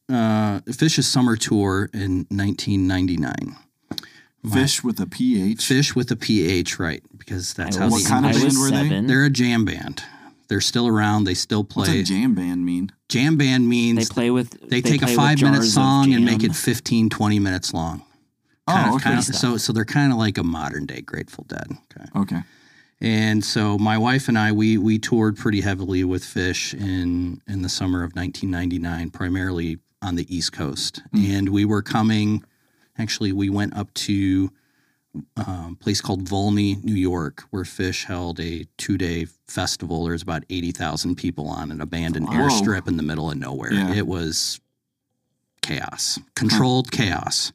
[SPEAKER 3] Uh, Fish's summer tour in 1999.
[SPEAKER 1] Fish with a ph.
[SPEAKER 3] Fish with a PH, right? Because that's
[SPEAKER 2] I
[SPEAKER 3] how
[SPEAKER 2] was,
[SPEAKER 1] What
[SPEAKER 3] the
[SPEAKER 1] kind of
[SPEAKER 2] I
[SPEAKER 1] band
[SPEAKER 2] was
[SPEAKER 1] were they?
[SPEAKER 2] seven.
[SPEAKER 3] They're a jam band. They're still around. They still
[SPEAKER 1] What's a
[SPEAKER 3] play.
[SPEAKER 1] jam
[SPEAKER 3] Jam-,
[SPEAKER 1] band mean?
[SPEAKER 3] band
[SPEAKER 2] They
[SPEAKER 3] means they,
[SPEAKER 2] play with.
[SPEAKER 3] take a
[SPEAKER 2] play with
[SPEAKER 3] five minute
[SPEAKER 2] jars of
[SPEAKER 3] song and make
[SPEAKER 2] jam.
[SPEAKER 3] it 15, 20 minutes long. Kind
[SPEAKER 1] Oh,
[SPEAKER 3] of-
[SPEAKER 1] okay.
[SPEAKER 3] kind of- so, so they're kind of like a modern day Grateful Dead. Okay.
[SPEAKER 1] Okay.
[SPEAKER 3] And so my wife and I, we, we toured pretty heavily with Fish in, in the summer of 1999, primarily on the East Coast. And we were coming, actually, we went up to um, a place called Volney, New York, where Fish held a two day festival. There's about 80,000 people on an abandoned
[SPEAKER 1] Wow.
[SPEAKER 3] airstrip in the middle of nowhere.
[SPEAKER 1] Yeah.
[SPEAKER 3] It was chaos, controlled chaos.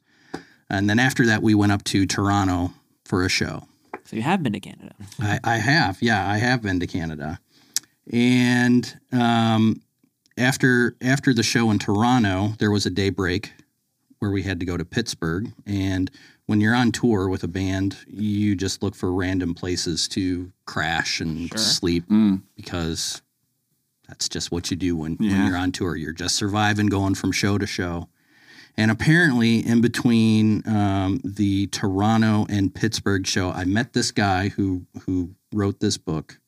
[SPEAKER 3] And then after that, we went up to Toronto for a show.
[SPEAKER 2] So you have been to Canada.
[SPEAKER 3] I, I have, yeah, I have been to Canada, and um, after after the show in Toronto, there was a day break where we had to go to Pittsburgh. And when you're on tour with a band, you just look for random places to crash and
[SPEAKER 2] Sure.
[SPEAKER 3] sleep
[SPEAKER 1] Mm.
[SPEAKER 3] because that's just what you do when, when
[SPEAKER 1] Yeah.
[SPEAKER 3] you're on tour. You're just surviving, going from show to show. And apparently, in between um, the Toronto and Pittsburgh show, I met this guy who who wrote this book,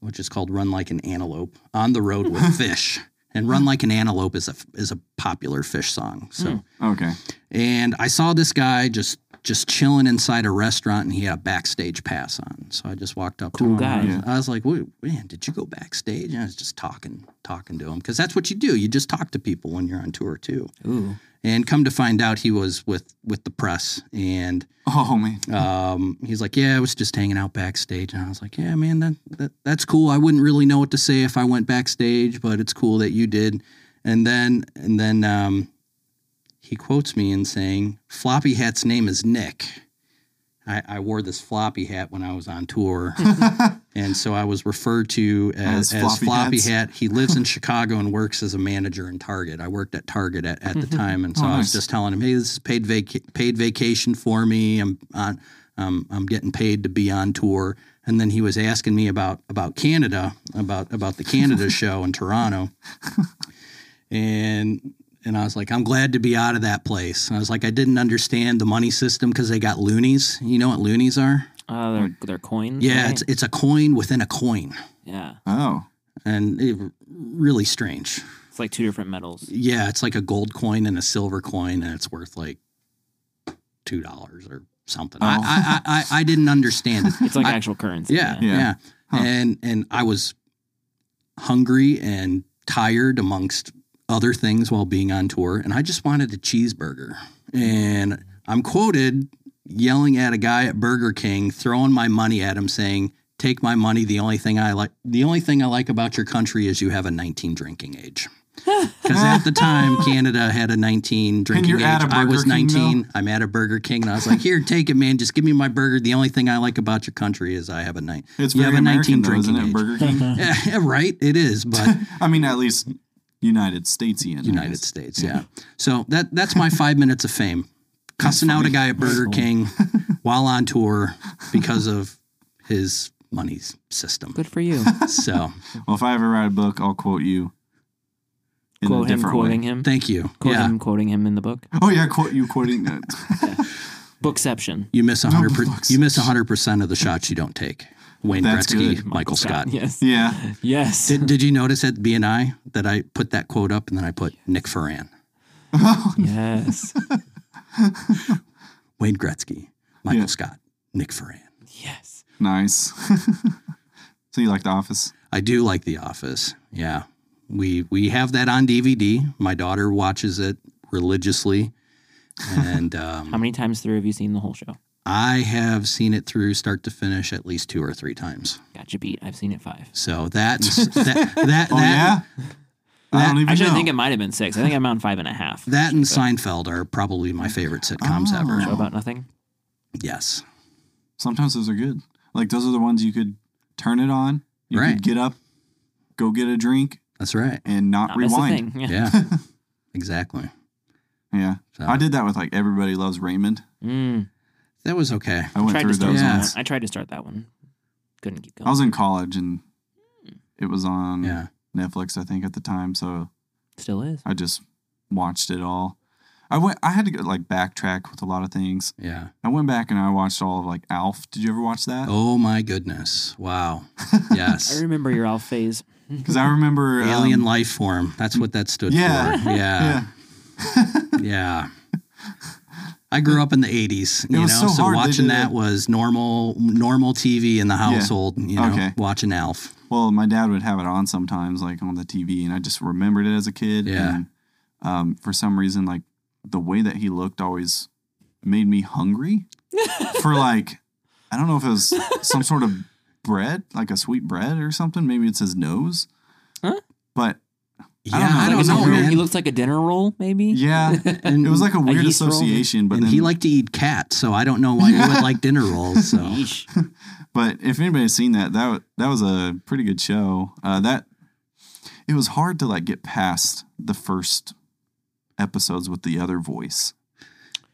[SPEAKER 3] which is called "Run Like an Antelope on the Road with Fish." And "Run Like an Antelope" is a is a popular Fish song. So
[SPEAKER 1] Okay.
[SPEAKER 3] and I saw this guy just just chilling inside a restaurant, and he had a backstage pass on. So I just walked up
[SPEAKER 2] Cool
[SPEAKER 3] to him.
[SPEAKER 2] guy.
[SPEAKER 3] and I was like, "Wait, man, did you go backstage?" And I was just talking, talking to him because that's what you do. You just talk to people when you're on tour too.
[SPEAKER 2] Ooh.
[SPEAKER 3] And come to find out, he was with with the press, and
[SPEAKER 1] Oh man.
[SPEAKER 3] um, he's like, "Yeah, I was just hanging out backstage," and I was like, "Yeah, man, that, that that's cool. I wouldn't really know what to say if I went backstage, but it's cool that you did." And then and then um, he quotes me in saying, "Floppy Hat's name is Nick." I, I wore this floppy hat when I was on tour, and so I was referred to as,
[SPEAKER 1] As
[SPEAKER 3] as
[SPEAKER 1] floppy
[SPEAKER 3] floppy,
[SPEAKER 1] hats?
[SPEAKER 3] hat. He lives in Chicago and works as a manager in Target. I worked at Target at, at the time, and so
[SPEAKER 1] Oh,
[SPEAKER 3] I was
[SPEAKER 1] nice.
[SPEAKER 3] just telling him, "Hey, this is paid vac- paid vacation for me. I'm on, um, I'm getting paid to be on tour." And then he was asking me about about Canada, about about the Canada show in Toronto, and and I was like, "I'm glad to be out of that place." And I was like, "I didn't understand the money system because they got loonies. You know what loonies are?
[SPEAKER 2] Uh, they're, they're coins.
[SPEAKER 3] Yeah,
[SPEAKER 2] right?
[SPEAKER 3] it's it's a coin within a coin,
[SPEAKER 2] yeah.
[SPEAKER 1] Oh.
[SPEAKER 3] and it, really strange."
[SPEAKER 2] It's like two different metals.
[SPEAKER 3] Yeah, it's like a gold coin and a silver coin, and it's worth like two dollars or something. I
[SPEAKER 1] Oh.
[SPEAKER 3] I, I, I I didn't understand it.
[SPEAKER 2] It's like
[SPEAKER 3] I-
[SPEAKER 2] actual currency.
[SPEAKER 3] yeah,
[SPEAKER 1] Yeah.
[SPEAKER 3] yeah.
[SPEAKER 1] Huh.
[SPEAKER 3] And and I was hungry and tired amongst other things while being on tour, and I just wanted a cheeseburger. And I'm quoted yelling at a guy at Burger King, throwing my money at him, saying. Take my money. The only thing I like, the only thing I like about your country is you have a 19 drinking age. Because at the time, Canada had a 19 drinking
[SPEAKER 1] you're
[SPEAKER 3] age.
[SPEAKER 1] at a
[SPEAKER 3] I was
[SPEAKER 1] Burger King,
[SPEAKER 3] 19. I'm at a Burger King, and I was like, "Here, take it, man. Just give me my burger. The only thing I like about your country is I have a night.
[SPEAKER 1] It's
[SPEAKER 3] you
[SPEAKER 1] very
[SPEAKER 3] have a
[SPEAKER 1] American,
[SPEAKER 3] 19
[SPEAKER 1] though, isn't
[SPEAKER 3] drinking
[SPEAKER 1] it?
[SPEAKER 3] age.
[SPEAKER 1] Burger King.
[SPEAKER 3] Yeah, right. It is, but
[SPEAKER 1] I mean, at least United Statesian. I
[SPEAKER 3] United
[SPEAKER 1] guess.
[SPEAKER 3] States. Yeah. So that that's my five minutes of fame. Cussing out a guy at Burger King while on tour because of his money s- system.
[SPEAKER 2] Good for you.
[SPEAKER 3] So
[SPEAKER 1] Well, if I ever write a book, I'll quote you. In a
[SPEAKER 2] Quote him
[SPEAKER 1] different
[SPEAKER 2] quoting
[SPEAKER 1] way.
[SPEAKER 2] him.
[SPEAKER 3] thank you.
[SPEAKER 2] Quote
[SPEAKER 3] yeah.
[SPEAKER 2] him quoting him in the book.
[SPEAKER 1] Oh yeah, quote you quoting. that.
[SPEAKER 2] Bookception.
[SPEAKER 3] You miss hundred
[SPEAKER 1] No, fuck.
[SPEAKER 3] percent. You miss hundred percent of the shots you don't take. Wayne
[SPEAKER 1] That's
[SPEAKER 3] Gretzky,
[SPEAKER 1] good.
[SPEAKER 3] Michael Scott.
[SPEAKER 2] Yes.
[SPEAKER 1] yeah.
[SPEAKER 2] Yes.
[SPEAKER 3] Did, did you notice at BNI that I put that quote up and then I put Nick Ferran,
[SPEAKER 2] Yes.
[SPEAKER 3] Wayne Gretzky, Michael
[SPEAKER 1] Yeah.
[SPEAKER 3] Scott, Nick Ferran.
[SPEAKER 2] yes.
[SPEAKER 1] Nice. so you like The Office?
[SPEAKER 3] I do like The Office. Yeah. We we have that on DVD. My daughter watches it religiously. And
[SPEAKER 2] How
[SPEAKER 3] um,
[SPEAKER 2] many times through have you seen the whole show?
[SPEAKER 3] I have seen it through start to finish at least two or three times.
[SPEAKER 2] Gotcha beat. I've seen it five.
[SPEAKER 3] So that's that that
[SPEAKER 1] Oh yeah. I
[SPEAKER 3] that,
[SPEAKER 1] don't
[SPEAKER 3] that-
[SPEAKER 1] even
[SPEAKER 2] Actually, I
[SPEAKER 1] know.
[SPEAKER 2] think it might have been six. I think I'm on five and a half.
[SPEAKER 3] that and Seinfeld are probably my favorite sitcoms
[SPEAKER 1] Oh.
[SPEAKER 3] ever.
[SPEAKER 2] show about nothing.
[SPEAKER 3] Yes.
[SPEAKER 1] Sometimes those are good. Like those are the ones you could turn it on. You
[SPEAKER 3] Right.
[SPEAKER 1] could get up, go get a drink,
[SPEAKER 3] That's right.
[SPEAKER 1] and not,
[SPEAKER 2] Not miss a
[SPEAKER 1] rewind.
[SPEAKER 2] thing. Yeah.
[SPEAKER 3] Yeah. exactly.
[SPEAKER 1] Yeah.
[SPEAKER 3] So
[SPEAKER 1] I did that with like Everybody Loves Raymond.
[SPEAKER 2] Mm.
[SPEAKER 3] that was okay.
[SPEAKER 1] I went
[SPEAKER 2] Tried to
[SPEAKER 1] through
[SPEAKER 2] start
[SPEAKER 1] those.
[SPEAKER 2] that
[SPEAKER 3] Yeah.
[SPEAKER 2] one.
[SPEAKER 1] ones.
[SPEAKER 2] I tried to start that one. Couldn't keep going.
[SPEAKER 1] I was in college and
[SPEAKER 2] Hmm.
[SPEAKER 1] it was on
[SPEAKER 3] Yeah.
[SPEAKER 1] Netflix, I think, at the time. So
[SPEAKER 2] Still is.
[SPEAKER 1] I just watched it all. I went. I had to go, like backtrack with a lot of things.
[SPEAKER 3] Yeah.
[SPEAKER 1] I went back and I watched all of like Alf. Did you ever watch that?
[SPEAKER 3] Oh my goodness. Wow.
[SPEAKER 2] I
[SPEAKER 3] Yes.
[SPEAKER 2] remember your Alf phase.
[SPEAKER 1] Because I remember
[SPEAKER 3] Alien
[SPEAKER 1] um,
[SPEAKER 3] life form. That's what that stood
[SPEAKER 1] Yeah.
[SPEAKER 3] for. Yeah.
[SPEAKER 1] Yeah,
[SPEAKER 3] Yeah. I grew up in the 80s, you
[SPEAKER 1] was
[SPEAKER 3] know,
[SPEAKER 1] so
[SPEAKER 3] so,
[SPEAKER 1] hard. They
[SPEAKER 3] watching
[SPEAKER 1] did
[SPEAKER 3] that
[SPEAKER 1] it-
[SPEAKER 3] was normal normal TV in the household, you know,
[SPEAKER 1] Okay.
[SPEAKER 3] watching Alf.
[SPEAKER 1] Well, my dad would have it on sometimes, like on the TV, and I just remembered it as a kid.
[SPEAKER 3] Yeah.
[SPEAKER 1] And, um, for some reason, like the way that he looked always made me hungry for like I don't know if it was some sort of bread, like a sweet bread or something. Maybe it's his nose.
[SPEAKER 2] Huh?
[SPEAKER 1] But
[SPEAKER 3] Yeah,
[SPEAKER 1] I don't know,
[SPEAKER 3] I
[SPEAKER 2] Like,
[SPEAKER 3] don't
[SPEAKER 2] is it
[SPEAKER 3] know,
[SPEAKER 2] real-
[SPEAKER 3] man.
[SPEAKER 2] He looks like a dinner roll, maybe.
[SPEAKER 1] yeah,
[SPEAKER 3] and,
[SPEAKER 1] it was like a weird
[SPEAKER 2] yeast roll?
[SPEAKER 1] association. But
[SPEAKER 3] and
[SPEAKER 1] then,
[SPEAKER 3] he liked to eat cat, so I don't know why he would like dinner rolls. So
[SPEAKER 2] Yeesh.
[SPEAKER 1] but if anybody's seen that, that wa- that was a pretty good show. Uh, that it was hard to like get past the first episodes with the other voice.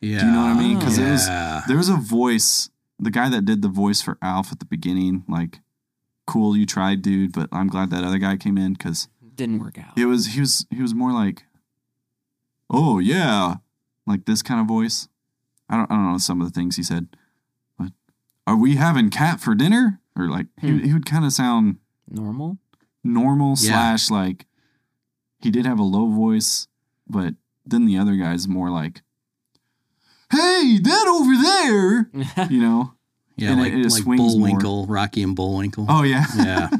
[SPEAKER 3] yeah,
[SPEAKER 1] Do you know what I mean?
[SPEAKER 2] 'Cause
[SPEAKER 1] it was-
[SPEAKER 3] yeah.
[SPEAKER 1] There was a voice, the guy that did the voice for Alf at the beginning, like, cool, you tried, dude, but I'm glad that other guy came in because
[SPEAKER 2] Didn't work out.
[SPEAKER 1] it was he was he was more like, oh yeah, like this kind of voice. I don't I don't know some of the things he said, but are we having cat for dinner? Or like
[SPEAKER 2] Hmm.
[SPEAKER 1] he, he would kind of sound
[SPEAKER 2] Normal.
[SPEAKER 1] normal
[SPEAKER 3] Yeah.
[SPEAKER 1] slash like he did have a low voice, but then the other guy's more like, hey, that over there, you know.
[SPEAKER 3] yeah,
[SPEAKER 1] and
[SPEAKER 3] like,
[SPEAKER 1] it- it
[SPEAKER 3] like
[SPEAKER 1] swings more.
[SPEAKER 3] Bullwinkle, Rocky and Bullwinkle.
[SPEAKER 1] Oh yeah,
[SPEAKER 3] yeah,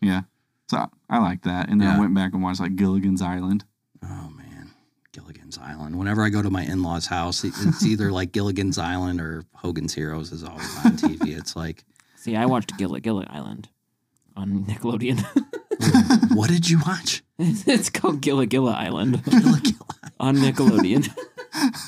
[SPEAKER 3] yeah.
[SPEAKER 1] So I, I like that. And then I
[SPEAKER 3] Yeah.
[SPEAKER 1] went back and watched like Gilligan's Island.
[SPEAKER 3] Oh man, Gilligan's Island. Whenever I go to my in-laws' house, it- it's either like Gilligan's Island or Hogan's Heroes is always on TV. It's like,
[SPEAKER 2] See, I watched Gilligan Gilligan Island on Nickelodeon.
[SPEAKER 3] what did you watch?
[SPEAKER 2] it's called Gilla Gilla Island
[SPEAKER 3] Gilligan.
[SPEAKER 2] on Nickelodeon.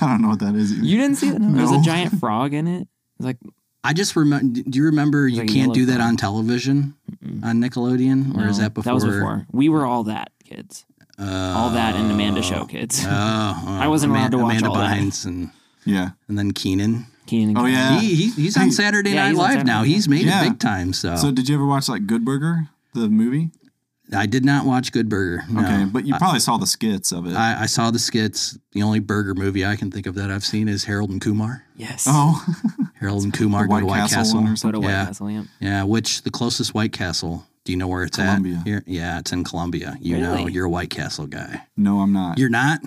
[SPEAKER 1] I don't know what that is. either.
[SPEAKER 2] you didn't see it? No. There's a
[SPEAKER 1] No.
[SPEAKER 2] giant frog in it. It's like
[SPEAKER 3] I just remember. Do you remember? You
[SPEAKER 2] Like a
[SPEAKER 3] can't
[SPEAKER 2] yellow
[SPEAKER 3] do that
[SPEAKER 2] frog.
[SPEAKER 3] on television
[SPEAKER 2] mm-mm.
[SPEAKER 3] on Nickelodeon, or is
[SPEAKER 2] No,
[SPEAKER 3] that before?
[SPEAKER 2] That was before. We were all that kids. All that and Amanda Show kids.
[SPEAKER 3] Oh, oh,
[SPEAKER 2] I wasn't allowed to watch
[SPEAKER 3] Amanda
[SPEAKER 2] all that.
[SPEAKER 3] Bynes and
[SPEAKER 1] Yeah.
[SPEAKER 3] and then Keenan.
[SPEAKER 2] Keenan.
[SPEAKER 1] Oh,
[SPEAKER 2] Kel-
[SPEAKER 1] Yeah.
[SPEAKER 3] He, he he's on
[SPEAKER 1] Hey.
[SPEAKER 3] Saturday
[SPEAKER 2] Yeah,
[SPEAKER 3] Night
[SPEAKER 2] he's on
[SPEAKER 3] Live
[SPEAKER 2] Saturday
[SPEAKER 3] now.
[SPEAKER 2] Night
[SPEAKER 3] He's made
[SPEAKER 1] Yeah.
[SPEAKER 3] it big time. So,
[SPEAKER 1] So did you ever watch like Good Burger, the movie?
[SPEAKER 3] I did not watch Good Burger. No.
[SPEAKER 1] Okay, but you probably saw the skits of it.
[SPEAKER 3] I, I saw the skits. The only burger movie I can think of that I've seen is Harold and Kumar.
[SPEAKER 2] Yes.
[SPEAKER 1] oh,
[SPEAKER 3] Harold and Kumar
[SPEAKER 1] The
[SPEAKER 3] go to White Castle.
[SPEAKER 1] one or
[SPEAKER 2] So
[SPEAKER 1] something.
[SPEAKER 2] to White
[SPEAKER 3] Yeah.
[SPEAKER 2] Castle, yeah.
[SPEAKER 3] Yeah, which the closest White Castle. Do you know where it's
[SPEAKER 1] Columbia.
[SPEAKER 3] at? Here, yeah, it's in Columbia. You know,
[SPEAKER 2] Really?
[SPEAKER 3] you're a White Castle guy.
[SPEAKER 1] No, I'm not.
[SPEAKER 3] You're not.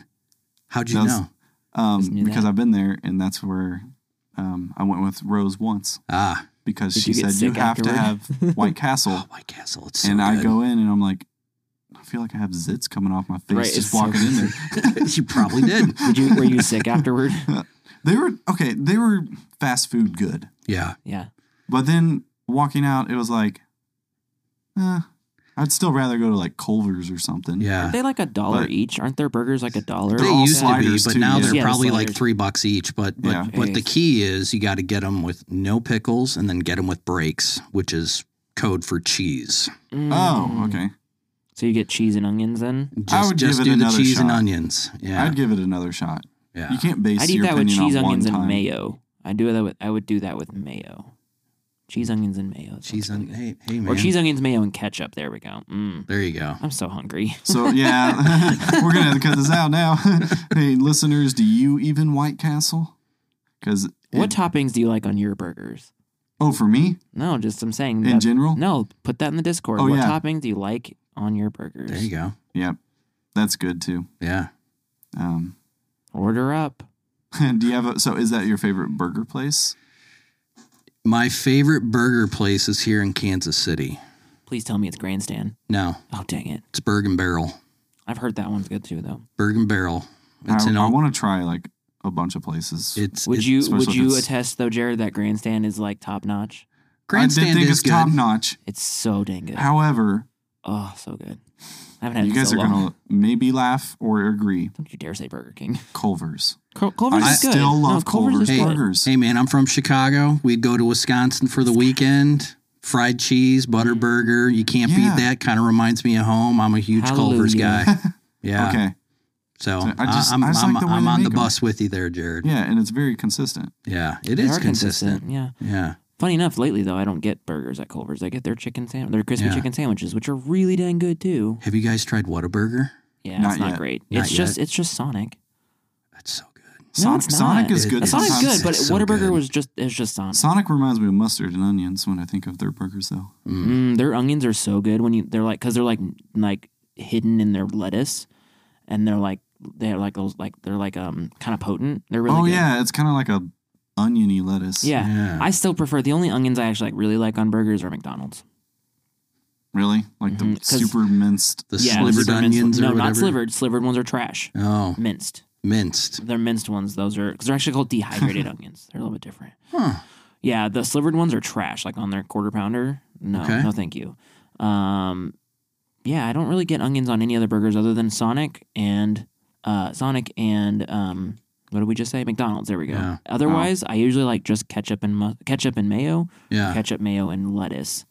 [SPEAKER 3] How'd you
[SPEAKER 1] That's-
[SPEAKER 3] know?
[SPEAKER 2] Just
[SPEAKER 1] Um,
[SPEAKER 2] knew
[SPEAKER 1] because
[SPEAKER 2] that.
[SPEAKER 1] I've been there, and that's where um, I went with Rose once
[SPEAKER 3] Ah,
[SPEAKER 1] because
[SPEAKER 2] Did
[SPEAKER 1] she
[SPEAKER 2] you get
[SPEAKER 1] said you
[SPEAKER 2] sick
[SPEAKER 1] have to
[SPEAKER 2] afterward?
[SPEAKER 1] have White
[SPEAKER 3] oh,
[SPEAKER 1] Castle,
[SPEAKER 3] White Castle. It's so
[SPEAKER 1] and I
[SPEAKER 3] good.
[SPEAKER 1] go in and I'm like, I feel like I have zits coming off my face
[SPEAKER 2] Right, it's
[SPEAKER 1] just
[SPEAKER 2] so
[SPEAKER 1] walking in there.
[SPEAKER 3] you probably did.
[SPEAKER 2] Did you were you sick afterward?
[SPEAKER 1] They were okay. They were fast food good,
[SPEAKER 3] Yeah.
[SPEAKER 2] Yeah.
[SPEAKER 1] but then walking out, it was like, eh, I'd still rather go to like Culver's or something.
[SPEAKER 2] Aren't
[SPEAKER 3] Yeah.
[SPEAKER 2] they like a dollar
[SPEAKER 1] But-
[SPEAKER 2] each? Aren't their burgers like a dollar?
[SPEAKER 3] They
[SPEAKER 1] all
[SPEAKER 3] used to be,
[SPEAKER 1] sliders,
[SPEAKER 3] but
[SPEAKER 1] too,
[SPEAKER 3] now
[SPEAKER 1] yeah.
[SPEAKER 3] they're
[SPEAKER 2] Yeah, the
[SPEAKER 3] probably like
[SPEAKER 2] sliders.
[SPEAKER 3] three bucks each. But but,
[SPEAKER 1] Yeah.
[SPEAKER 3] but the
[SPEAKER 2] Jeez.
[SPEAKER 3] key is you got to get them with no pickles and then get them with breaks, which is code for cheese.
[SPEAKER 2] Mm.
[SPEAKER 1] Oh, okay.
[SPEAKER 2] So you get cheese and onions then?
[SPEAKER 3] Just,
[SPEAKER 1] I would
[SPEAKER 3] just
[SPEAKER 1] give it
[SPEAKER 3] do the
[SPEAKER 1] another
[SPEAKER 3] cheese and
[SPEAKER 1] shot.
[SPEAKER 3] onions. Yeah.
[SPEAKER 1] I'd give it another shot.
[SPEAKER 3] yeah.
[SPEAKER 1] You can't base
[SPEAKER 2] I'd eat
[SPEAKER 1] your
[SPEAKER 2] that with
[SPEAKER 1] opinion
[SPEAKER 2] cheese,
[SPEAKER 1] on one
[SPEAKER 2] onions,
[SPEAKER 1] time.
[SPEAKER 2] and mayo. I do that with I would do that with mayo. Cheese, onions, and mayo. That's
[SPEAKER 3] cheese
[SPEAKER 2] really
[SPEAKER 3] on.
[SPEAKER 2] good.
[SPEAKER 3] Hey, hey, man.
[SPEAKER 2] or cheese, onions, mayo, and ketchup. There we go. Mm.
[SPEAKER 3] There you go.
[SPEAKER 2] I'm so hungry.
[SPEAKER 1] So yeah, we're gonna have to cut this out now. hey, listeners, do you even White Castle? Because
[SPEAKER 2] What toppings do you like on your burgers?
[SPEAKER 1] oh, for me
[SPEAKER 2] No, just I'm saying.
[SPEAKER 1] in
[SPEAKER 2] that-
[SPEAKER 1] general,
[SPEAKER 2] no, put that in the Discord.
[SPEAKER 1] Oh,
[SPEAKER 2] what
[SPEAKER 1] yeah.
[SPEAKER 2] toppings do you like on your burgers.
[SPEAKER 3] There you go.
[SPEAKER 1] Yep. That's good too.
[SPEAKER 3] Yeah.
[SPEAKER 1] Um,
[SPEAKER 2] Order up.
[SPEAKER 1] do you have a, so is that your favorite burger place?
[SPEAKER 3] My favorite burger place is here in Kansas City.
[SPEAKER 2] Please tell me it's Grandstand.
[SPEAKER 3] No,
[SPEAKER 2] Oh dang it!
[SPEAKER 3] it's Berg and Barrel.
[SPEAKER 2] I've heard that one's good too though.
[SPEAKER 3] Berg and Barrel. It's
[SPEAKER 1] I,
[SPEAKER 3] in
[SPEAKER 1] I
[SPEAKER 3] all.
[SPEAKER 1] want to try like a bunch of places.
[SPEAKER 3] It's
[SPEAKER 2] Would
[SPEAKER 3] it's-
[SPEAKER 2] you
[SPEAKER 1] especially
[SPEAKER 2] would
[SPEAKER 1] if
[SPEAKER 2] you
[SPEAKER 1] it's-
[SPEAKER 2] attest though, Jared, that Grandstand is like top notch?
[SPEAKER 1] I
[SPEAKER 3] Grandstand
[SPEAKER 1] did think
[SPEAKER 3] is
[SPEAKER 1] it's
[SPEAKER 3] good.
[SPEAKER 1] top notch.
[SPEAKER 2] It's so dang good.
[SPEAKER 1] However,
[SPEAKER 2] Oh, so good. I haven't had
[SPEAKER 1] you
[SPEAKER 2] it in
[SPEAKER 1] guys
[SPEAKER 2] so
[SPEAKER 1] are
[SPEAKER 2] long.
[SPEAKER 1] gonna maybe laugh or agree.
[SPEAKER 2] Don't you dare say Burger King.
[SPEAKER 1] Culver's.
[SPEAKER 2] Cul- Culver's
[SPEAKER 1] I
[SPEAKER 2] is good.
[SPEAKER 1] still love
[SPEAKER 2] no,
[SPEAKER 1] Culver's
[SPEAKER 2] Culver's. is good.
[SPEAKER 1] burgers.
[SPEAKER 3] Hey man, I'm from Chicago. We'd go to Wisconsin for the weekend. Fried cheese, butter burger. You can't
[SPEAKER 1] Yeah.
[SPEAKER 3] beat that. Kind of reminds me of home. I'm a huge Culver's
[SPEAKER 2] Hallelujah.
[SPEAKER 3] guy. Yeah.
[SPEAKER 1] Okay.
[SPEAKER 3] So,
[SPEAKER 1] So I
[SPEAKER 3] I
[SPEAKER 1] just-
[SPEAKER 3] am
[SPEAKER 1] I just
[SPEAKER 3] I'm,
[SPEAKER 1] like the way
[SPEAKER 3] I'm
[SPEAKER 1] they
[SPEAKER 3] on the
[SPEAKER 1] make 'em.
[SPEAKER 3] bus with you there, Jared. Yeah,
[SPEAKER 1] Yeah, and it's very consistent.
[SPEAKER 3] it
[SPEAKER 2] They
[SPEAKER 3] is
[SPEAKER 2] are
[SPEAKER 3] consistent.
[SPEAKER 2] Yeah.
[SPEAKER 3] Yeah.
[SPEAKER 2] Funny enough, lately though, I don't get burgers at Culver's. I get their chicken sandwich, their crispy
[SPEAKER 3] Yeah.
[SPEAKER 2] chicken sandwiches, which are really dang good too.
[SPEAKER 3] Have you guys tried Whataburger?
[SPEAKER 2] Yeah,
[SPEAKER 1] Not
[SPEAKER 2] it's not
[SPEAKER 1] yet.
[SPEAKER 2] great.
[SPEAKER 3] Not
[SPEAKER 2] it's just it's just Sonic.
[SPEAKER 3] That's so good.
[SPEAKER 2] No,
[SPEAKER 1] Sonic,
[SPEAKER 2] it's not.
[SPEAKER 1] Sonic is
[SPEAKER 3] It-
[SPEAKER 1] good.
[SPEAKER 3] It's
[SPEAKER 2] Sonic's
[SPEAKER 1] sometimes.
[SPEAKER 2] good, but
[SPEAKER 3] so
[SPEAKER 2] Whataburger
[SPEAKER 3] good.
[SPEAKER 2] was just it's just Sonic.
[SPEAKER 1] Sonic reminds me of mustard and onions when I think of their burgers, though.
[SPEAKER 2] Mm, their onions are so good when you they're like because they're like like hidden in their lettuce, and they're like they're like those like they're like um kind of potent. They're really
[SPEAKER 1] oh
[SPEAKER 2] good.
[SPEAKER 1] yeah, it's kind of like a oniony lettuce.
[SPEAKER 2] yeah.
[SPEAKER 3] Yeah.
[SPEAKER 2] I still prefer the only onions I actually like really like on burgers are McDonald's.
[SPEAKER 1] really, like
[SPEAKER 2] Mhm,
[SPEAKER 1] the
[SPEAKER 2] 'cause-
[SPEAKER 1] super minced.
[SPEAKER 3] the
[SPEAKER 2] yeah, the
[SPEAKER 3] slivered
[SPEAKER 2] super minced
[SPEAKER 3] onions
[SPEAKER 2] one-
[SPEAKER 3] or
[SPEAKER 2] no,
[SPEAKER 3] whatever.
[SPEAKER 2] not slivered. Slivered ones are trash.
[SPEAKER 3] Oh,
[SPEAKER 2] Minced.
[SPEAKER 3] minced.
[SPEAKER 2] They're minced ones. Those are because they're actually called dehydrated onions. They're a little bit different.
[SPEAKER 3] Huh.
[SPEAKER 2] Yeah, the slivered ones are trash. Like on their quarter pounder. No,
[SPEAKER 3] Okay.
[SPEAKER 2] no, thank you. Um, yeah, I don't really get onions on any other burgers other than Sonic and uh, Sonic and um, what did we just say? McDonald's. There we go.
[SPEAKER 3] Yeah.
[SPEAKER 2] Otherwise, I usually like just ketchup and mu- ketchup and mayo,
[SPEAKER 3] Yeah.
[SPEAKER 2] ketchup, mayo, and lettuce.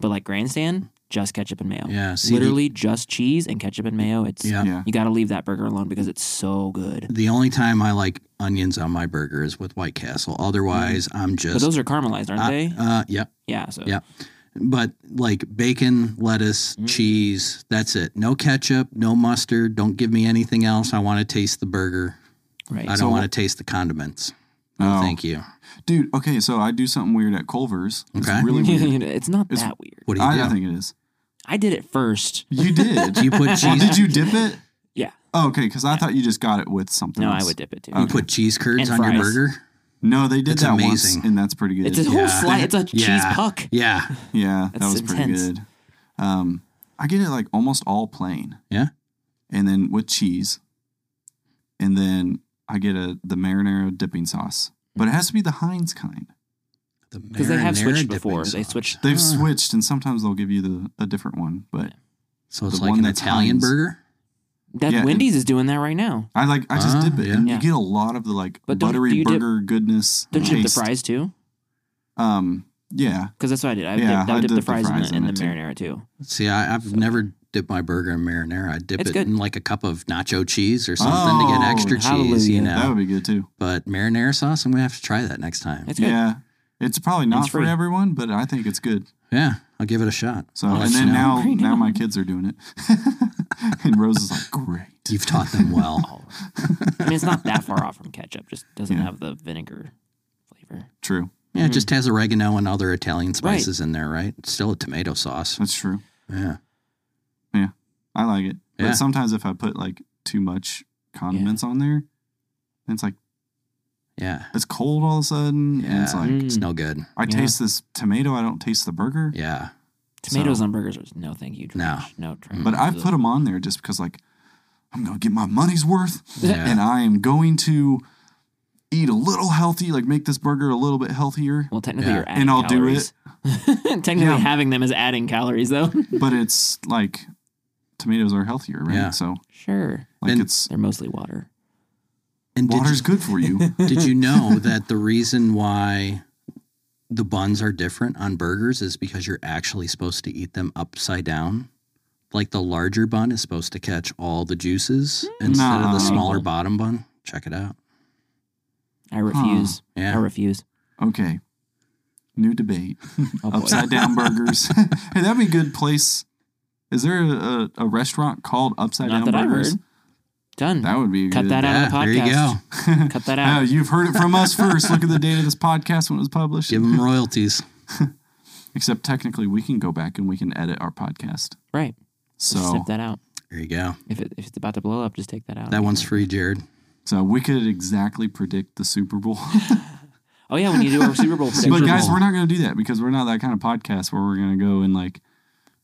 [SPEAKER 2] But like grandstand, just ketchup and mayo.
[SPEAKER 3] Yeah. See, the-
[SPEAKER 2] Literally just cheese and ketchup and mayo. It's
[SPEAKER 3] yeah.
[SPEAKER 1] Yeah,
[SPEAKER 2] you got to leave that burger alone because it's so good.
[SPEAKER 3] The only time I like onions on my burger is with White Castle. Otherwise, I'm just.
[SPEAKER 2] But those Mm. are caramelized, aren't
[SPEAKER 3] I-
[SPEAKER 2] they?
[SPEAKER 3] Uh, yeah.
[SPEAKER 2] Yeah. So
[SPEAKER 3] yeah. But like bacon, lettuce,
[SPEAKER 2] Mm.
[SPEAKER 3] cheese, that's it. No ketchup, no mustard. Don't give me anything else. I want to taste the burger.
[SPEAKER 2] right.
[SPEAKER 3] I
[SPEAKER 1] So-
[SPEAKER 3] don't want to taste the condiments.
[SPEAKER 1] Oh.
[SPEAKER 3] No, thank you.
[SPEAKER 1] dude. Okay, so I do something weird at Culver's. It's
[SPEAKER 3] Okay.
[SPEAKER 1] really weird.
[SPEAKER 2] it's not
[SPEAKER 1] It's-
[SPEAKER 2] that weird.
[SPEAKER 3] What do you
[SPEAKER 1] I,
[SPEAKER 3] do?
[SPEAKER 1] I think it is.
[SPEAKER 2] I did it first.
[SPEAKER 1] You did.
[SPEAKER 3] Do you put
[SPEAKER 1] Oh,
[SPEAKER 3] cheese?
[SPEAKER 1] did you dip it?
[SPEAKER 2] Yeah.
[SPEAKER 1] Oh, okay, because I thought you just got it with something.
[SPEAKER 2] No, I
[SPEAKER 1] else.
[SPEAKER 2] would dip it too.
[SPEAKER 3] You put cheese curds
[SPEAKER 2] And
[SPEAKER 3] on your
[SPEAKER 2] fries.
[SPEAKER 3] burger?
[SPEAKER 1] No, they did
[SPEAKER 3] That's
[SPEAKER 1] that once,
[SPEAKER 3] amazing.
[SPEAKER 1] and that's pretty good.
[SPEAKER 2] It's a whole
[SPEAKER 3] Yeah.
[SPEAKER 2] slice. It's a cheese
[SPEAKER 3] Yeah.
[SPEAKER 2] puck.
[SPEAKER 3] Yeah.
[SPEAKER 1] yeah, that
[SPEAKER 2] It's
[SPEAKER 1] was pretty
[SPEAKER 2] intense.
[SPEAKER 1] good. Um, I get it like almost all plain.
[SPEAKER 3] Yeah.
[SPEAKER 1] and then with cheese, and then I get a the marinara dipping sauce, but it has to be the Heinz kind.
[SPEAKER 2] Because
[SPEAKER 3] Because
[SPEAKER 2] they have switched before. They switched. Ah.
[SPEAKER 1] They've
[SPEAKER 3] Ah.
[SPEAKER 1] switched, and sometimes they'll give you the a different one. But
[SPEAKER 3] So it's
[SPEAKER 1] the
[SPEAKER 3] like
[SPEAKER 1] one
[SPEAKER 3] an
[SPEAKER 1] that's
[SPEAKER 3] Italian
[SPEAKER 1] Heinz.
[SPEAKER 3] burger?
[SPEAKER 2] That
[SPEAKER 1] Yeah,
[SPEAKER 2] Wendy's is doing that right now.
[SPEAKER 1] I like I just
[SPEAKER 3] Ah,
[SPEAKER 1] dip it,
[SPEAKER 3] yeah.
[SPEAKER 1] and
[SPEAKER 2] Yeah.
[SPEAKER 1] you get a lot of the like
[SPEAKER 2] But don't- do
[SPEAKER 1] buttery
[SPEAKER 2] you dip-
[SPEAKER 1] burger goodness.
[SPEAKER 2] Don't you dip the
[SPEAKER 1] taste.
[SPEAKER 2] fries too?
[SPEAKER 1] Um, yeah,
[SPEAKER 2] Because that's what I did. I
[SPEAKER 1] Yeah,
[SPEAKER 2] dipped, I
[SPEAKER 1] I
[SPEAKER 2] dipped the
[SPEAKER 1] dipped
[SPEAKER 2] fries, in, the, in
[SPEAKER 1] it,
[SPEAKER 2] the
[SPEAKER 1] too.
[SPEAKER 2] marinara too.
[SPEAKER 3] See, I, I've never dipped my burger in marinara. I dip
[SPEAKER 2] It's
[SPEAKER 3] it
[SPEAKER 2] good.
[SPEAKER 3] in like a cup of nacho cheese or something to get
[SPEAKER 1] Oh,
[SPEAKER 3] extra cheese,
[SPEAKER 2] hallelujah.
[SPEAKER 3] you
[SPEAKER 1] that
[SPEAKER 3] know.
[SPEAKER 1] would be good too.
[SPEAKER 3] But marinara sauce, I'm gonna have to try that next time.
[SPEAKER 2] It's good.
[SPEAKER 1] Yeah. It's probably not
[SPEAKER 2] It's
[SPEAKER 1] for
[SPEAKER 2] free.
[SPEAKER 1] everyone, but I think it's good.
[SPEAKER 3] Yeah, I'll give it a shot.
[SPEAKER 1] So
[SPEAKER 3] I'll let
[SPEAKER 1] and
[SPEAKER 3] you
[SPEAKER 1] then
[SPEAKER 3] know.
[SPEAKER 1] now
[SPEAKER 2] Great.
[SPEAKER 1] now my kids are doing it. and Rose is like, Great.
[SPEAKER 3] you've taught them well.
[SPEAKER 2] I mean, it's not that far off from ketchup. Just doesn't
[SPEAKER 1] Yeah.
[SPEAKER 2] have the vinegar flavor.
[SPEAKER 1] True.
[SPEAKER 3] yeah, it just has oregano and other Italian
[SPEAKER 2] Mm-hmm. Right.
[SPEAKER 3] spices in there, right? It's still a tomato sauce.
[SPEAKER 1] That's true.
[SPEAKER 3] Yeah,
[SPEAKER 1] I like it.
[SPEAKER 3] Yeah.
[SPEAKER 1] But sometimes if I put like too much condiments on there, then it's like
[SPEAKER 3] yeah,
[SPEAKER 1] it's cold all of a sudden. And it's
[SPEAKER 3] Yeah.
[SPEAKER 1] like
[SPEAKER 3] it's
[SPEAKER 2] Mm.
[SPEAKER 3] no good.
[SPEAKER 1] I
[SPEAKER 2] Yeah.
[SPEAKER 1] taste this tomato, I don't taste the burger.
[SPEAKER 3] Yeah,
[SPEAKER 2] Tomatoes on burgers was no thank you.
[SPEAKER 3] No.
[SPEAKER 2] Trash. No, trash.
[SPEAKER 1] But I've
[SPEAKER 2] Ugh.
[SPEAKER 1] put them on there just because like I'm gonna get my money's worth
[SPEAKER 3] Yeah.
[SPEAKER 1] and I am going to eat a little healthy, like make this burger a little bit healthier.
[SPEAKER 2] Well, technically,
[SPEAKER 3] Yeah.
[SPEAKER 2] you're adding
[SPEAKER 1] And I'll do
[SPEAKER 2] calories. technically,
[SPEAKER 1] Yeah.
[SPEAKER 2] having them is adding calories, though.
[SPEAKER 1] but it's like tomatoes are healthier, right?
[SPEAKER 3] Yeah.
[SPEAKER 1] So
[SPEAKER 2] sure,
[SPEAKER 1] like
[SPEAKER 3] And-
[SPEAKER 1] it's
[SPEAKER 2] they're mostly water.
[SPEAKER 3] and did
[SPEAKER 1] water's
[SPEAKER 3] you,
[SPEAKER 1] good for you.
[SPEAKER 3] did you know that the reason why the buns are different on burgers is because you're actually supposed to eat them upside down? Like the larger bun is supposed to catch all the juices instead
[SPEAKER 1] No.
[SPEAKER 3] of the smaller bottom bun. Check it out.
[SPEAKER 2] I refuse. I
[SPEAKER 3] Yeah,
[SPEAKER 2] refuse.
[SPEAKER 1] okay. New debate.
[SPEAKER 2] Oh, boy.
[SPEAKER 1] Upside down burgers. hey, that'd be a good place. Is there a, a, a restaurant called Upside
[SPEAKER 2] Not
[SPEAKER 1] Down
[SPEAKER 2] that I
[SPEAKER 1] Burgers?
[SPEAKER 2] heard. Done.
[SPEAKER 1] That would be a
[SPEAKER 2] Cut
[SPEAKER 1] good.
[SPEAKER 2] that out.
[SPEAKER 3] yeah.
[SPEAKER 2] of the
[SPEAKER 3] There you go.
[SPEAKER 2] podcast. Cut that
[SPEAKER 1] Oh,
[SPEAKER 2] out.
[SPEAKER 1] you've heard it from us first. Look at the date of this podcast when it was published.
[SPEAKER 3] Give them royalties.
[SPEAKER 1] Except technically, we can go back and we can edit our podcast.
[SPEAKER 2] Right. Just
[SPEAKER 1] So
[SPEAKER 2] snip that out.
[SPEAKER 3] There you go.
[SPEAKER 2] If, it, if it's about to blow up, just take that out.
[SPEAKER 3] That one's free, Jared.
[SPEAKER 1] so we could exactly predict the Super Bowl.
[SPEAKER 2] oh yeah, we need to do our Super Bowl. prediction.
[SPEAKER 1] but guys,
[SPEAKER 3] Bowl.
[SPEAKER 1] we're not going to do that because we're not that kind of podcast where we're going to go and like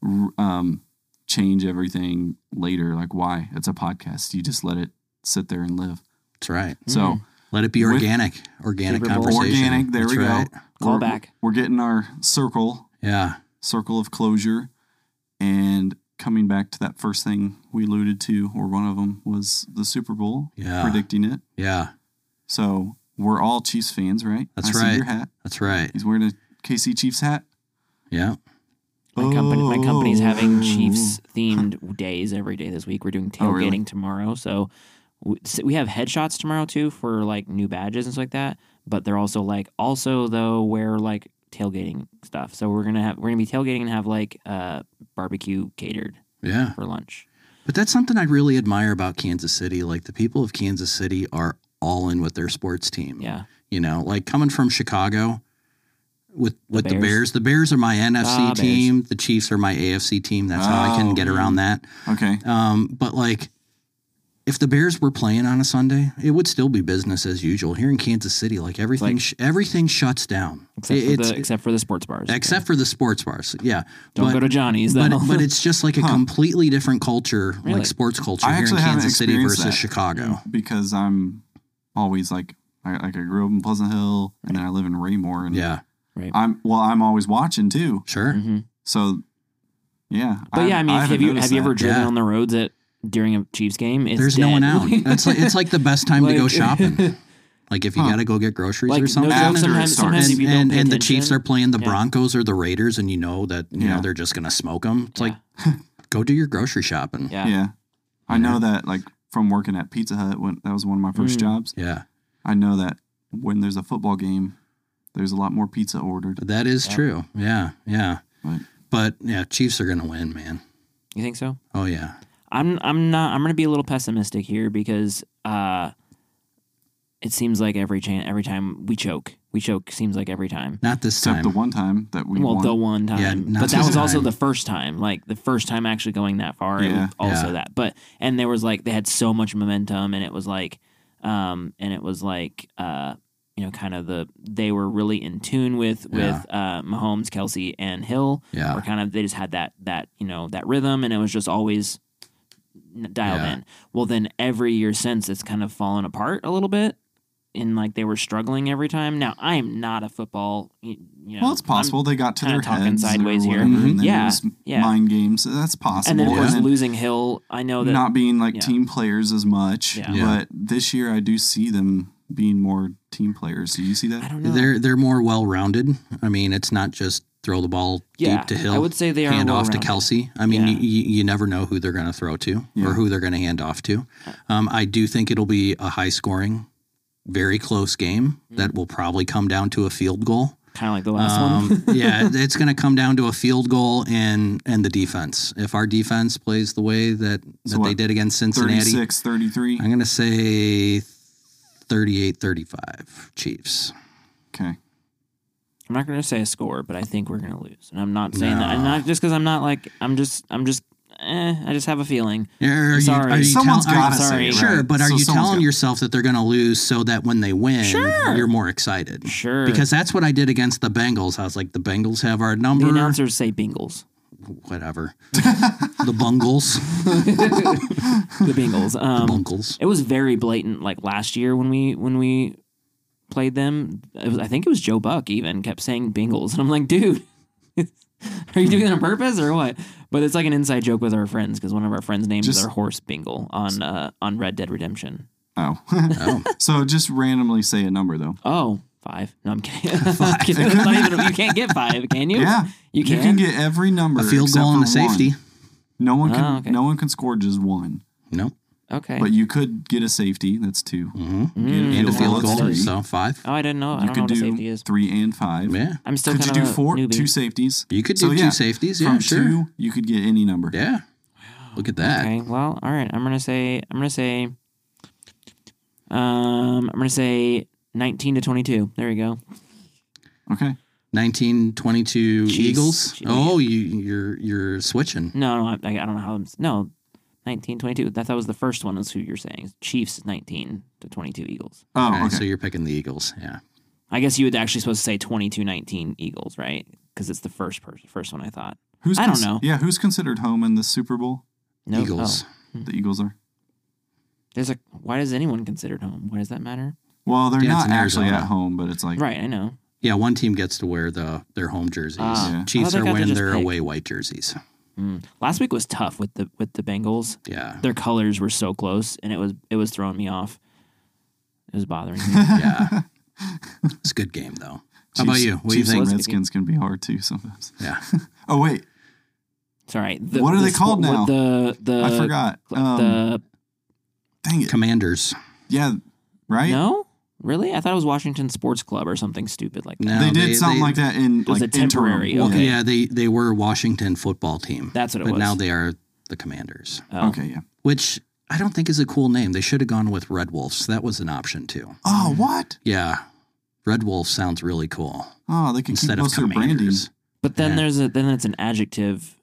[SPEAKER 1] r- um, change everything later. Like, why? It's a podcast. You just let it sit there and live.
[SPEAKER 3] That's right.
[SPEAKER 2] Mm-hmm.
[SPEAKER 1] So
[SPEAKER 3] Let it be
[SPEAKER 1] With-
[SPEAKER 3] organic. Organic
[SPEAKER 2] Super Bowl.
[SPEAKER 3] conversation.
[SPEAKER 1] organic. There
[SPEAKER 3] That's
[SPEAKER 1] we
[SPEAKER 3] right.
[SPEAKER 1] go.
[SPEAKER 2] Call
[SPEAKER 1] We're-
[SPEAKER 2] back.
[SPEAKER 1] We're getting our circle,
[SPEAKER 3] Yeah.
[SPEAKER 1] circle of closure, and coming back to that first thing we alluded to, or one of them was the Super Bowl,
[SPEAKER 3] Yeah.
[SPEAKER 1] predicting it.
[SPEAKER 3] Yeah.
[SPEAKER 1] So we're all Chiefs fans, right?
[SPEAKER 3] That's
[SPEAKER 1] I See
[SPEAKER 3] right.
[SPEAKER 1] your hat.
[SPEAKER 3] That's right.
[SPEAKER 1] He's wearing a KC Chiefs hat.
[SPEAKER 3] Yeah.
[SPEAKER 2] My company, my company's having
[SPEAKER 1] Oh.
[SPEAKER 2] Chiefs themed days every day this week. We're doing tailgating
[SPEAKER 1] Oh, really?
[SPEAKER 2] tomorrow, so we, s- we have headshots tomorrow too for like new badges and stuff like that. But they're also like also though we're like tailgating stuff. So we're gonna have we're gonna be tailgating and have like uh barbecue catered
[SPEAKER 3] Yeah.
[SPEAKER 2] for lunch.
[SPEAKER 3] But that's something I really admire about Kansas City. Like the people of Kansas City are all in with their sports team.
[SPEAKER 2] Yeah,
[SPEAKER 3] You know, like coming from Chicago with with the
[SPEAKER 2] Bears.
[SPEAKER 3] Bears. The Bears are my NFC
[SPEAKER 2] Ah, Bears.
[SPEAKER 3] team. The Chiefs are my AFC team. That's how I can
[SPEAKER 1] Oh.
[SPEAKER 3] get around that.
[SPEAKER 1] Okay.
[SPEAKER 3] Um, but like, if the Bears were playing on a Sunday, it would still be business as usual here in Kansas City. Like everything,
[SPEAKER 2] Like-
[SPEAKER 3] sh- everything shuts down.
[SPEAKER 2] except
[SPEAKER 3] It-
[SPEAKER 2] for
[SPEAKER 3] it's-
[SPEAKER 2] the except for the sports bars.
[SPEAKER 3] except for the sports bars. Yeah,
[SPEAKER 2] don't
[SPEAKER 3] but,
[SPEAKER 2] go to Johnny's though.
[SPEAKER 3] but, but it's just like a completely different culture,
[SPEAKER 2] Really?
[SPEAKER 3] like sports culture
[SPEAKER 1] I
[SPEAKER 3] here in
[SPEAKER 1] actually haven't
[SPEAKER 3] Kansas City
[SPEAKER 1] experienced
[SPEAKER 3] versus
[SPEAKER 1] that.
[SPEAKER 3] Chicago.
[SPEAKER 1] Because I'm always like, I, like I grew up in Pleasant Hill and then I live in Raymore. And
[SPEAKER 3] Yeah,
[SPEAKER 1] I'm, well, I'm always watching too.
[SPEAKER 3] sure.
[SPEAKER 2] Mhm.
[SPEAKER 1] So, yeah.
[SPEAKER 2] But yeah, I mean, have
[SPEAKER 1] haven't
[SPEAKER 2] you
[SPEAKER 1] noticed
[SPEAKER 2] have you ever
[SPEAKER 1] that.
[SPEAKER 2] driven
[SPEAKER 3] Yeah.
[SPEAKER 2] on the roads at during a Chiefs game? It's
[SPEAKER 3] There's no
[SPEAKER 2] dead.
[SPEAKER 3] one out. It's like it's like the best time to go
[SPEAKER 2] Like-
[SPEAKER 3] shopping. Like if you
[SPEAKER 1] Huh.
[SPEAKER 3] got to go get groceries
[SPEAKER 2] like
[SPEAKER 3] or something.
[SPEAKER 2] no joke,
[SPEAKER 1] After it
[SPEAKER 2] sometimes,
[SPEAKER 1] starts.
[SPEAKER 2] sometimes if
[SPEAKER 3] and
[SPEAKER 2] you don't
[SPEAKER 3] and,
[SPEAKER 2] pay
[SPEAKER 3] and the
[SPEAKER 2] attention-
[SPEAKER 3] Chiefs are playing the
[SPEAKER 2] Yeah.
[SPEAKER 3] Broncos or the Raiders, and you know that you
[SPEAKER 1] Yeah.
[SPEAKER 3] know they're just gonna smoke them. It's
[SPEAKER 2] Yeah.
[SPEAKER 3] like, go do your grocery shopping.
[SPEAKER 2] yeah.
[SPEAKER 1] Yeah. I know that, like, from working at Pizza Hut, when that was one of my first
[SPEAKER 2] Mm.
[SPEAKER 1] jobs,
[SPEAKER 3] Yeah,
[SPEAKER 1] I know that when there's a football game, there's a lot more pizza ordered.
[SPEAKER 3] that is
[SPEAKER 2] Yeah.
[SPEAKER 3] true. Yeah, yeah.
[SPEAKER 1] Right.
[SPEAKER 3] But yeah, Chiefs are gonna win, man.
[SPEAKER 2] You think so?
[SPEAKER 3] Oh yeah,
[SPEAKER 2] I'm I'm not I'm gonna be a little pessimistic here because uh, it seems like every chan- every time we choke, we choke. Seems like every time.
[SPEAKER 3] not this
[SPEAKER 1] Except
[SPEAKER 3] time.
[SPEAKER 1] the one time that we
[SPEAKER 2] well,
[SPEAKER 1] won.
[SPEAKER 2] the one
[SPEAKER 3] Yeah,
[SPEAKER 2] time,
[SPEAKER 3] not
[SPEAKER 2] but that
[SPEAKER 3] this
[SPEAKER 2] was also
[SPEAKER 3] time.
[SPEAKER 2] the first time, like the first time actually going that far. it
[SPEAKER 1] Yeah,
[SPEAKER 2] was also
[SPEAKER 3] yeah.
[SPEAKER 2] that, but and there was like they had so much momentum, and it was like, um, and it was like, uh, you know, kind of the they were really in tune with with uh, Mahomes, Kelsey, and Hill.
[SPEAKER 3] yeah,
[SPEAKER 2] were kind of they just had that that you know that rhythm and it was just always n- dialed
[SPEAKER 3] Yeah.
[SPEAKER 2] in well then every year since it's kind of fallen apart a little bit and like they were struggling every time now i'm not a football y- you know
[SPEAKER 1] Well, it's
[SPEAKER 2] I'm-
[SPEAKER 1] possible they got to
[SPEAKER 2] kinda
[SPEAKER 1] their
[SPEAKER 2] talking
[SPEAKER 1] heads
[SPEAKER 2] sideways
[SPEAKER 1] or
[SPEAKER 2] here.
[SPEAKER 1] whatever, and then
[SPEAKER 2] Yeah,
[SPEAKER 1] it was
[SPEAKER 2] yeah.
[SPEAKER 1] mind games. That's possible.
[SPEAKER 2] and then of
[SPEAKER 3] Mm-hmm. Yeah.
[SPEAKER 2] course losing hill i know that
[SPEAKER 1] not being like
[SPEAKER 2] yeah.
[SPEAKER 1] team players as much.
[SPEAKER 2] Yeah.
[SPEAKER 3] Yeah.
[SPEAKER 1] But this year, I do see them being more team players. Do you see
[SPEAKER 2] i
[SPEAKER 1] that?
[SPEAKER 2] don't know
[SPEAKER 3] they're they're more well rounded. I mean, it's not just throw the ball
[SPEAKER 2] yeah
[SPEAKER 3] deep to Hill.
[SPEAKER 2] i would say they are
[SPEAKER 3] hand off to
[SPEAKER 2] well-rounded.
[SPEAKER 3] Kelsey. I mean,
[SPEAKER 2] Yeah.
[SPEAKER 3] you you, you never know who they're going to throw to
[SPEAKER 1] Yeah.
[SPEAKER 3] or who they're going to hand off to. Um, I do think it'll be a high scoring, very close game
[SPEAKER 1] Mm-hmm.
[SPEAKER 3] that will probably come down to a field goal.
[SPEAKER 2] kind of like the last one
[SPEAKER 3] Um, yeah, it's going to come down to a field goal and and the defense. If our defense plays the way that, that
[SPEAKER 1] So
[SPEAKER 3] they
[SPEAKER 1] what,
[SPEAKER 3] did against Cincinnati,
[SPEAKER 1] 36, 33.
[SPEAKER 3] I'm going to say 38-35 Chiefs.
[SPEAKER 1] Okay.
[SPEAKER 2] i'm not going to say a score but i think we're going to lose and i'm not saying that i'm
[SPEAKER 3] No.
[SPEAKER 2] not just because i'm not like i'm just i'm just eh, i just have a feeling
[SPEAKER 3] Yeah, Are you,
[SPEAKER 2] Sorry.
[SPEAKER 3] are you
[SPEAKER 1] Someone's
[SPEAKER 3] tell- are-
[SPEAKER 1] gotta
[SPEAKER 2] say it,
[SPEAKER 3] Sure,
[SPEAKER 1] right?
[SPEAKER 3] but are
[SPEAKER 1] So
[SPEAKER 3] you
[SPEAKER 1] someone's
[SPEAKER 3] telling
[SPEAKER 1] gotta-
[SPEAKER 3] yourself that they're going to lose so that when they win,
[SPEAKER 2] Sure.
[SPEAKER 3] you're more excited?
[SPEAKER 2] sure
[SPEAKER 3] Because that's what I did against the Bengals. I was like, the Bengals have our number.
[SPEAKER 2] The announcers say Bengals.
[SPEAKER 3] Whatever. the Bungles.
[SPEAKER 2] The Bengals. Um,
[SPEAKER 3] Bungles.
[SPEAKER 2] it was very blatant. Like last year when we when we played them, it was, I think it was Joe Buck even kept saying Bengals, and I'm like, dude, are you doing that on purpose or what? But it's like an inside joke with our friends because one of our friends named
[SPEAKER 1] Just-
[SPEAKER 2] their horse Bingle on uh, on Red Dead Redemption.
[SPEAKER 1] Oh.
[SPEAKER 3] Oh,
[SPEAKER 1] so just randomly say a number, though.
[SPEAKER 2] Oh, five. No, I'm kidding. I'm kidding. It's not even- you can't get five, can you?
[SPEAKER 1] Yeah.
[SPEAKER 2] you
[SPEAKER 1] You
[SPEAKER 2] can.
[SPEAKER 1] can get every number.
[SPEAKER 3] a field
[SPEAKER 1] except
[SPEAKER 3] goal
[SPEAKER 1] for
[SPEAKER 3] and a safety.
[SPEAKER 1] One. No one can.
[SPEAKER 2] Oh, okay.
[SPEAKER 1] No one can score just one.
[SPEAKER 3] Nope.
[SPEAKER 2] okay.
[SPEAKER 1] But you could get a safety. That's two.
[SPEAKER 3] hmm
[SPEAKER 1] Get
[SPEAKER 2] Mm.
[SPEAKER 3] And a
[SPEAKER 1] Field goal,
[SPEAKER 3] field goal.
[SPEAKER 1] Mm-hmm. three. Uh,
[SPEAKER 3] So five.
[SPEAKER 2] oh, I didn't know. I
[SPEAKER 1] You
[SPEAKER 2] don't know
[SPEAKER 1] could
[SPEAKER 2] what a
[SPEAKER 1] do
[SPEAKER 2] safety is.
[SPEAKER 1] three and five.
[SPEAKER 3] Yeah.
[SPEAKER 2] I'm still
[SPEAKER 1] Could
[SPEAKER 2] kind
[SPEAKER 1] you
[SPEAKER 2] of
[SPEAKER 1] do four?
[SPEAKER 2] Newbie.
[SPEAKER 1] Two safeties.
[SPEAKER 3] You could do
[SPEAKER 1] So,
[SPEAKER 3] two
[SPEAKER 1] yeah,
[SPEAKER 3] safeties. Yeah,
[SPEAKER 1] From
[SPEAKER 3] sure.
[SPEAKER 1] two, you could get any number.
[SPEAKER 3] Yeah. Look at that.
[SPEAKER 2] Okay. Well, all right. I'm gonna say I'm gonna say um I'm gonna say 19 to 22. There we go.
[SPEAKER 1] Okay.
[SPEAKER 3] 1922
[SPEAKER 2] Jeez.
[SPEAKER 3] Eagles.
[SPEAKER 2] Jeez.
[SPEAKER 3] Oh, you you're you're switching.
[SPEAKER 2] No, no, I, I don't know how. it's- No, nineteen twenty-two. That that was the first one. Is who you're saying? Chiefs nineteen to twenty-two Eagles.
[SPEAKER 1] Oh,
[SPEAKER 3] Okay,
[SPEAKER 1] okay.
[SPEAKER 3] So you're picking the Eagles. Yeah.
[SPEAKER 2] I guess you were actually supposed to say 22-19 Eagles, right? Because it's the first person, first one I thought.
[SPEAKER 1] who's
[SPEAKER 2] I don't know.
[SPEAKER 1] Yeah, who's considered home in the Super Bowl?
[SPEAKER 2] No,
[SPEAKER 3] Eagles.
[SPEAKER 2] oh.
[SPEAKER 1] The Eagles are.
[SPEAKER 2] there's a. Why is anyone considered home? Why does that matter?
[SPEAKER 1] Well, they're
[SPEAKER 3] Yeah,
[SPEAKER 1] not
[SPEAKER 3] it's in
[SPEAKER 1] actually
[SPEAKER 3] Arizona.
[SPEAKER 1] at home, but it's like
[SPEAKER 2] Right, I know.
[SPEAKER 3] Yeah, one team gets to wear the their home jerseys.
[SPEAKER 2] Ah.
[SPEAKER 1] Yeah.
[SPEAKER 2] Oh,
[SPEAKER 3] Chiefs
[SPEAKER 2] they
[SPEAKER 3] are
[SPEAKER 2] got to
[SPEAKER 3] wearing
[SPEAKER 2] just
[SPEAKER 3] their
[SPEAKER 2] pick.
[SPEAKER 3] away white jerseys.
[SPEAKER 2] Mm. Last week was tough with the with the Bengals.
[SPEAKER 3] Yeah.
[SPEAKER 2] Their colors were so close, and it was it was throwing me off. It was bothering me.
[SPEAKER 3] Yeah. it's a good game though. How about
[SPEAKER 1] Chiefs-
[SPEAKER 3] you? What do you
[SPEAKER 1] Chiefs and
[SPEAKER 2] Was
[SPEAKER 3] think?
[SPEAKER 2] it-
[SPEAKER 1] Redskins can be hard too sometimes.
[SPEAKER 3] Yeah.
[SPEAKER 1] Oh wait,
[SPEAKER 2] It's all right. The-
[SPEAKER 1] What are
[SPEAKER 2] the
[SPEAKER 1] they called
[SPEAKER 2] sport-
[SPEAKER 1] now?
[SPEAKER 2] The the
[SPEAKER 1] I forgot. Um,
[SPEAKER 2] Uh, the
[SPEAKER 1] dang it.
[SPEAKER 3] Commanders.
[SPEAKER 1] Yeah, right.
[SPEAKER 2] no, really? I thought it was Washington Sports Club or something stupid like that.
[SPEAKER 3] No,
[SPEAKER 1] They did something
[SPEAKER 3] they-
[SPEAKER 1] like that in
[SPEAKER 2] was
[SPEAKER 1] like
[SPEAKER 2] a temporary,
[SPEAKER 1] interim.
[SPEAKER 2] okay.
[SPEAKER 3] Yeah, they they were Washington football team.
[SPEAKER 2] That's what it
[SPEAKER 3] but
[SPEAKER 2] was.
[SPEAKER 3] now they are the Commanders,
[SPEAKER 2] Oh.
[SPEAKER 1] Okay, yeah.
[SPEAKER 3] which I don't think is a cool name. They should have gone with Red Wolves. That was an option too.
[SPEAKER 1] Oh, what?
[SPEAKER 3] Yeah. Red Wolf sounds really cool.
[SPEAKER 1] Oh, they can keep
[SPEAKER 3] Instead of
[SPEAKER 1] most of their branding.
[SPEAKER 3] commanders.
[SPEAKER 2] But then
[SPEAKER 3] Yeah.
[SPEAKER 2] there's a then it's an adjective.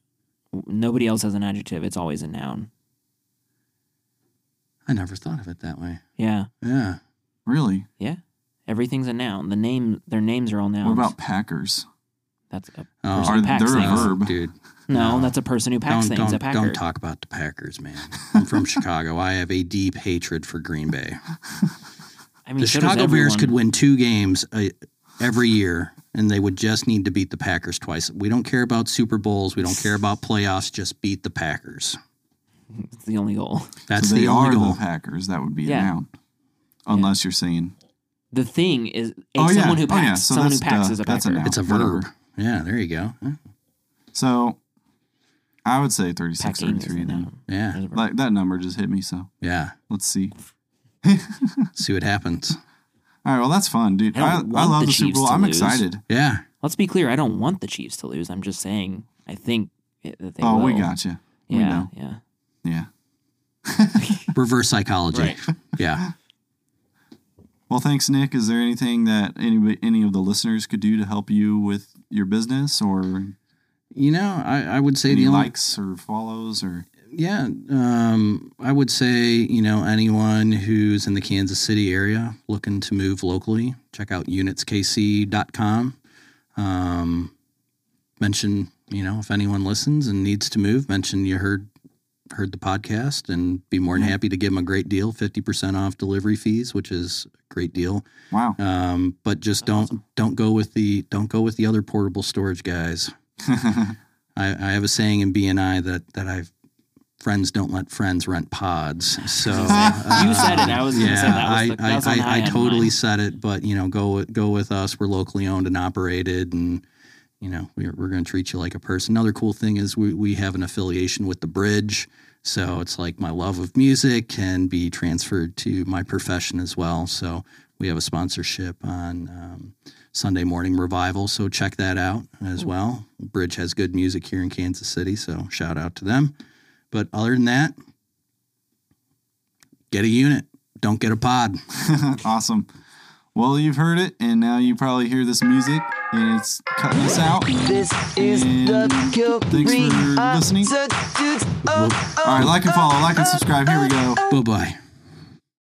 [SPEAKER 2] Nobody else has an adjective. It's always a noun.
[SPEAKER 3] I never thought of it that way.
[SPEAKER 2] Yeah,
[SPEAKER 3] Yeah.
[SPEAKER 1] Really?
[SPEAKER 2] yeah. Everything's a noun. The name their names are all nouns.
[SPEAKER 1] What about Packers?
[SPEAKER 2] that's a
[SPEAKER 3] Oh.
[SPEAKER 2] person who
[SPEAKER 1] Are-
[SPEAKER 2] packs
[SPEAKER 1] they're a
[SPEAKER 2] things.
[SPEAKER 1] verb.
[SPEAKER 3] Dude.
[SPEAKER 2] No,
[SPEAKER 3] No.
[SPEAKER 2] that's a person who packs
[SPEAKER 3] don't
[SPEAKER 2] things. a
[SPEAKER 3] don't,
[SPEAKER 2] packer.
[SPEAKER 3] don't talk about the Packers, man. I'm from Chicago. I have a deep hatred for Green Bay.
[SPEAKER 2] I mean,
[SPEAKER 3] The
[SPEAKER 2] so does
[SPEAKER 3] Chicago Bears
[SPEAKER 2] everyone.
[SPEAKER 3] could win two games uh, every year, and they would just need to beat the Packers twice. We don't care about Super Bowls. We don't care about playoffs. Just beat the Packers.
[SPEAKER 2] It's the only goal.
[SPEAKER 3] That's
[SPEAKER 1] so they
[SPEAKER 3] the
[SPEAKER 1] are
[SPEAKER 3] only goal.
[SPEAKER 1] the Packers. That would be
[SPEAKER 2] Yeah.
[SPEAKER 1] a noun. Unless you're saying
[SPEAKER 2] The thing is, it's
[SPEAKER 1] Oh, yeah.
[SPEAKER 2] someone who
[SPEAKER 1] Oh,
[SPEAKER 2] packs.
[SPEAKER 1] yeah. So
[SPEAKER 2] someone who
[SPEAKER 1] that's,
[SPEAKER 2] packs
[SPEAKER 1] uh,
[SPEAKER 2] is a packer.
[SPEAKER 1] that's a noun.
[SPEAKER 3] it's a
[SPEAKER 1] Whatever.
[SPEAKER 3] verb. Yeah, there you go. Huh?
[SPEAKER 1] so. I would say 36,
[SPEAKER 2] Packing is a
[SPEAKER 1] 33 then.
[SPEAKER 2] noun.
[SPEAKER 3] Yeah,
[SPEAKER 2] There's a verb.
[SPEAKER 1] Like that number just hit me. So
[SPEAKER 3] yeah.
[SPEAKER 1] let's see.
[SPEAKER 3] See what happens.
[SPEAKER 1] All right. Well, that's fun, dude.
[SPEAKER 2] I don't
[SPEAKER 1] I, I,
[SPEAKER 2] want
[SPEAKER 1] love
[SPEAKER 2] the
[SPEAKER 1] the, Super
[SPEAKER 2] Chiefs
[SPEAKER 1] Bowl.
[SPEAKER 2] to
[SPEAKER 1] I'm
[SPEAKER 2] lose.
[SPEAKER 1] excited.
[SPEAKER 3] Yeah,
[SPEAKER 2] Let's be clear. I don't want the Chiefs to lose. I'm just saying. I think it- that they.
[SPEAKER 1] oh, we
[SPEAKER 2] will.
[SPEAKER 1] got you.
[SPEAKER 2] Yeah,
[SPEAKER 1] We know.
[SPEAKER 2] yeah.
[SPEAKER 1] Yeah.
[SPEAKER 3] reverse psychology.
[SPEAKER 2] Right.
[SPEAKER 3] Yeah.
[SPEAKER 1] Well, thanks, Nick. Is there anything that any any of the listeners could do to help you with your business, or
[SPEAKER 3] You know, I, I would say
[SPEAKER 1] any
[SPEAKER 3] the only
[SPEAKER 1] likes or follows, or
[SPEAKER 3] yeah, um, I would say you know anyone who's in the Kansas City area looking to move locally, check out unitskc.com. Um, mention you know if anyone listens and needs to move, mention you heard heard the podcast and be more than happy to give them a great deal, fifty percent off delivery fees, which is a great deal.
[SPEAKER 1] wow,
[SPEAKER 3] Um, but just don't don't go with the don't go with the other portable storage guys. I, I have a saying in BNI that that I've friends don't let friends rent pods. So
[SPEAKER 2] You said it. I was gonna
[SPEAKER 3] yeah,
[SPEAKER 2] say that was
[SPEAKER 3] I
[SPEAKER 2] the- that was on
[SPEAKER 3] I,
[SPEAKER 2] the high
[SPEAKER 3] I, I
[SPEAKER 2] end of
[SPEAKER 3] totally
[SPEAKER 2] mine.
[SPEAKER 3] said it, but you know, go with- go with us. We're locally owned and operated, and you know, we're we're going to treat you like a person. Another cool thing is we we have an affiliation with the Bridge, so it's like my love of music can be transferred to my profession as well. So we have a sponsorship on. Um, Sunday morning revival, so check that out as well. Bridge has good music here in Kansas City, so shout out to them. But other than that, get a unit, don't get a pod.
[SPEAKER 1] awesome. Well, you've heard it, and now you probably hear this music, and it's cutting us out.
[SPEAKER 4] This is the
[SPEAKER 1] Thanks for listening.
[SPEAKER 4] Gilgreen
[SPEAKER 1] All right, like and follow, like and subscribe. Here we go.
[SPEAKER 3] Bye bye.